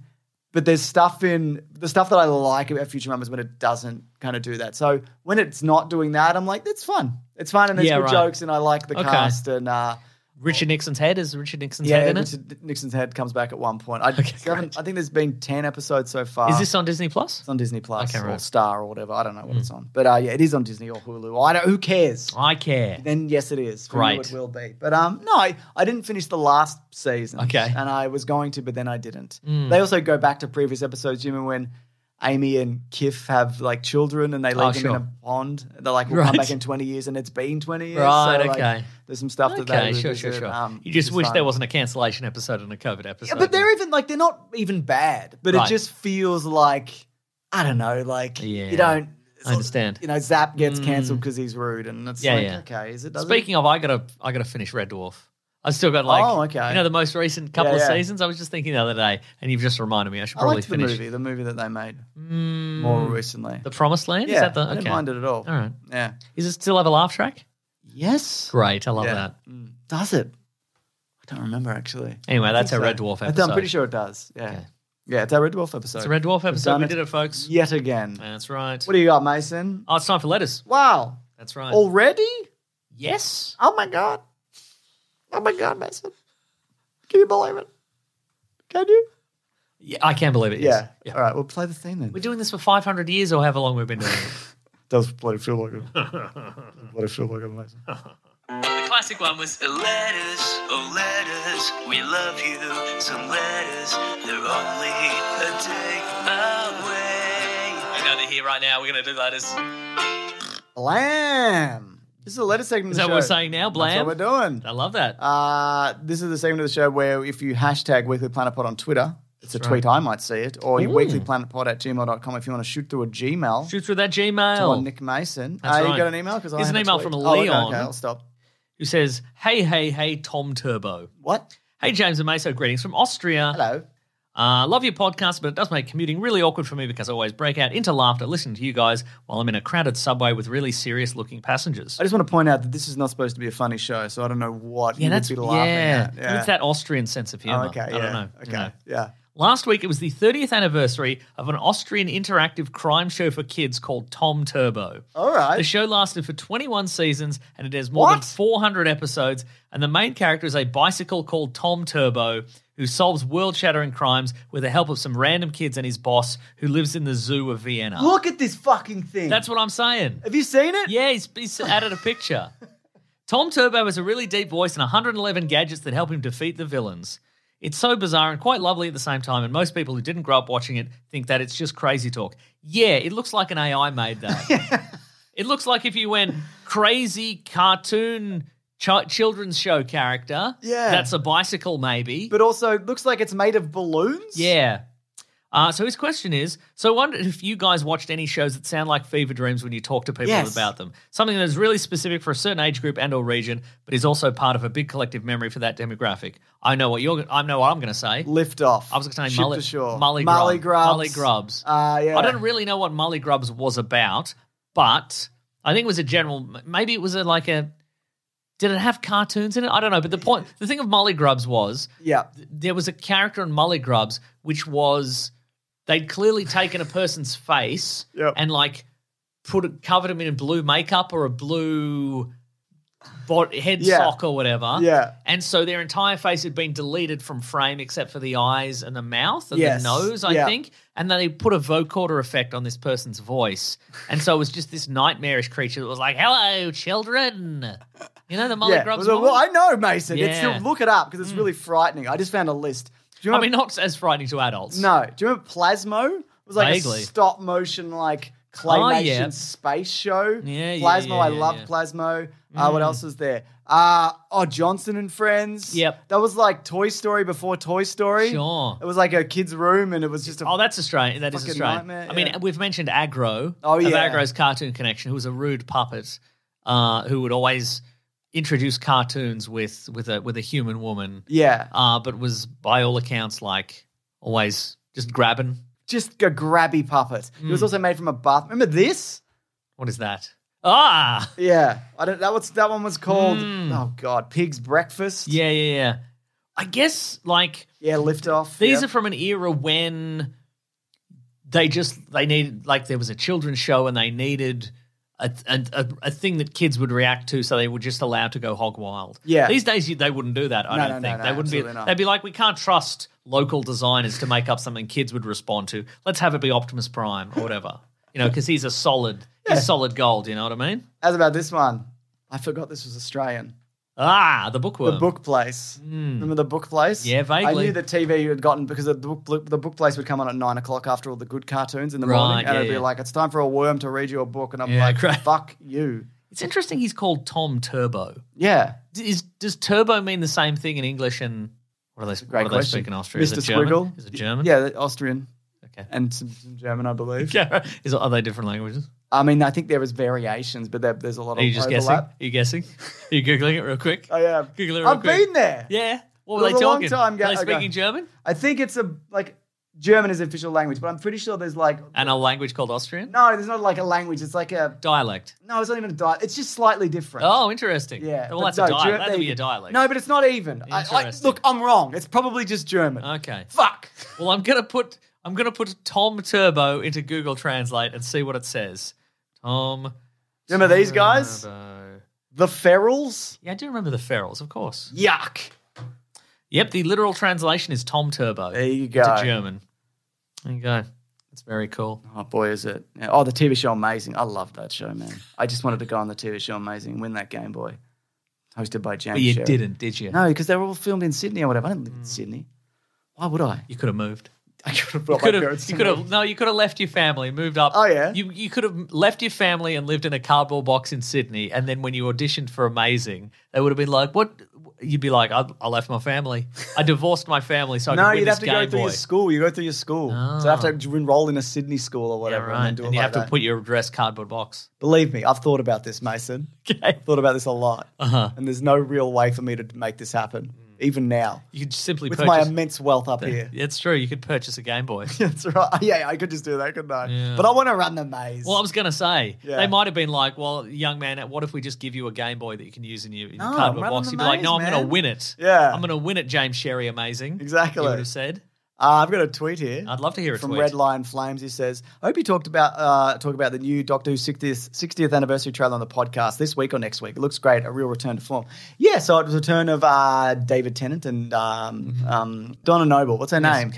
Speaker 3: but there's stuff in the stuff that I like about Futurama is when it doesn't kind of do that. So when it's not doing that, I'm like, that's fun. It's fun and there's
Speaker 4: Yeah,
Speaker 3: good
Speaker 4: right.
Speaker 3: jokes and I like the
Speaker 4: Okay.
Speaker 3: cast and uh,
Speaker 4: Richard Nixon's head is Richard Nixon's
Speaker 3: yeah,
Speaker 4: head in it? Is
Speaker 3: Richard Nixon's head comes back at one point. I, I haven't-
Speaker 4: great.
Speaker 3: I think there's been ten episodes so far.
Speaker 4: this on Disney
Speaker 3: uh,
Speaker 4: Plus?
Speaker 3: It's on Disney Plus
Speaker 4: Okay,
Speaker 3: or
Speaker 4: right. Hmm.
Speaker 3: Star or whatever? I don't know what it's on, but uh, yeah, it is on Disney or Hulu. I don't. Who cares?
Speaker 4: I care.
Speaker 3: Then yes, it is. For you,
Speaker 4: Oh. Great.
Speaker 3: it will be. But um, no, I, I didn't finish the last season.
Speaker 4: Okay. Hmm.
Speaker 3: and I was going to, but then I didn't. They also go back to previous episodes, Jim, and when Amy and Kiff have like children and they leave
Speaker 4: Oh,
Speaker 3: them
Speaker 4: sure.
Speaker 3: in a pond. They're like, we'll come
Speaker 4: Right.
Speaker 3: back in 20 years and it's been 20 years.
Speaker 4: Right,
Speaker 3: like,
Speaker 4: okay.
Speaker 3: there's some stuff that they
Speaker 4: Okay, sure, sure,
Speaker 3: revisit,
Speaker 4: sure.
Speaker 3: um,
Speaker 4: you
Speaker 3: which
Speaker 4: just
Speaker 3: is
Speaker 4: wish there
Speaker 3: fun.
Speaker 4: wasn't a cancellation episode and a COVID episode.
Speaker 3: Yeah, but they're even like, they're not even bad, but
Speaker 4: Right.
Speaker 3: it just feels like, I don't know, like
Speaker 4: Yeah,
Speaker 3: you don't.
Speaker 4: I understand.
Speaker 3: You know, Zap gets
Speaker 4: Mm.
Speaker 3: cancelled because he's rude, and it's
Speaker 4: Yeah,
Speaker 3: like,
Speaker 4: yeah.
Speaker 3: okay, is it? does it-
Speaker 4: Speaking of, I gotta I gotta finish Red Dwarf. I still got like
Speaker 3: Oh, okay.
Speaker 4: you know the most recent couple
Speaker 3: Yeah,
Speaker 4: of
Speaker 3: yeah.
Speaker 4: seasons. I was just thinking the other day, and you've just reminded me. I should
Speaker 3: I
Speaker 4: probably
Speaker 3: liked the
Speaker 4: finish
Speaker 3: movie, the movie that they made
Speaker 4: Mm,
Speaker 3: more recently.
Speaker 4: The Promised Land.
Speaker 3: yeah,
Speaker 4: Is that the
Speaker 3: I
Speaker 4: okay?
Speaker 3: didn't mind it at all.
Speaker 4: All right.
Speaker 3: Yeah.
Speaker 4: Is it still have a laugh track?
Speaker 3: Yes.
Speaker 4: Great. I love
Speaker 3: Yeah.
Speaker 4: that.
Speaker 3: Mm. Does it? I don't remember actually.
Speaker 4: Anyway,
Speaker 3: I
Speaker 4: that's
Speaker 3: think
Speaker 4: our Red Dwarf
Speaker 3: I think- I'm
Speaker 4: episode.
Speaker 3: pretty sure it does. Yeah.
Speaker 4: Okay.
Speaker 3: Yeah, it's our Red Dwarf episode.
Speaker 4: It's a Red Dwarf episode.
Speaker 3: done
Speaker 4: We
Speaker 3: it.
Speaker 4: did it, folks.
Speaker 3: Yet again.
Speaker 4: That's right.
Speaker 3: What do you got, Mason?
Speaker 4: oh, it's time for letters.
Speaker 3: Wow.
Speaker 4: That's right.
Speaker 3: Already?
Speaker 4: yes.
Speaker 3: Oh my god. Oh my god, Mason. Can you believe it? Can you?
Speaker 4: Yeah, I can't believe it.
Speaker 3: Yeah.
Speaker 4: Yes. Yeah.
Speaker 3: All right, we'll play the theme then.
Speaker 4: We're doing this for 500 years or however long we've been doing it.
Speaker 3: does bloody feel like it. bloody feel like it, Mason.
Speaker 2: The classic one was letters, oh letters, we love you. Some letters, they're only a day away. I know they're here right now. We're gonna do letters.
Speaker 3: Blam. This is the letter segment.
Speaker 4: Is
Speaker 3: of
Speaker 4: that
Speaker 3: the
Speaker 4: what we're
Speaker 3: show.
Speaker 4: saying now,
Speaker 3: That's
Speaker 4: Blam?
Speaker 3: what we're doing.
Speaker 4: I love that.
Speaker 3: Uh, this is the segment of the show where if you hashtag Weekly Planet Pod on Twitter, it's a tweet I might see it, or weeklyplanetpod at gmail.com if you want to shoot through a Gmail.
Speaker 4: Shoot through that
Speaker 3: to our
Speaker 4: Gmail.
Speaker 3: Nick Mason.
Speaker 4: That's
Speaker 3: uh,
Speaker 4: right.
Speaker 3: You got an email? Because I
Speaker 4: Here's
Speaker 3: have
Speaker 4: an
Speaker 3: a
Speaker 4: email
Speaker 3: tweet.
Speaker 4: from
Speaker 3: Oh, okay,
Speaker 4: Leon.
Speaker 3: okay, I'll stop.
Speaker 4: who says, Hey, hey, hey, Tom Turbo.
Speaker 3: What?
Speaker 4: Hey, James and Meso, greetings from Austria.
Speaker 3: Hello.
Speaker 4: Uh, love your podcast, but it does make commuting really awkward for me because I always break out into laughter listening to you guys while I'm in a crowded subway with really serious looking passengers.
Speaker 3: I just want to point out that this is not supposed to be a funny show, so I don't know what
Speaker 4: Yeah,
Speaker 3: you
Speaker 4: that's
Speaker 3: would be laughing
Speaker 4: yeah.
Speaker 3: at. Yeah.
Speaker 4: It's that Austrian sense of humor.
Speaker 3: Oh, okay.
Speaker 4: I
Speaker 3: yeah.
Speaker 4: don't know.
Speaker 3: Okay.
Speaker 4: You know.
Speaker 3: Yeah.
Speaker 4: Last week, it was the 30th anniversary of an Austrian interactive crime show for kids called Tom Turbo.
Speaker 3: All
Speaker 4: The
Speaker 3: right.
Speaker 4: show lasted for 21 seasons and it has more than
Speaker 3: What?
Speaker 4: 400 episodes. And the main character is a bicycle called Tom Turbo who solves world shattering crimes with the help of some random kids and his boss who lives in the zoo of Vienna.
Speaker 3: Look at this fucking thing.
Speaker 4: That's what I'm saying.
Speaker 3: Have you seen it?
Speaker 4: Yeah, he's, he's added a picture. Tom Turbo has a really deep voice and 111 gadgets that help him defeat the villains. It's so bizarre and quite lovely at the same time, and most people who didn't grow up watching it think that it's just crazy talk. Yeah, it looks like an AI made that. it looks like if you went crazy cartoon ch- children's show character,
Speaker 3: Yeah.
Speaker 4: that's a bicycle maybe.
Speaker 3: But also, it looks like it's made of balloons.
Speaker 4: Yeah. Uh, so his question is: So I wonder if you guys watched any shows that sound like fever dreams when you talk to people
Speaker 3: Yes.
Speaker 4: about them. Something that is really specific for a certain age group and/or region, but is also part of a big collective memory for that demographic. I know what you're. I know what I'm going to say.
Speaker 3: Lift off.
Speaker 4: I was going to
Speaker 3: Ship
Speaker 4: say Mully,
Speaker 3: to shore.
Speaker 4: Mully,
Speaker 3: Mully
Speaker 4: Grub-
Speaker 3: grubs.
Speaker 4: Mully Grubs.
Speaker 3: Uh, yeah.
Speaker 4: I don't really know what Mully Grubs was about, but I think it was a general. Maybe it was a, like a. Did it have cartoons in it? I don't know. But the point, the thing of Mully Grubs was
Speaker 3: Yeah.
Speaker 4: there was a character in Molly Grubs which was they'd clearly taken a person's face
Speaker 3: Yep.
Speaker 4: and like put it, covered him in a blue makeup or a blue bot, head
Speaker 3: Yeah.
Speaker 4: sock or whatever.
Speaker 3: Yeah.
Speaker 4: And so their entire face had been deleted from frame except for the eyes and the mouth and
Speaker 3: Yes.
Speaker 4: the nose, I
Speaker 3: Yeah.
Speaker 4: think. And then they put a vocoder effect on this person's voice. And so it was just this nightmarish creature that was like, hello, children. You know, the Molly
Speaker 3: yeah.
Speaker 4: Grubs.
Speaker 3: Well,
Speaker 4: one?
Speaker 3: I know, Mason. It's
Speaker 4: Yeah. Mm.
Speaker 3: still, look it up because it's really frightening. I just found a list. Do you
Speaker 4: I
Speaker 3: remember
Speaker 4: mean, not as frightening to adults.
Speaker 3: No. Do you remember Plasmo? It was like
Speaker 4: Vaguely.
Speaker 3: a stop motion like claymation
Speaker 4: Oh, yeah.
Speaker 3: space show.
Speaker 4: Yeah, yeah,
Speaker 3: Plasmo,
Speaker 4: yeah,
Speaker 3: I
Speaker 4: yeah,
Speaker 3: love
Speaker 4: yeah. Mm.
Speaker 3: Plasmo. Uh, what else was there? Uh, oh, Johnson and Friends.
Speaker 4: Yep.
Speaker 3: That was like Toy Story before Toy Story.
Speaker 4: Sure.
Speaker 3: It was like a kid's room and it was just a
Speaker 4: Oh, that's Australian. That is
Speaker 3: Fucking
Speaker 4: Australian.
Speaker 3: nightmare,
Speaker 4: I mean,
Speaker 3: yeah.
Speaker 4: we've mentioned Agro.
Speaker 3: Oh,
Speaker 4: Of
Speaker 3: yeah.
Speaker 4: Agro's cartoon connection, who was a rude puppet uh, who would always introduce cartoons with with a with a human woman,
Speaker 3: yeah.
Speaker 4: uh, but was by all accounts like always just grabbing.
Speaker 3: Just a grabby puppet. It
Speaker 4: Mm.
Speaker 3: was also made from a bath. Remember this?
Speaker 4: What is that? Ah,
Speaker 3: Yeah. I don't that was that one was called Oh god, Pig's Breakfast.
Speaker 4: Mm. yeah, yeah, yeah. I guess like
Speaker 3: Yeah, lift off.
Speaker 4: These
Speaker 3: Yep.
Speaker 4: are from an era when they just they needed like there was a children's show and they needed a a, a, a thing that kids would react to, so they were just allowed to go hog wild.
Speaker 3: Yeah.
Speaker 4: these days you, they wouldn't do that. I
Speaker 3: No,
Speaker 4: don't
Speaker 3: no, no,
Speaker 4: think
Speaker 3: no,
Speaker 4: they wouldn't be.
Speaker 3: absolutely not.
Speaker 4: They'd be like, we can't trust local designers to make up something kids would respond to. Let's have it be Optimus Prime or whatever. You know, because he's a solid, he's solid gold. You know what I mean?
Speaker 3: As about this one. I forgot this was Australian.
Speaker 4: Ah, the bookworm. Hmm.
Speaker 3: The book place. Remember the book place?
Speaker 4: Yeah, vaguely.
Speaker 3: I knew the TV had gotten because the book the book place would come on at nine o'clock after all the good cartoons in the
Speaker 4: Right,
Speaker 3: morning, and
Speaker 4: yeah,
Speaker 3: it'd
Speaker 4: yeah.
Speaker 3: be like it's time for a worm to read you a book, and I'm
Speaker 4: Yeah,
Speaker 3: like,
Speaker 4: great.
Speaker 3: fuck you.
Speaker 4: It's interesting he's called Tom Turbo.
Speaker 3: Yeah,
Speaker 4: D- Is does turbo mean the same thing in English and what are they,
Speaker 3: great
Speaker 4: what are they
Speaker 3: question.
Speaker 4: speak in Austria? Is
Speaker 3: Mr.
Speaker 4: it German?
Speaker 3: Squiggle?
Speaker 4: Is it German?
Speaker 3: yeah, the Austrian
Speaker 4: Okay.
Speaker 3: and some, some German, I believe.
Speaker 4: Yeah. Is it, are they different languages?
Speaker 3: I mean, I think there is variations, but there, there's a lot
Speaker 4: Are you
Speaker 3: of
Speaker 4: just guessing? Are
Speaker 3: overlap.
Speaker 4: you guessing? Are you googling it real quick?
Speaker 3: I am.
Speaker 4: Google it real
Speaker 3: I've
Speaker 4: quick.
Speaker 3: been there.
Speaker 4: Yeah.
Speaker 3: It
Speaker 4: What were they
Speaker 3: was a long
Speaker 4: talking?
Speaker 3: time
Speaker 4: Were
Speaker 3: ago-
Speaker 4: they speaking
Speaker 3: ago.
Speaker 4: German?
Speaker 3: I think it's a like German is the official language, but I'm pretty sure there's like
Speaker 4: And a language called Austrian?
Speaker 3: no, there's not like a language. It's like a
Speaker 4: Dialect.
Speaker 3: no, it's not even a dialect. It's just slightly different.
Speaker 4: Oh, interesting.
Speaker 3: Yeah.
Speaker 4: Well,
Speaker 3: but
Speaker 4: that's a
Speaker 3: no,
Speaker 4: dialect.
Speaker 3: Ger-
Speaker 4: That'd
Speaker 3: there
Speaker 4: be
Speaker 3: you
Speaker 4: a
Speaker 3: go.
Speaker 4: dialect.
Speaker 3: No, but it's not even. I- I-
Speaker 4: Interesting. Uh.
Speaker 3: look, I'm wrong. It's probably just German.
Speaker 4: Okay.
Speaker 3: Fuck.
Speaker 4: Well, I'm gonna put I'm gonna put Tom Turbo into Google Translate and see what it says. Tom.
Speaker 3: Remember these guys?
Speaker 4: Turbo.
Speaker 3: The Ferals?
Speaker 4: Yeah, I do remember the Ferals, of course.
Speaker 3: Yuck.
Speaker 4: Yep, the literal translation is Tom Turbo.
Speaker 3: There you go.
Speaker 4: It's a German. There you go. It's very cool.
Speaker 3: Oh boy, is it! Yeah. Oh, the TV show Amazing. I love that show, man. I just wanted to go on the TV show Amazing and win that Game Boy, hosted by James.
Speaker 4: But you
Speaker 3: Sherry.
Speaker 4: didn't, Hmm. did you?
Speaker 3: No, because they were all filmed in Sydney or whatever. I didn't live in Sydney. Why would I?
Speaker 4: You could have moved.
Speaker 3: I could have
Speaker 4: You
Speaker 3: brought
Speaker 4: could have. You could have. No, you could have left your family, moved up.
Speaker 3: Oh, yeah?
Speaker 4: You you could have left your family and lived in a cardboard box in Sydney, and then when you auditioned for Amazing, they would have been like, "What?" You'd be like, I, "I left my family. I divorced my family, so I
Speaker 3: No,
Speaker 4: could win
Speaker 3: you'd
Speaker 4: this
Speaker 3: have to
Speaker 4: Game
Speaker 3: go through
Speaker 4: Boy." Ah.
Speaker 3: your school. You go through your school. So I have to enroll in a Sydney school or
Speaker 4: yeah,
Speaker 3: whatever,
Speaker 4: right.
Speaker 3: and then
Speaker 4: And,
Speaker 3: do it
Speaker 4: you
Speaker 3: like
Speaker 4: have to
Speaker 3: that.
Speaker 4: put your address cardboard box.
Speaker 3: Believe me, I've thought about this, Mason.
Speaker 4: Okay.
Speaker 3: I've thought about this a lot,
Speaker 4: Uh-huh.
Speaker 3: and there's no real way for me to make this happen, even now,
Speaker 4: You could simply
Speaker 3: with
Speaker 4: purchase.
Speaker 3: my immense wealth up here.
Speaker 4: Yeah, It's true. You could purchase a Game Boy.
Speaker 3: That's right. Yeah, I could just do that, couldn't I?
Speaker 4: Yeah.
Speaker 3: But I want to run the maze.
Speaker 4: Well, I was going to say
Speaker 3: Yeah.
Speaker 4: they might have been like, "Well, young man, what if we just give you a Game Boy that you can use in your, in your
Speaker 3: No,
Speaker 4: cardboard
Speaker 3: Oh, run on
Speaker 4: box?"
Speaker 3: the
Speaker 4: You'd be like,
Speaker 3: maze,
Speaker 4: "No, I'm going
Speaker 3: man.
Speaker 4: to win it.
Speaker 3: Yeah.
Speaker 4: I'm going to win it." James Sherry, amazing.
Speaker 3: Exactly.
Speaker 4: You would have said.
Speaker 3: Uh, I've got a tweet here.
Speaker 4: I'd love to hear a
Speaker 3: from
Speaker 4: tweet.
Speaker 3: Red Lion Flames. He says, "I hope you talked about uh, talk about the new Doctor Who 60th, 60th anniversary trailer on the podcast this week or next week. It looks great. A real return to form. Yeah. So it was a return of uh, David Tennant and um,
Speaker 4: Mm-hmm.
Speaker 3: um, Donna Noble. What's her name?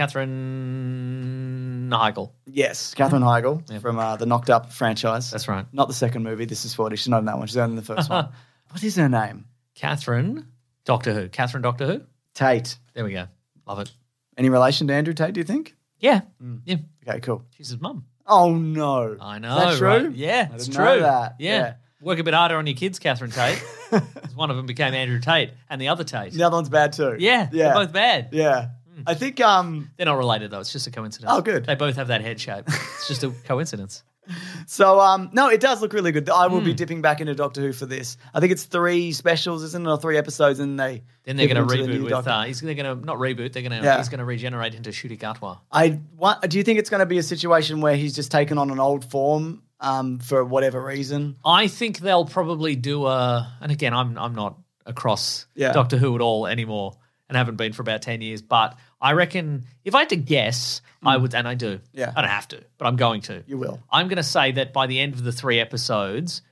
Speaker 4: Catherine Heigl.
Speaker 3: Yes, Catherine Heigl from uh, the Knocked Up franchise.
Speaker 4: Mm-hmm. That's right.
Speaker 3: Not the second movie. This is 40. She's not in that one. She's only in the first one. What is her name?
Speaker 4: Catherine Doctor Who. Catherine Doctor Who.
Speaker 3: Tate.
Speaker 4: There we go. Love it.
Speaker 3: Any relation to Andrew Tate? Do you think?
Speaker 4: Yeah. Yeah.
Speaker 3: Okay, cool.
Speaker 4: She's his mum.
Speaker 3: Oh no!
Speaker 4: I know.
Speaker 3: Is that true?
Speaker 4: right? Yeah,
Speaker 3: I
Speaker 4: it's
Speaker 3: didn't
Speaker 4: true.
Speaker 3: know that.
Speaker 4: Yeah.
Speaker 3: Yeah.
Speaker 4: Work a bit harder on your kids, Catherine Tate. 'Cause one of them became Andrew Tate, and the other Tate.
Speaker 3: The other one's bad too.
Speaker 4: Yeah,
Speaker 3: yeah,
Speaker 4: They're both bad.
Speaker 3: yeah.
Speaker 4: Hmm.
Speaker 3: I think um,
Speaker 4: They're not related though. It's just a coincidence.
Speaker 3: Oh, good.
Speaker 4: They both have that head shape. It's just a coincidence.
Speaker 3: So um, no, it does look really good. I
Speaker 4: Hmm.
Speaker 3: will be dipping back into Doctor Who for this. I think it's three specials, isn't it, or three episodes, and they
Speaker 4: Then they're
Speaker 3: give
Speaker 4: going
Speaker 3: them
Speaker 4: to
Speaker 3: the
Speaker 4: reboot
Speaker 3: new
Speaker 4: with.
Speaker 3: Doctor.
Speaker 4: Uh, he's, they're going to not reboot. They're going to.
Speaker 3: Yeah.
Speaker 4: He's going to regenerate into Shooty Gatwa.
Speaker 3: I want, do you think it's going to be a situation where he's just taken on an old form um, for whatever reason?
Speaker 4: I think they'll probably do a. And again, I'm I'm not across
Speaker 3: Yeah.
Speaker 4: Doctor Who at all anymore, and haven't been for about ten years. But I reckon if I had to guess, I would, and I do.
Speaker 3: Hmm. Yeah.
Speaker 4: I don't have to, but I'm going to.
Speaker 3: You will.
Speaker 4: I'm going to say that by the end of the three episodes,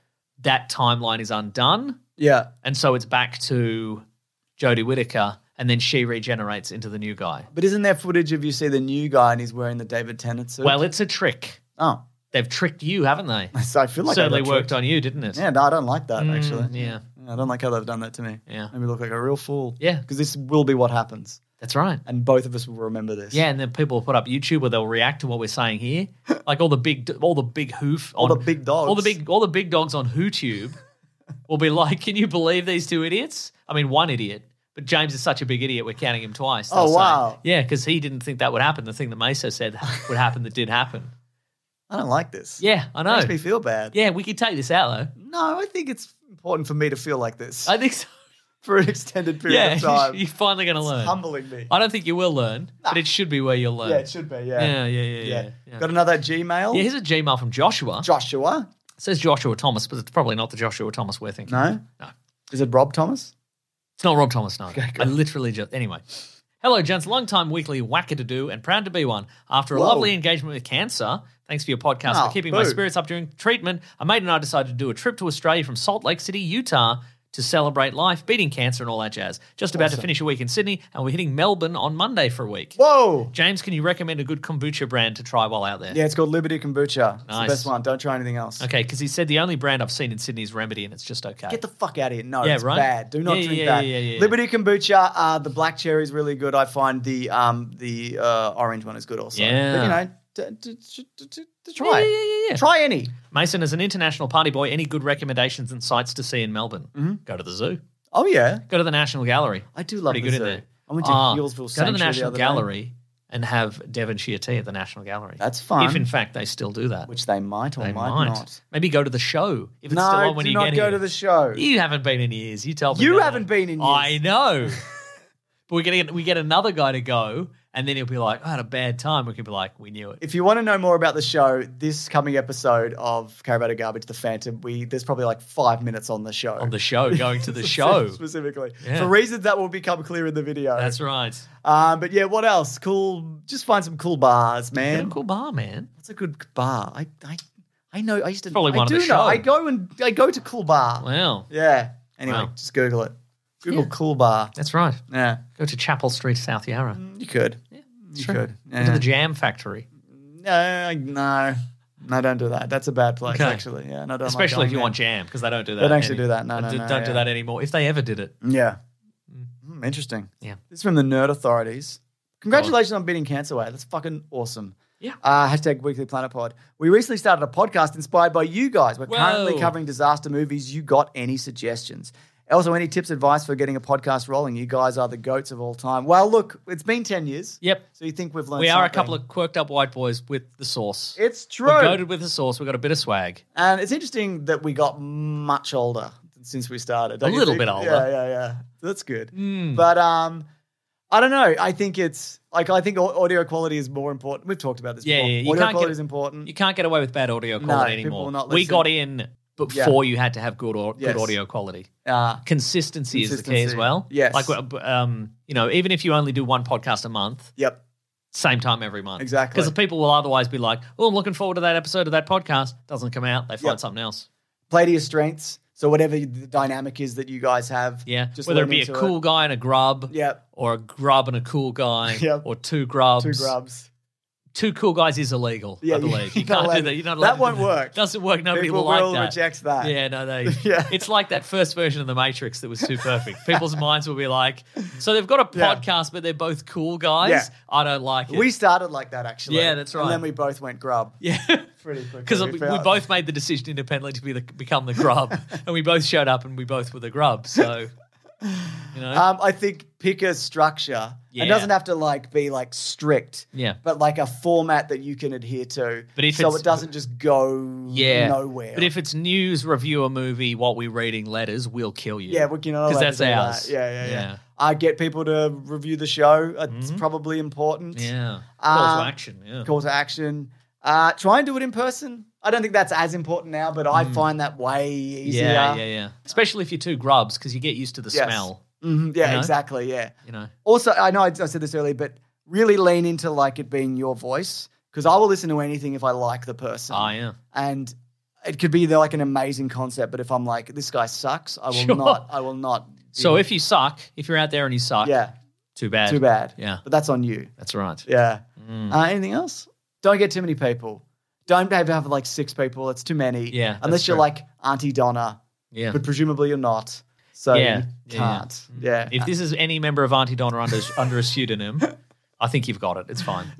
Speaker 4: that timeline is undone.
Speaker 3: Yeah.
Speaker 4: And so it's back to Jodie Whittaker, and then she regenerates into the new guy.
Speaker 3: But isn't there footage of you see the new guy and he's wearing the David Tennant suit?
Speaker 4: Well, it's a trick.
Speaker 3: oh,
Speaker 4: They've tricked you, haven't they?
Speaker 3: so I feel like I
Speaker 4: Certainly
Speaker 3: got
Speaker 4: worked
Speaker 3: tricked.
Speaker 4: on you, didn't it?
Speaker 3: Yeah, no, I don't like that actually.
Speaker 4: Mm, yeah.
Speaker 3: Yeah, I don't like how they've done that to me.
Speaker 4: Yeah.
Speaker 3: made me look like a real fool.
Speaker 4: Yeah.
Speaker 3: because this will be what happens,
Speaker 4: That's right.
Speaker 3: and both of us will remember this.
Speaker 4: Yeah, and then people will put up YouTube where they'll react to what we're saying here, like all the big, all the big hoof,
Speaker 3: All
Speaker 4: on,
Speaker 3: the big dogs.
Speaker 4: all the big, all the big dogs on HooTube will be like, "Can you believe these two idiots?" I mean, one idiot, but James is such a big idiot. We're counting him twice.
Speaker 3: Oh,
Speaker 4: They'll say-
Speaker 3: wow.
Speaker 4: yeah, because he didn't think that would happen. The thing that Mesa said would happen that did happen.
Speaker 3: I don't like this.
Speaker 4: Yeah, I know.
Speaker 3: makes me feel bad.
Speaker 4: Yeah, we could take this out though.
Speaker 3: No, I think it's important for me to feel like this
Speaker 4: I think so.
Speaker 3: for an extended period
Speaker 4: Yeah,
Speaker 3: of time.
Speaker 4: you're finally going to
Speaker 3: it's
Speaker 4: learn.
Speaker 3: humbling me.
Speaker 4: I don't think you will learn, but it should be where you'll learn.
Speaker 3: Yeah, it should be. Yeah.
Speaker 4: Yeah, yeah, yeah, yeah. yeah, yeah.
Speaker 3: Got another Gmail?
Speaker 4: here's a Gmail from Joshua.
Speaker 3: Joshua.
Speaker 4: It says Joshua Thomas, but it's probably not the Joshua Thomas we're thinking.
Speaker 3: No?
Speaker 4: No.
Speaker 3: Is it Rob Thomas?
Speaker 4: It's not Rob Thomas, no. I
Speaker 3: good.
Speaker 4: literally just. Anyway. Hello, gents. Long time weekly whacker to do and proud to be one. After a
Speaker 3: Whoa.
Speaker 4: lovely engagement with cancer, thanks for your podcast
Speaker 3: Oh,
Speaker 4: for keeping my
Speaker 3: boo.
Speaker 4: spirits up during treatment. A mate and I decided to do a trip to Australia from Salt Lake City, Utah to celebrate life, beating cancer and all that jazz. Just about to finish a week in Sydney, and we're hitting Melbourne on Monday for a week.
Speaker 3: Whoa.
Speaker 4: James, can you recommend a good kombucha brand to try while out there?
Speaker 3: Yeah, it's called Liberty Kombucha. It's
Speaker 4: Nice.
Speaker 3: the best one. Don't try anything else.
Speaker 4: Okay, because he said the only brand I've seen in Sydney is Remedy, and it's just okay.
Speaker 3: Get the fuck out of here. No,
Speaker 4: Yeah,
Speaker 3: it's
Speaker 4: right?
Speaker 3: bad. Do not
Speaker 4: Yeah,
Speaker 3: drink
Speaker 4: yeah,
Speaker 3: that.
Speaker 4: yeah, yeah, yeah.
Speaker 3: Liberty kombucha, uh, the black cherry is really good. I find the um the uh, orange one is good also.
Speaker 4: Yeah.
Speaker 3: But, you know, d- d- d- d- d- d- try.
Speaker 4: Yeah, yeah, yeah, yeah.
Speaker 3: Try any.
Speaker 4: Mason, as an international party boy, any good recommendations and sights to see in Melbourne? Go to the zoo.
Speaker 3: Oh yeah,
Speaker 4: Go to the National Gallery.
Speaker 3: Mm-hmm. I do love
Speaker 4: Pretty
Speaker 3: the
Speaker 4: good
Speaker 3: zoo.
Speaker 4: in there.
Speaker 3: I went to
Speaker 4: Ah,
Speaker 3: Healesville
Speaker 4: Go to
Speaker 3: Sanctuary
Speaker 4: the National
Speaker 3: other day.
Speaker 4: Gallery and have Devonshire tea at the National Gallery.
Speaker 3: That's fun.
Speaker 4: If in fact they still do that,
Speaker 3: which they might or
Speaker 4: they
Speaker 3: might,
Speaker 4: might.
Speaker 3: not.
Speaker 4: Maybe go to the show if it's
Speaker 3: no,
Speaker 4: still on when
Speaker 3: do
Speaker 4: you
Speaker 3: not
Speaker 4: get
Speaker 3: go
Speaker 4: here.
Speaker 3: to the show.
Speaker 4: You haven't been in years. You tell me
Speaker 3: You
Speaker 4: that.
Speaker 3: haven't been in
Speaker 4: I
Speaker 3: years.
Speaker 4: know. but we're gonna get, we get another guy to go, and then he'll be like, "I had a bad time." We can be like, "We knew it."
Speaker 3: If you want to know more about the show, this coming episode of Caravan of Garbage, the Phantom, we there's probably like five minutes on the show.
Speaker 4: on the show, going to the show.
Speaker 3: specifically
Speaker 4: Yeah.
Speaker 3: for reasons that will become clear in the video.
Speaker 4: That's right.
Speaker 3: Um, but yeah, what else? Cool. Just find some cool bars,
Speaker 4: Get a
Speaker 3: man.
Speaker 4: cool bar, man.
Speaker 3: What's a good bar? I, I, I know. I used to.
Speaker 4: Probably
Speaker 3: I
Speaker 4: one of
Speaker 3: do
Speaker 4: the
Speaker 3: know.
Speaker 4: show.
Speaker 3: I go and I go to cool bar.
Speaker 4: Wow.
Speaker 3: Yeah. Anyway,
Speaker 4: Wow.
Speaker 3: just Google it. Google cool bar.
Speaker 4: That's right.
Speaker 3: Yeah,
Speaker 4: Go to Chapel Street, South Yarra.
Speaker 3: you could. Mm. you
Speaker 4: Sure.
Speaker 3: could.
Speaker 4: Go to
Speaker 3: Yeah. Oh
Speaker 4: the Jam Factory,
Speaker 3: No, no, no. Don't do that. That's a bad place,
Speaker 4: Okay.
Speaker 3: actually. Yeah, no, don't like
Speaker 4: especially if
Speaker 3: going
Speaker 4: you
Speaker 3: there.
Speaker 4: want jam, because they don't do that.
Speaker 3: They don't actually
Speaker 4: any-
Speaker 3: do that. No, no,
Speaker 4: d-
Speaker 3: no,
Speaker 4: don't do
Speaker 3: yeah.
Speaker 4: that anymore. If they ever did it,
Speaker 3: Yeah. Mm, interesting.
Speaker 4: Yeah.
Speaker 3: This is from the Nerd Authorities. Congratulations on beating cancer away. That's fucking awesome.
Speaker 4: Yeah.
Speaker 3: Uh, hashtag Weekly Planet Pod. We recently started a podcast inspired by you guys. We're currently
Speaker 4: Whoa.
Speaker 3: covering disaster movies. You got any suggestions? Also, any tips, advice for getting a podcast rolling? You guys are the goats of all time. Well, look, it's been 10 years.
Speaker 4: Yep.
Speaker 3: So you think we've learned
Speaker 4: we are a
Speaker 3: something.
Speaker 4: couple of quirked up white boys with the sauce.
Speaker 3: It's true.
Speaker 4: We're goaded with the sauce. We got a bit of swag.
Speaker 3: And it's interesting that we got much older since we started. don't
Speaker 4: A
Speaker 3: you
Speaker 4: little
Speaker 3: think?
Speaker 4: bit older. Hmm.
Speaker 3: Yeah, yeah, yeah. That's good. But um, I don't know. I think it's like I think au- audio quality is more important. We've talked about this.
Speaker 4: Yeah,
Speaker 3: before.
Speaker 4: yeah, you
Speaker 3: audio
Speaker 4: can't
Speaker 3: quality
Speaker 4: get-
Speaker 3: is important.
Speaker 4: You can't get away with bad audio
Speaker 3: No,
Speaker 4: quality
Speaker 3: people
Speaker 4: anymore.
Speaker 3: will not
Speaker 4: we
Speaker 3: listen.
Speaker 4: got in before you had to have good or,
Speaker 3: Yes.
Speaker 4: good audio quality.
Speaker 3: uh,
Speaker 4: Consistency, is the key as
Speaker 3: Consistency.
Speaker 4: well.
Speaker 3: Yes.
Speaker 4: Like um, you know, even if you only do one podcast a month,
Speaker 3: yep.
Speaker 4: same time every month.
Speaker 3: Exactly.
Speaker 4: Because the people will otherwise be like, "Oh, I'm looking forward to that episode of that podcast." Doesn't come out. They find
Speaker 3: Yep.
Speaker 4: something else.
Speaker 3: Play to your strengths. So whatever the dynamic is that you guys have,
Speaker 4: Yeah.
Speaker 3: just
Speaker 4: Whether it
Speaker 3: lean
Speaker 4: be a
Speaker 3: into
Speaker 4: cool guy and a grub,
Speaker 3: Yep.
Speaker 4: or a grub and a cool guy,
Speaker 3: Yep.
Speaker 4: or two grubs.
Speaker 3: Two grubs.
Speaker 4: Two cool guys is illegal,
Speaker 3: Yeah,
Speaker 4: I
Speaker 3: you-
Speaker 4: believe. You,
Speaker 3: you're not
Speaker 4: can't
Speaker 3: allowed-
Speaker 4: do that. You're not
Speaker 3: that
Speaker 4: allowed to do
Speaker 3: won't work.
Speaker 4: Doesn't work. Nobody
Speaker 3: People
Speaker 4: will like
Speaker 3: will
Speaker 4: that.
Speaker 3: reject that.
Speaker 4: Yeah, no, they.
Speaker 3: Yeah.
Speaker 4: It's like that first version of the Matrix that was too perfect. People's minds will be like, so they've got a
Speaker 3: Yeah.
Speaker 4: podcast, but they're both cool guys.
Speaker 3: Yeah.
Speaker 4: I don't like it.
Speaker 3: We started like that actually.
Speaker 4: Yeah, that's right.
Speaker 3: And then we both went grub
Speaker 4: yeah.
Speaker 3: pretty quickly.
Speaker 4: Because we, we
Speaker 3: found-
Speaker 4: both made the decision independently to be the, become the grub, and we both showed up and we both were the grub. So, you know,
Speaker 3: Um, I think pick a structure.
Speaker 4: Yeah.
Speaker 3: It doesn't have to like be like strict.
Speaker 4: Yeah.
Speaker 3: But like a format that you can adhere to.
Speaker 4: But if
Speaker 3: so
Speaker 4: it's-
Speaker 3: it doesn't just go
Speaker 4: yeah,
Speaker 3: nowhere.
Speaker 4: But if it's news, review a movie, what we reading letters, we'll kill you.
Speaker 3: yeah, we can
Speaker 4: because
Speaker 3: because
Speaker 4: that's ours.
Speaker 3: Yeah, yeah, yeah.
Speaker 4: yeah,
Speaker 3: I get people to review the show. It's probably important.
Speaker 4: Mm-hmm. yeah. Call
Speaker 3: Um,
Speaker 4: to action. Yeah.
Speaker 3: Call to action. Uh, try and do it in person. I don't think that's as important now, but I find that way easier.
Speaker 4: Mm. Yeah, yeah, yeah. Especially if you're two grubs, because you get used to the
Speaker 3: Yes.
Speaker 4: smell.
Speaker 3: Mhm, yeah,
Speaker 4: You know?
Speaker 3: exactly. Yeah.
Speaker 4: You know.
Speaker 3: Also, I know I, I said this earlier, but really lean into like it being your voice because I will listen to anything if I like the person.
Speaker 4: Ah, yeah.
Speaker 3: and it could be like an amazing concept, but if I'm like this guy sucks, I will
Speaker 4: Sure.
Speaker 3: not. I will not. be-
Speaker 4: So if you suck, if you're out there and you suck,
Speaker 3: yeah,
Speaker 4: too bad.
Speaker 3: too bad.
Speaker 4: Yeah.
Speaker 3: but that's on you.
Speaker 4: That's right. Mm,
Speaker 3: Yeah. Uh, anything else? Don't get too many people. Don't have, have like six people. It's too many.
Speaker 4: Yeah, that's
Speaker 3: unless you're
Speaker 4: true.
Speaker 3: like Auntie Donna,
Speaker 4: Yeah.
Speaker 3: but presumably you're not. So
Speaker 4: Yeah,
Speaker 3: you
Speaker 4: yeah, yeah.
Speaker 3: can't. Yeah, yeah.
Speaker 4: If this is any member of Auntie Donna under under a pseudonym, I think you've got it. It's fine. Mm.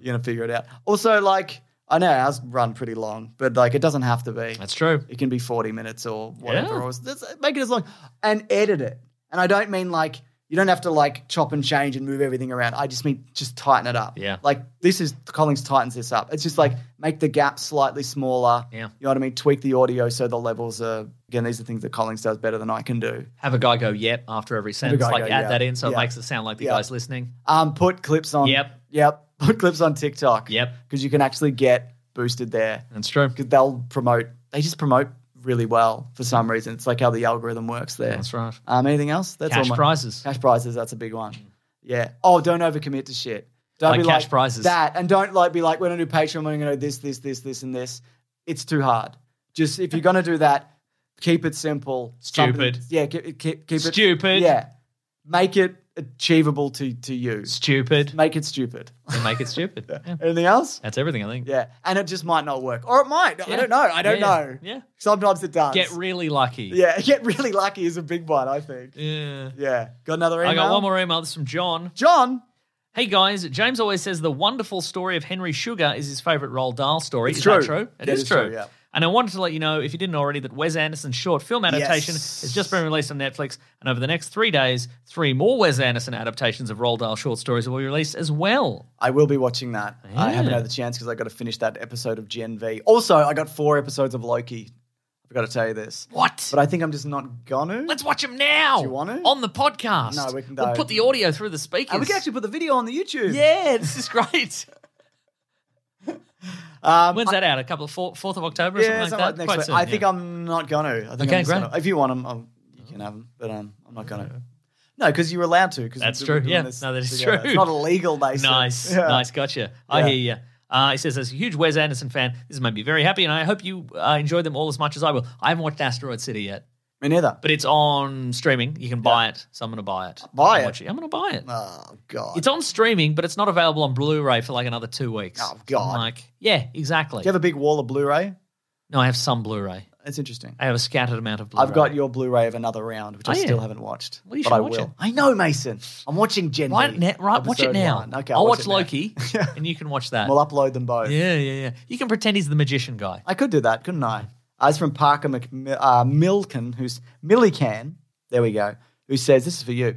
Speaker 3: You're gonna figure it out. Also, like I know ours run pretty long, but like it doesn't have to be.
Speaker 4: That's true.
Speaker 3: It can be 40 minutes or whatever.
Speaker 4: Yeah.
Speaker 3: Or let's make it as long and edit it. And I don't mean like you don't have to like chop and change and move everything around. I just mean just tighten it up.
Speaker 4: Yeah.
Speaker 3: Like this is Collins tightens this up. It's just like make the gap slightly smaller.
Speaker 4: Yeah.
Speaker 3: You know what I mean? Tweak the audio so the levels are again, these are things that Collins does better than I can do.
Speaker 4: Have a guy go yep after every
Speaker 3: a
Speaker 4: sentence,
Speaker 3: guy
Speaker 4: like
Speaker 3: go,
Speaker 4: add
Speaker 3: "Yep."
Speaker 4: that in so
Speaker 3: Yeah.
Speaker 4: it makes it sound like the
Speaker 3: Yeah.
Speaker 4: guy's listening.
Speaker 3: Um put clips on
Speaker 4: Yep.
Speaker 3: Yep. Put clips on TikTok.
Speaker 4: Yep. Mm.
Speaker 3: Because you can actually get boosted there.
Speaker 4: That's true.
Speaker 3: Because they'll promote they just promote really well for some reason. It's like how the algorithm works there.
Speaker 4: That's right.
Speaker 3: Um, anything else? That's
Speaker 4: Cash
Speaker 3: all my-
Speaker 4: prizes.
Speaker 3: Cash prizes. That's a big one. Yeah. Oh, don't overcommit to shit. Don't
Speaker 4: Like
Speaker 3: be
Speaker 4: cash
Speaker 3: like
Speaker 4: prizes.
Speaker 3: that, and don't like be like we're gonna do Patreon. We're gonna do this, this, this, this, and this. It's too hard. Just if you're gonna do that, Keep it simple.
Speaker 4: Stupid.
Speaker 3: something- Yeah, keep, keep, keep it
Speaker 4: Stupid.
Speaker 3: Yeah, make it achievable to to you.
Speaker 4: Stupid.
Speaker 3: Make it stupid.
Speaker 4: They make it stupid. Yeah.
Speaker 3: Anything else?
Speaker 4: That's everything, I think.
Speaker 3: Yeah, and it just might not work, or it might. I
Speaker 4: Yeah.
Speaker 3: don't know. I don't
Speaker 4: Yeah, yeah.
Speaker 3: know.
Speaker 4: Yeah.
Speaker 3: Sometimes it does.
Speaker 4: Get really lucky.
Speaker 3: yeah, get really lucky is a big one, I think.
Speaker 4: Yeah.
Speaker 3: Yeah. Got another email?
Speaker 4: I got one more email. This is from John.
Speaker 3: John.
Speaker 4: Hey guys, James always says the wonderful story of Henry Sugar is his favorite Roald Dahl story.
Speaker 3: It's
Speaker 4: is
Speaker 3: true.
Speaker 4: that true?
Speaker 3: That is true, yeah.
Speaker 4: And I wanted to let you know, if you didn't already, that Wes Anderson's short film adaptation
Speaker 3: Yes.
Speaker 4: has just been released on Netflix, and over the next three days, three more Wes Anderson adaptations of Roald Dahl short stories will be released as well.
Speaker 3: I will be watching that. I haven't
Speaker 4: Yeah.
Speaker 3: had the chance because I got to finish that episode of Gen V. Also, I got four episodes of Loki. I've got to tell you this.
Speaker 4: What?
Speaker 3: But I think I'm just not gonna.
Speaker 4: Let's watch them now.
Speaker 3: Do you want to?
Speaker 4: on the podcast?
Speaker 3: No, we can-
Speaker 4: We'll
Speaker 3: no.
Speaker 4: put the audio through the speakers.
Speaker 3: and Uh, we can actually put the video on the YouTube.
Speaker 4: yeah, this is great.
Speaker 3: Um,
Speaker 4: When's
Speaker 3: I-
Speaker 4: that out? A couple of four, fourth of October or
Speaker 3: Yeah,
Speaker 4: something like
Speaker 3: something
Speaker 4: that.
Speaker 3: like next
Speaker 4: Quite
Speaker 3: week.
Speaker 4: soon,
Speaker 3: I think
Speaker 4: yeah.
Speaker 3: I'm not gonna. I think
Speaker 4: Okay,
Speaker 3: I'm just
Speaker 4: great.
Speaker 3: Gonna, if you want them, I'll, you can have them. But um, I'm not gonna. No, because you were allowed to. Cause
Speaker 4: That's
Speaker 3: we were
Speaker 4: true,
Speaker 3: doing
Speaker 4: yeah.
Speaker 3: this
Speaker 4: No, that is
Speaker 3: together.
Speaker 4: true.
Speaker 3: It's not illegal, basically.
Speaker 4: Nice,
Speaker 3: Yeah.
Speaker 4: nice, gotcha. I
Speaker 3: Yeah.
Speaker 4: hear you. Uh, he says, as a huge Wes Anderson fan, this has made me very happy, and I hope you uh, enjoyed them all as much as I will. I haven't watched Asteroid City yet,
Speaker 3: Me neither.
Speaker 4: but it's on streaming. You can buy it, so I'm going to buy it.
Speaker 3: Buy
Speaker 4: And
Speaker 3: it?
Speaker 4: watch I'm going to buy it.
Speaker 3: Oh god.
Speaker 4: It's on streaming, but it's not available on Blu-ray for like another two weeks.
Speaker 3: Oh, God.
Speaker 4: I'm like, yeah, exactly.
Speaker 3: Do you have a big wall of Blu-ray?
Speaker 4: no, I have some Blu-ray.
Speaker 3: That's interesting.
Speaker 4: I have a scattered amount of Blu-ray.
Speaker 3: I've got your Blu-ray of another round, which
Speaker 4: Oh,
Speaker 3: I
Speaker 4: yeah.
Speaker 3: still haven't watched,
Speaker 4: Well, you
Speaker 3: but
Speaker 4: should
Speaker 3: I
Speaker 4: watch
Speaker 3: will.
Speaker 4: it.
Speaker 3: I know, Mason. I'm watching Gen.
Speaker 4: right,
Speaker 3: V,
Speaker 4: na- right. Watch it
Speaker 3: episode
Speaker 4: now.
Speaker 3: one. Okay,
Speaker 4: I'll, watch,
Speaker 3: it now.
Speaker 4: Loki, and you can watch that.
Speaker 3: We'll upload them both.
Speaker 4: yeah, yeah, yeah. You can pretend he's the magician guy.
Speaker 3: I could do that, couldn't I? Uh, it's from Parker Mc, Mi- uh, Milken, who's Millican. There we go. Who says this is for you?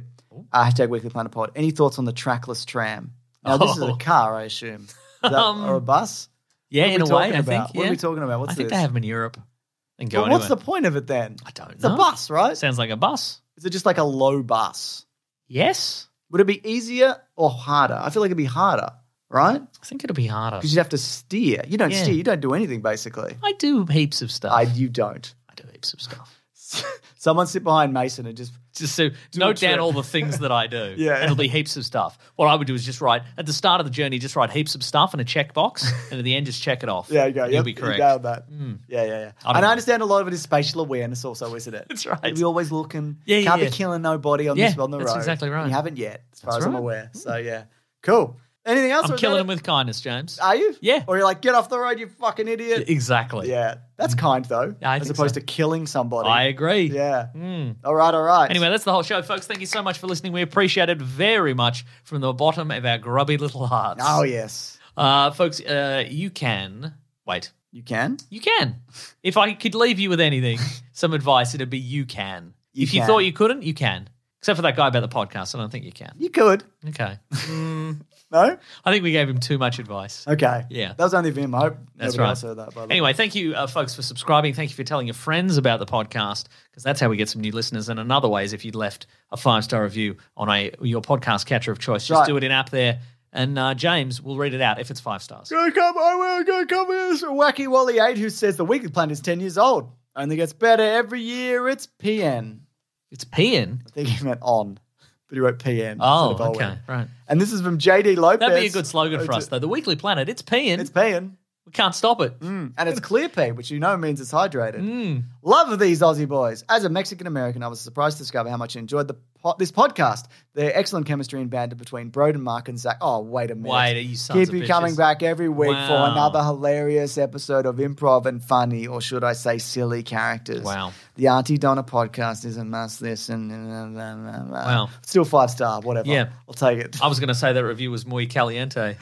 Speaker 3: Uh, hashtag Weekly Planet Pod. Any thoughts on the trackless tram? Now this is
Speaker 4: Oh.
Speaker 3: a car, I assume, Is that-
Speaker 4: Um,
Speaker 3: or a bus.
Speaker 4: Yeah,
Speaker 3: What are
Speaker 4: in
Speaker 3: we
Speaker 4: a way,
Speaker 3: talking
Speaker 4: I
Speaker 3: about?
Speaker 4: think.
Speaker 3: What are
Speaker 4: yeah.
Speaker 3: we talking about? What's
Speaker 4: I think
Speaker 3: this?
Speaker 4: they have 'em in Europe and go
Speaker 3: But what's the
Speaker 4: anywhere.
Speaker 3: point of it then?
Speaker 4: I don't
Speaker 3: It's
Speaker 4: know.
Speaker 3: a bus, right?
Speaker 4: Sounds like a bus.
Speaker 3: Is it just like a low bus?
Speaker 4: Yes,
Speaker 3: Would it be easier or harder? I feel like it'd be harder, right?
Speaker 4: I think it'll be harder.
Speaker 3: Because you'd have to steer. You don't
Speaker 4: Yeah.
Speaker 3: steer. You don't do anything basically.
Speaker 4: I do heaps of stuff.
Speaker 3: I,
Speaker 4: I,
Speaker 3: you don't.
Speaker 4: do heaps of stuff.
Speaker 3: Someone sit behind Mason and just
Speaker 4: Just so
Speaker 3: a
Speaker 4: note down
Speaker 3: trip.
Speaker 4: all the things that I do.
Speaker 3: Yeah.
Speaker 4: and it'll be heaps of stuff. What I would do is just write at the start of the journey, just write heaps of stuff and a checkbox, and at the end, just check it off.
Speaker 3: yeah, you go.
Speaker 4: And
Speaker 3: yep,
Speaker 4: You'll be correct.
Speaker 3: You nailed that.
Speaker 4: Hmm.
Speaker 3: Yeah, yeah, yeah.
Speaker 4: I don't
Speaker 3: and
Speaker 4: know.
Speaker 3: I understand a lot of it is spatial awareness, also, isn't it?
Speaker 4: That's right.
Speaker 3: You're always looking.
Speaker 4: Yeah, yeah,
Speaker 3: Can't
Speaker 4: yeah.
Speaker 3: be killing nobody on this
Speaker 4: Yeah,
Speaker 3: on the
Speaker 4: that's
Speaker 3: road.
Speaker 4: exactly right.
Speaker 3: You haven't yet, as far
Speaker 4: That's
Speaker 3: as I'm
Speaker 4: right. Hmm.
Speaker 3: aware. So yeah, cool. Anything else? or
Speaker 4: I'm
Speaker 3: is
Speaker 4: killing
Speaker 3: that
Speaker 4: them
Speaker 3: it?
Speaker 4: with kindness, James.
Speaker 3: Are you?
Speaker 4: Yeah.
Speaker 3: Or you're like, get off the road, you fucking idiot.
Speaker 4: exactly.
Speaker 3: Yeah, that's kind though,
Speaker 4: Hmm. Yeah, I
Speaker 3: as
Speaker 4: think
Speaker 3: opposed
Speaker 4: so.
Speaker 3: to killing somebody.
Speaker 4: I agree.
Speaker 3: Yeah.
Speaker 4: Mm.
Speaker 3: All right, all right.
Speaker 4: Anyway, that's the whole show, folks. Thank you so much for listening. We appreciate it very much from the bottom of our grubby little hearts.
Speaker 3: Oh yes,
Speaker 4: Uh, folks, uh, you can wait.
Speaker 3: you can.
Speaker 4: You can. If I could leave you with anything, some advice, it'd be you can.
Speaker 3: You
Speaker 4: if you
Speaker 3: can.
Speaker 4: thought you couldn't, you can. Except for that guy about the podcast, I don't think you can.
Speaker 3: You could.
Speaker 4: Okay.
Speaker 3: No.
Speaker 4: I think we gave him too much advice.
Speaker 3: Okay.
Speaker 4: Yeah.
Speaker 3: That was only Vim. I hope
Speaker 4: That's
Speaker 3: nobody
Speaker 4: right.
Speaker 3: else heard that. By the way.
Speaker 4: Anyway, thank you, uh, folks, for subscribing. Thank you for telling your friends about the podcast because that's how we get some new listeners. And another way is if you'd left a five star review on a your podcast catcher of choice. Just
Speaker 3: Right.
Speaker 4: do it in app there, and uh, James will read it out if it's five stars.
Speaker 3: Go come, I will go come with us. Wacky Wally 8 who says the Weekly Planet is 10 years old. Only gets better every year. It's PN.
Speaker 4: It's peeing.
Speaker 3: I think he meant on, but he wrote PN.
Speaker 4: Oh,
Speaker 3: instead of
Speaker 4: okay,
Speaker 3: Owen.
Speaker 4: right.
Speaker 3: And this is from JD Lopez.
Speaker 4: That'd be a good slogan for
Speaker 3: Oh,
Speaker 4: us, though. The Weekly Planet. It's peeing.
Speaker 3: It's PN.
Speaker 4: we can't stop it.
Speaker 3: Mm. And it's clear pee, which you know means it's hydrated.
Speaker 4: Mm.
Speaker 3: Love these Aussie boys. As a Mexican American, I was surprised to discover how much I enjoyed the po- this podcast. The excellent chemistry and banter between Broden, Mark, and Zach. Oh, wait a minute.
Speaker 4: Wait, you sons
Speaker 3: Keep
Speaker 4: of
Speaker 3: you
Speaker 4: bitches.
Speaker 3: coming back every week
Speaker 4: Wow.
Speaker 3: for another hilarious episode of improv and funny, or should I say, silly characters.
Speaker 4: Wow.
Speaker 3: The Auntie Donna podcast is a must listen. Wow.
Speaker 4: Wow.
Speaker 3: Still five star, whatever.
Speaker 4: Yeah.
Speaker 3: I'll take it.
Speaker 4: I was going to say that review was muy caliente.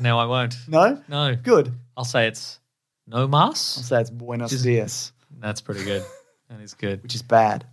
Speaker 4: now I won't.
Speaker 3: no?
Speaker 4: No.
Speaker 3: Good.
Speaker 4: I'll say it's no
Speaker 3: I'll
Speaker 4: mas.
Speaker 3: say it's Buenos
Speaker 4: Just-
Speaker 3: Dias,
Speaker 4: That's pretty good. That is good.
Speaker 3: which is bad,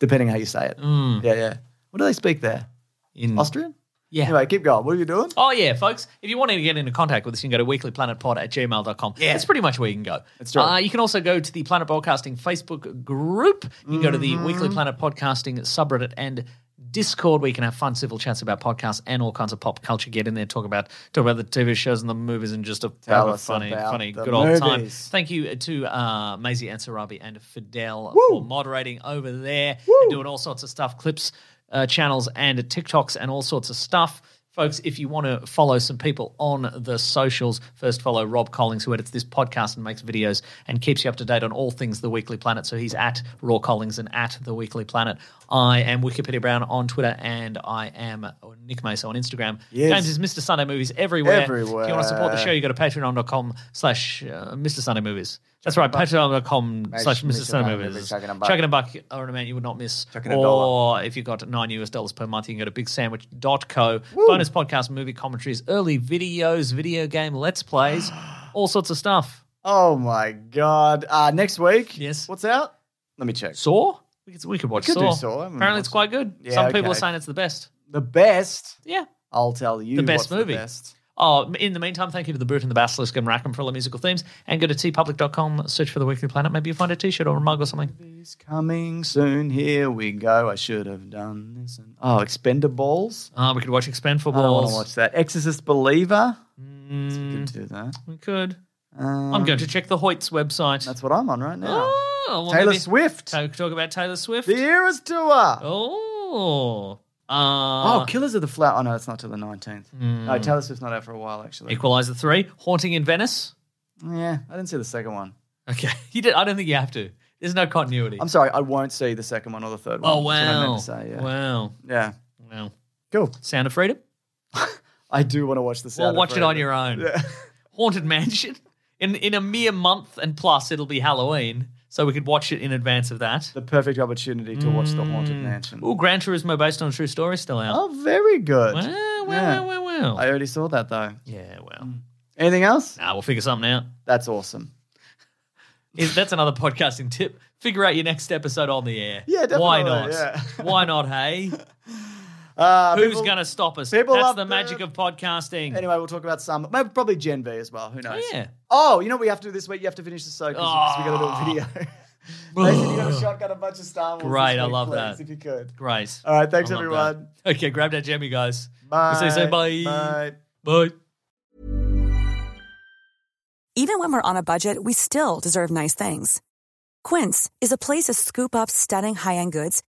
Speaker 3: depending how you say it.
Speaker 4: Mm.
Speaker 3: Yeah, yeah. What do they speak there?
Speaker 4: In
Speaker 3: Austrian?
Speaker 4: yeah.
Speaker 3: Anyway, keep going. What are you doing?
Speaker 4: Oh, yeah, folks. If you want to get into contact with us, you can go to weeklyplanetpod at gmail.com. Yeah. That's pretty much where you can go.
Speaker 3: That's true.
Speaker 4: Uh, you can also go to the Planet Broadcasting Facebook group. You can go to
Speaker 3: Mm-hmm.
Speaker 4: the Weekly Planet Podcasting subreddit and Discord where you can have fun civil chats about podcasts and all kinds of pop culture. Get in there, talk about talk about the TV shows and the movies and just a
Speaker 3: Tell
Speaker 4: have a
Speaker 3: us
Speaker 4: funny,
Speaker 3: about
Speaker 4: funny,
Speaker 3: the
Speaker 4: good old time.
Speaker 3: movies.
Speaker 4: Thank you to uh, Maisie Ansarabi and Fidel for moderating over there and doing all sorts of stuff, clips, uh, channels, and TikToks, and all sorts of stuff. Folks, if you want to follow some people on the socials, first follow Rob Collings, who edits this podcast and makes videos and keeps you up to date on all things The Weekly Planet. So he's at Raw Collings and at The Weekly Planet. I am Wikipedia Brown on Twitter and I am uh, Nick Mason on Instagram.
Speaker 3: Yes.
Speaker 4: James is Mr. Sunday Movies everywhere. If you want
Speaker 3: Everywhere.
Speaker 4: to support the show, you go to patreon.com slash uh, Mr. Sunday Movies. That's right, patreon.com slash
Speaker 3: Mr.
Speaker 4: Mr. Sunday
Speaker 3: Sunday
Speaker 4: Movies.
Speaker 3: Movies, chucking a buck.
Speaker 4: Chucking a buck or an amount you would not miss.
Speaker 3: Chucking a
Speaker 4: or
Speaker 3: dollar.
Speaker 4: if you've got nine US dollars per month, you can go to bigsandwich.co. Bonus podcasts, movie commentaries, early videos, video game let's plays, all sorts of stuff.
Speaker 3: Oh my god! Uh, next week,
Speaker 4: Yes.
Speaker 3: what's out? Let me check.
Speaker 4: Saw? We could, we could watch
Speaker 3: could do
Speaker 4: Saw.
Speaker 3: Saw. I haven't
Speaker 4: Apparently, it's quite good.
Speaker 3: Yeah,
Speaker 4: Some people are
Speaker 3: okay.
Speaker 4: saying it's the best.
Speaker 3: The best.
Speaker 4: Yeah.
Speaker 3: I'll tell you.
Speaker 4: The best
Speaker 3: what's
Speaker 4: movie.
Speaker 3: The best.
Speaker 4: Oh, in the meantime, thank you to the Brute and the Basilisk and Rackham for all the musical themes. And go to tpublic.com, search for the Weekly Planet. Maybe you'll find a t shirt or a mug or something.
Speaker 3: It's coming soon. Here we go. I should have done this. And... Oh, Expendables.
Speaker 4: Uh, we could watch Expend for
Speaker 3: I don't want
Speaker 4: Balls.
Speaker 3: to watch that. Exorcist Believer. Could do that.
Speaker 4: We could.
Speaker 3: Um,
Speaker 4: Mm. I'm going to check the Hoyts website.
Speaker 3: That's what I'm on right now.
Speaker 4: oh, well,
Speaker 3: Taylor
Speaker 4: maybe-
Speaker 3: Swift.
Speaker 4: Ta- Talk about Taylor Swift.
Speaker 3: the Eras Tour.
Speaker 4: Oh. Uh, Hmm.
Speaker 3: oh, Killers of the Flower. Oh no, it's not till the 19th. No, Taylor Swift's not out for a while actually.
Speaker 4: Equalizer 3, Haunting in Venice.
Speaker 3: Yeah, I didn't see the second one.
Speaker 4: Okay. You did, I don't think you have to. There's no continuity.
Speaker 3: I'm sorry, I won't see the second one or the third one.
Speaker 4: oh,
Speaker 3: That's what I
Speaker 4: wow.
Speaker 3: meant to say, yeah.
Speaker 4: Wow.
Speaker 3: Yeah.
Speaker 4: Wow.
Speaker 3: Cool.
Speaker 4: Sound of Freedom?
Speaker 3: I do want to watch the
Speaker 4: Well,
Speaker 3: sound.
Speaker 4: watch it on your
Speaker 3: own.
Speaker 4: own. Haunted Mansion. In, in a mere month and plus, it'll be Halloween. So we could watch it in advance of that.
Speaker 3: The perfect opportunity to watch The Haunted Mansion.
Speaker 4: Oh, Gran Turismo based on a true story still out.
Speaker 3: Oh, very good.
Speaker 4: Wow, wow,
Speaker 3: Yeah.
Speaker 4: wow, wow, wow.
Speaker 3: I Mm. already saw that though.
Speaker 4: yeah, well.
Speaker 3: Anything else?
Speaker 4: Nah, we'll figure something out.
Speaker 3: That's awesome.
Speaker 4: Is, that's another podcasting tip. Figure out your next episode on the air.
Speaker 3: Yeah, definitely,
Speaker 4: Why not?
Speaker 3: yeah.
Speaker 4: Why not? Hey,
Speaker 3: Uh,
Speaker 4: who's
Speaker 3: people-
Speaker 4: going to stop us?
Speaker 3: people
Speaker 4: That's
Speaker 3: up
Speaker 4: the
Speaker 3: there-
Speaker 4: magic of podcasting.
Speaker 3: Anyway, we'll talk about some. Maybe probably Gen V as well. Who knows?
Speaker 4: yeah.
Speaker 3: Oh, you know what we have to do this week? You have to finish the show because we
Speaker 4: Ah.
Speaker 3: got to do a video. Mason, you got to shotgun a bunch of Star Wars. this
Speaker 4: Great, I
Speaker 3: week,
Speaker 4: love
Speaker 3: please,
Speaker 4: that.
Speaker 3: If you could.
Speaker 4: Great.
Speaker 3: All right, thanks
Speaker 4: I love
Speaker 3: everyone.
Speaker 4: that. Okay, grab that jammy, guys.
Speaker 3: Bye.
Speaker 4: We'll say, say bye.
Speaker 3: Bye.
Speaker 4: Bye.
Speaker 6: Even when we're on a budget, we still deserve nice things. Quince is a place to scoop up stunning high-end goods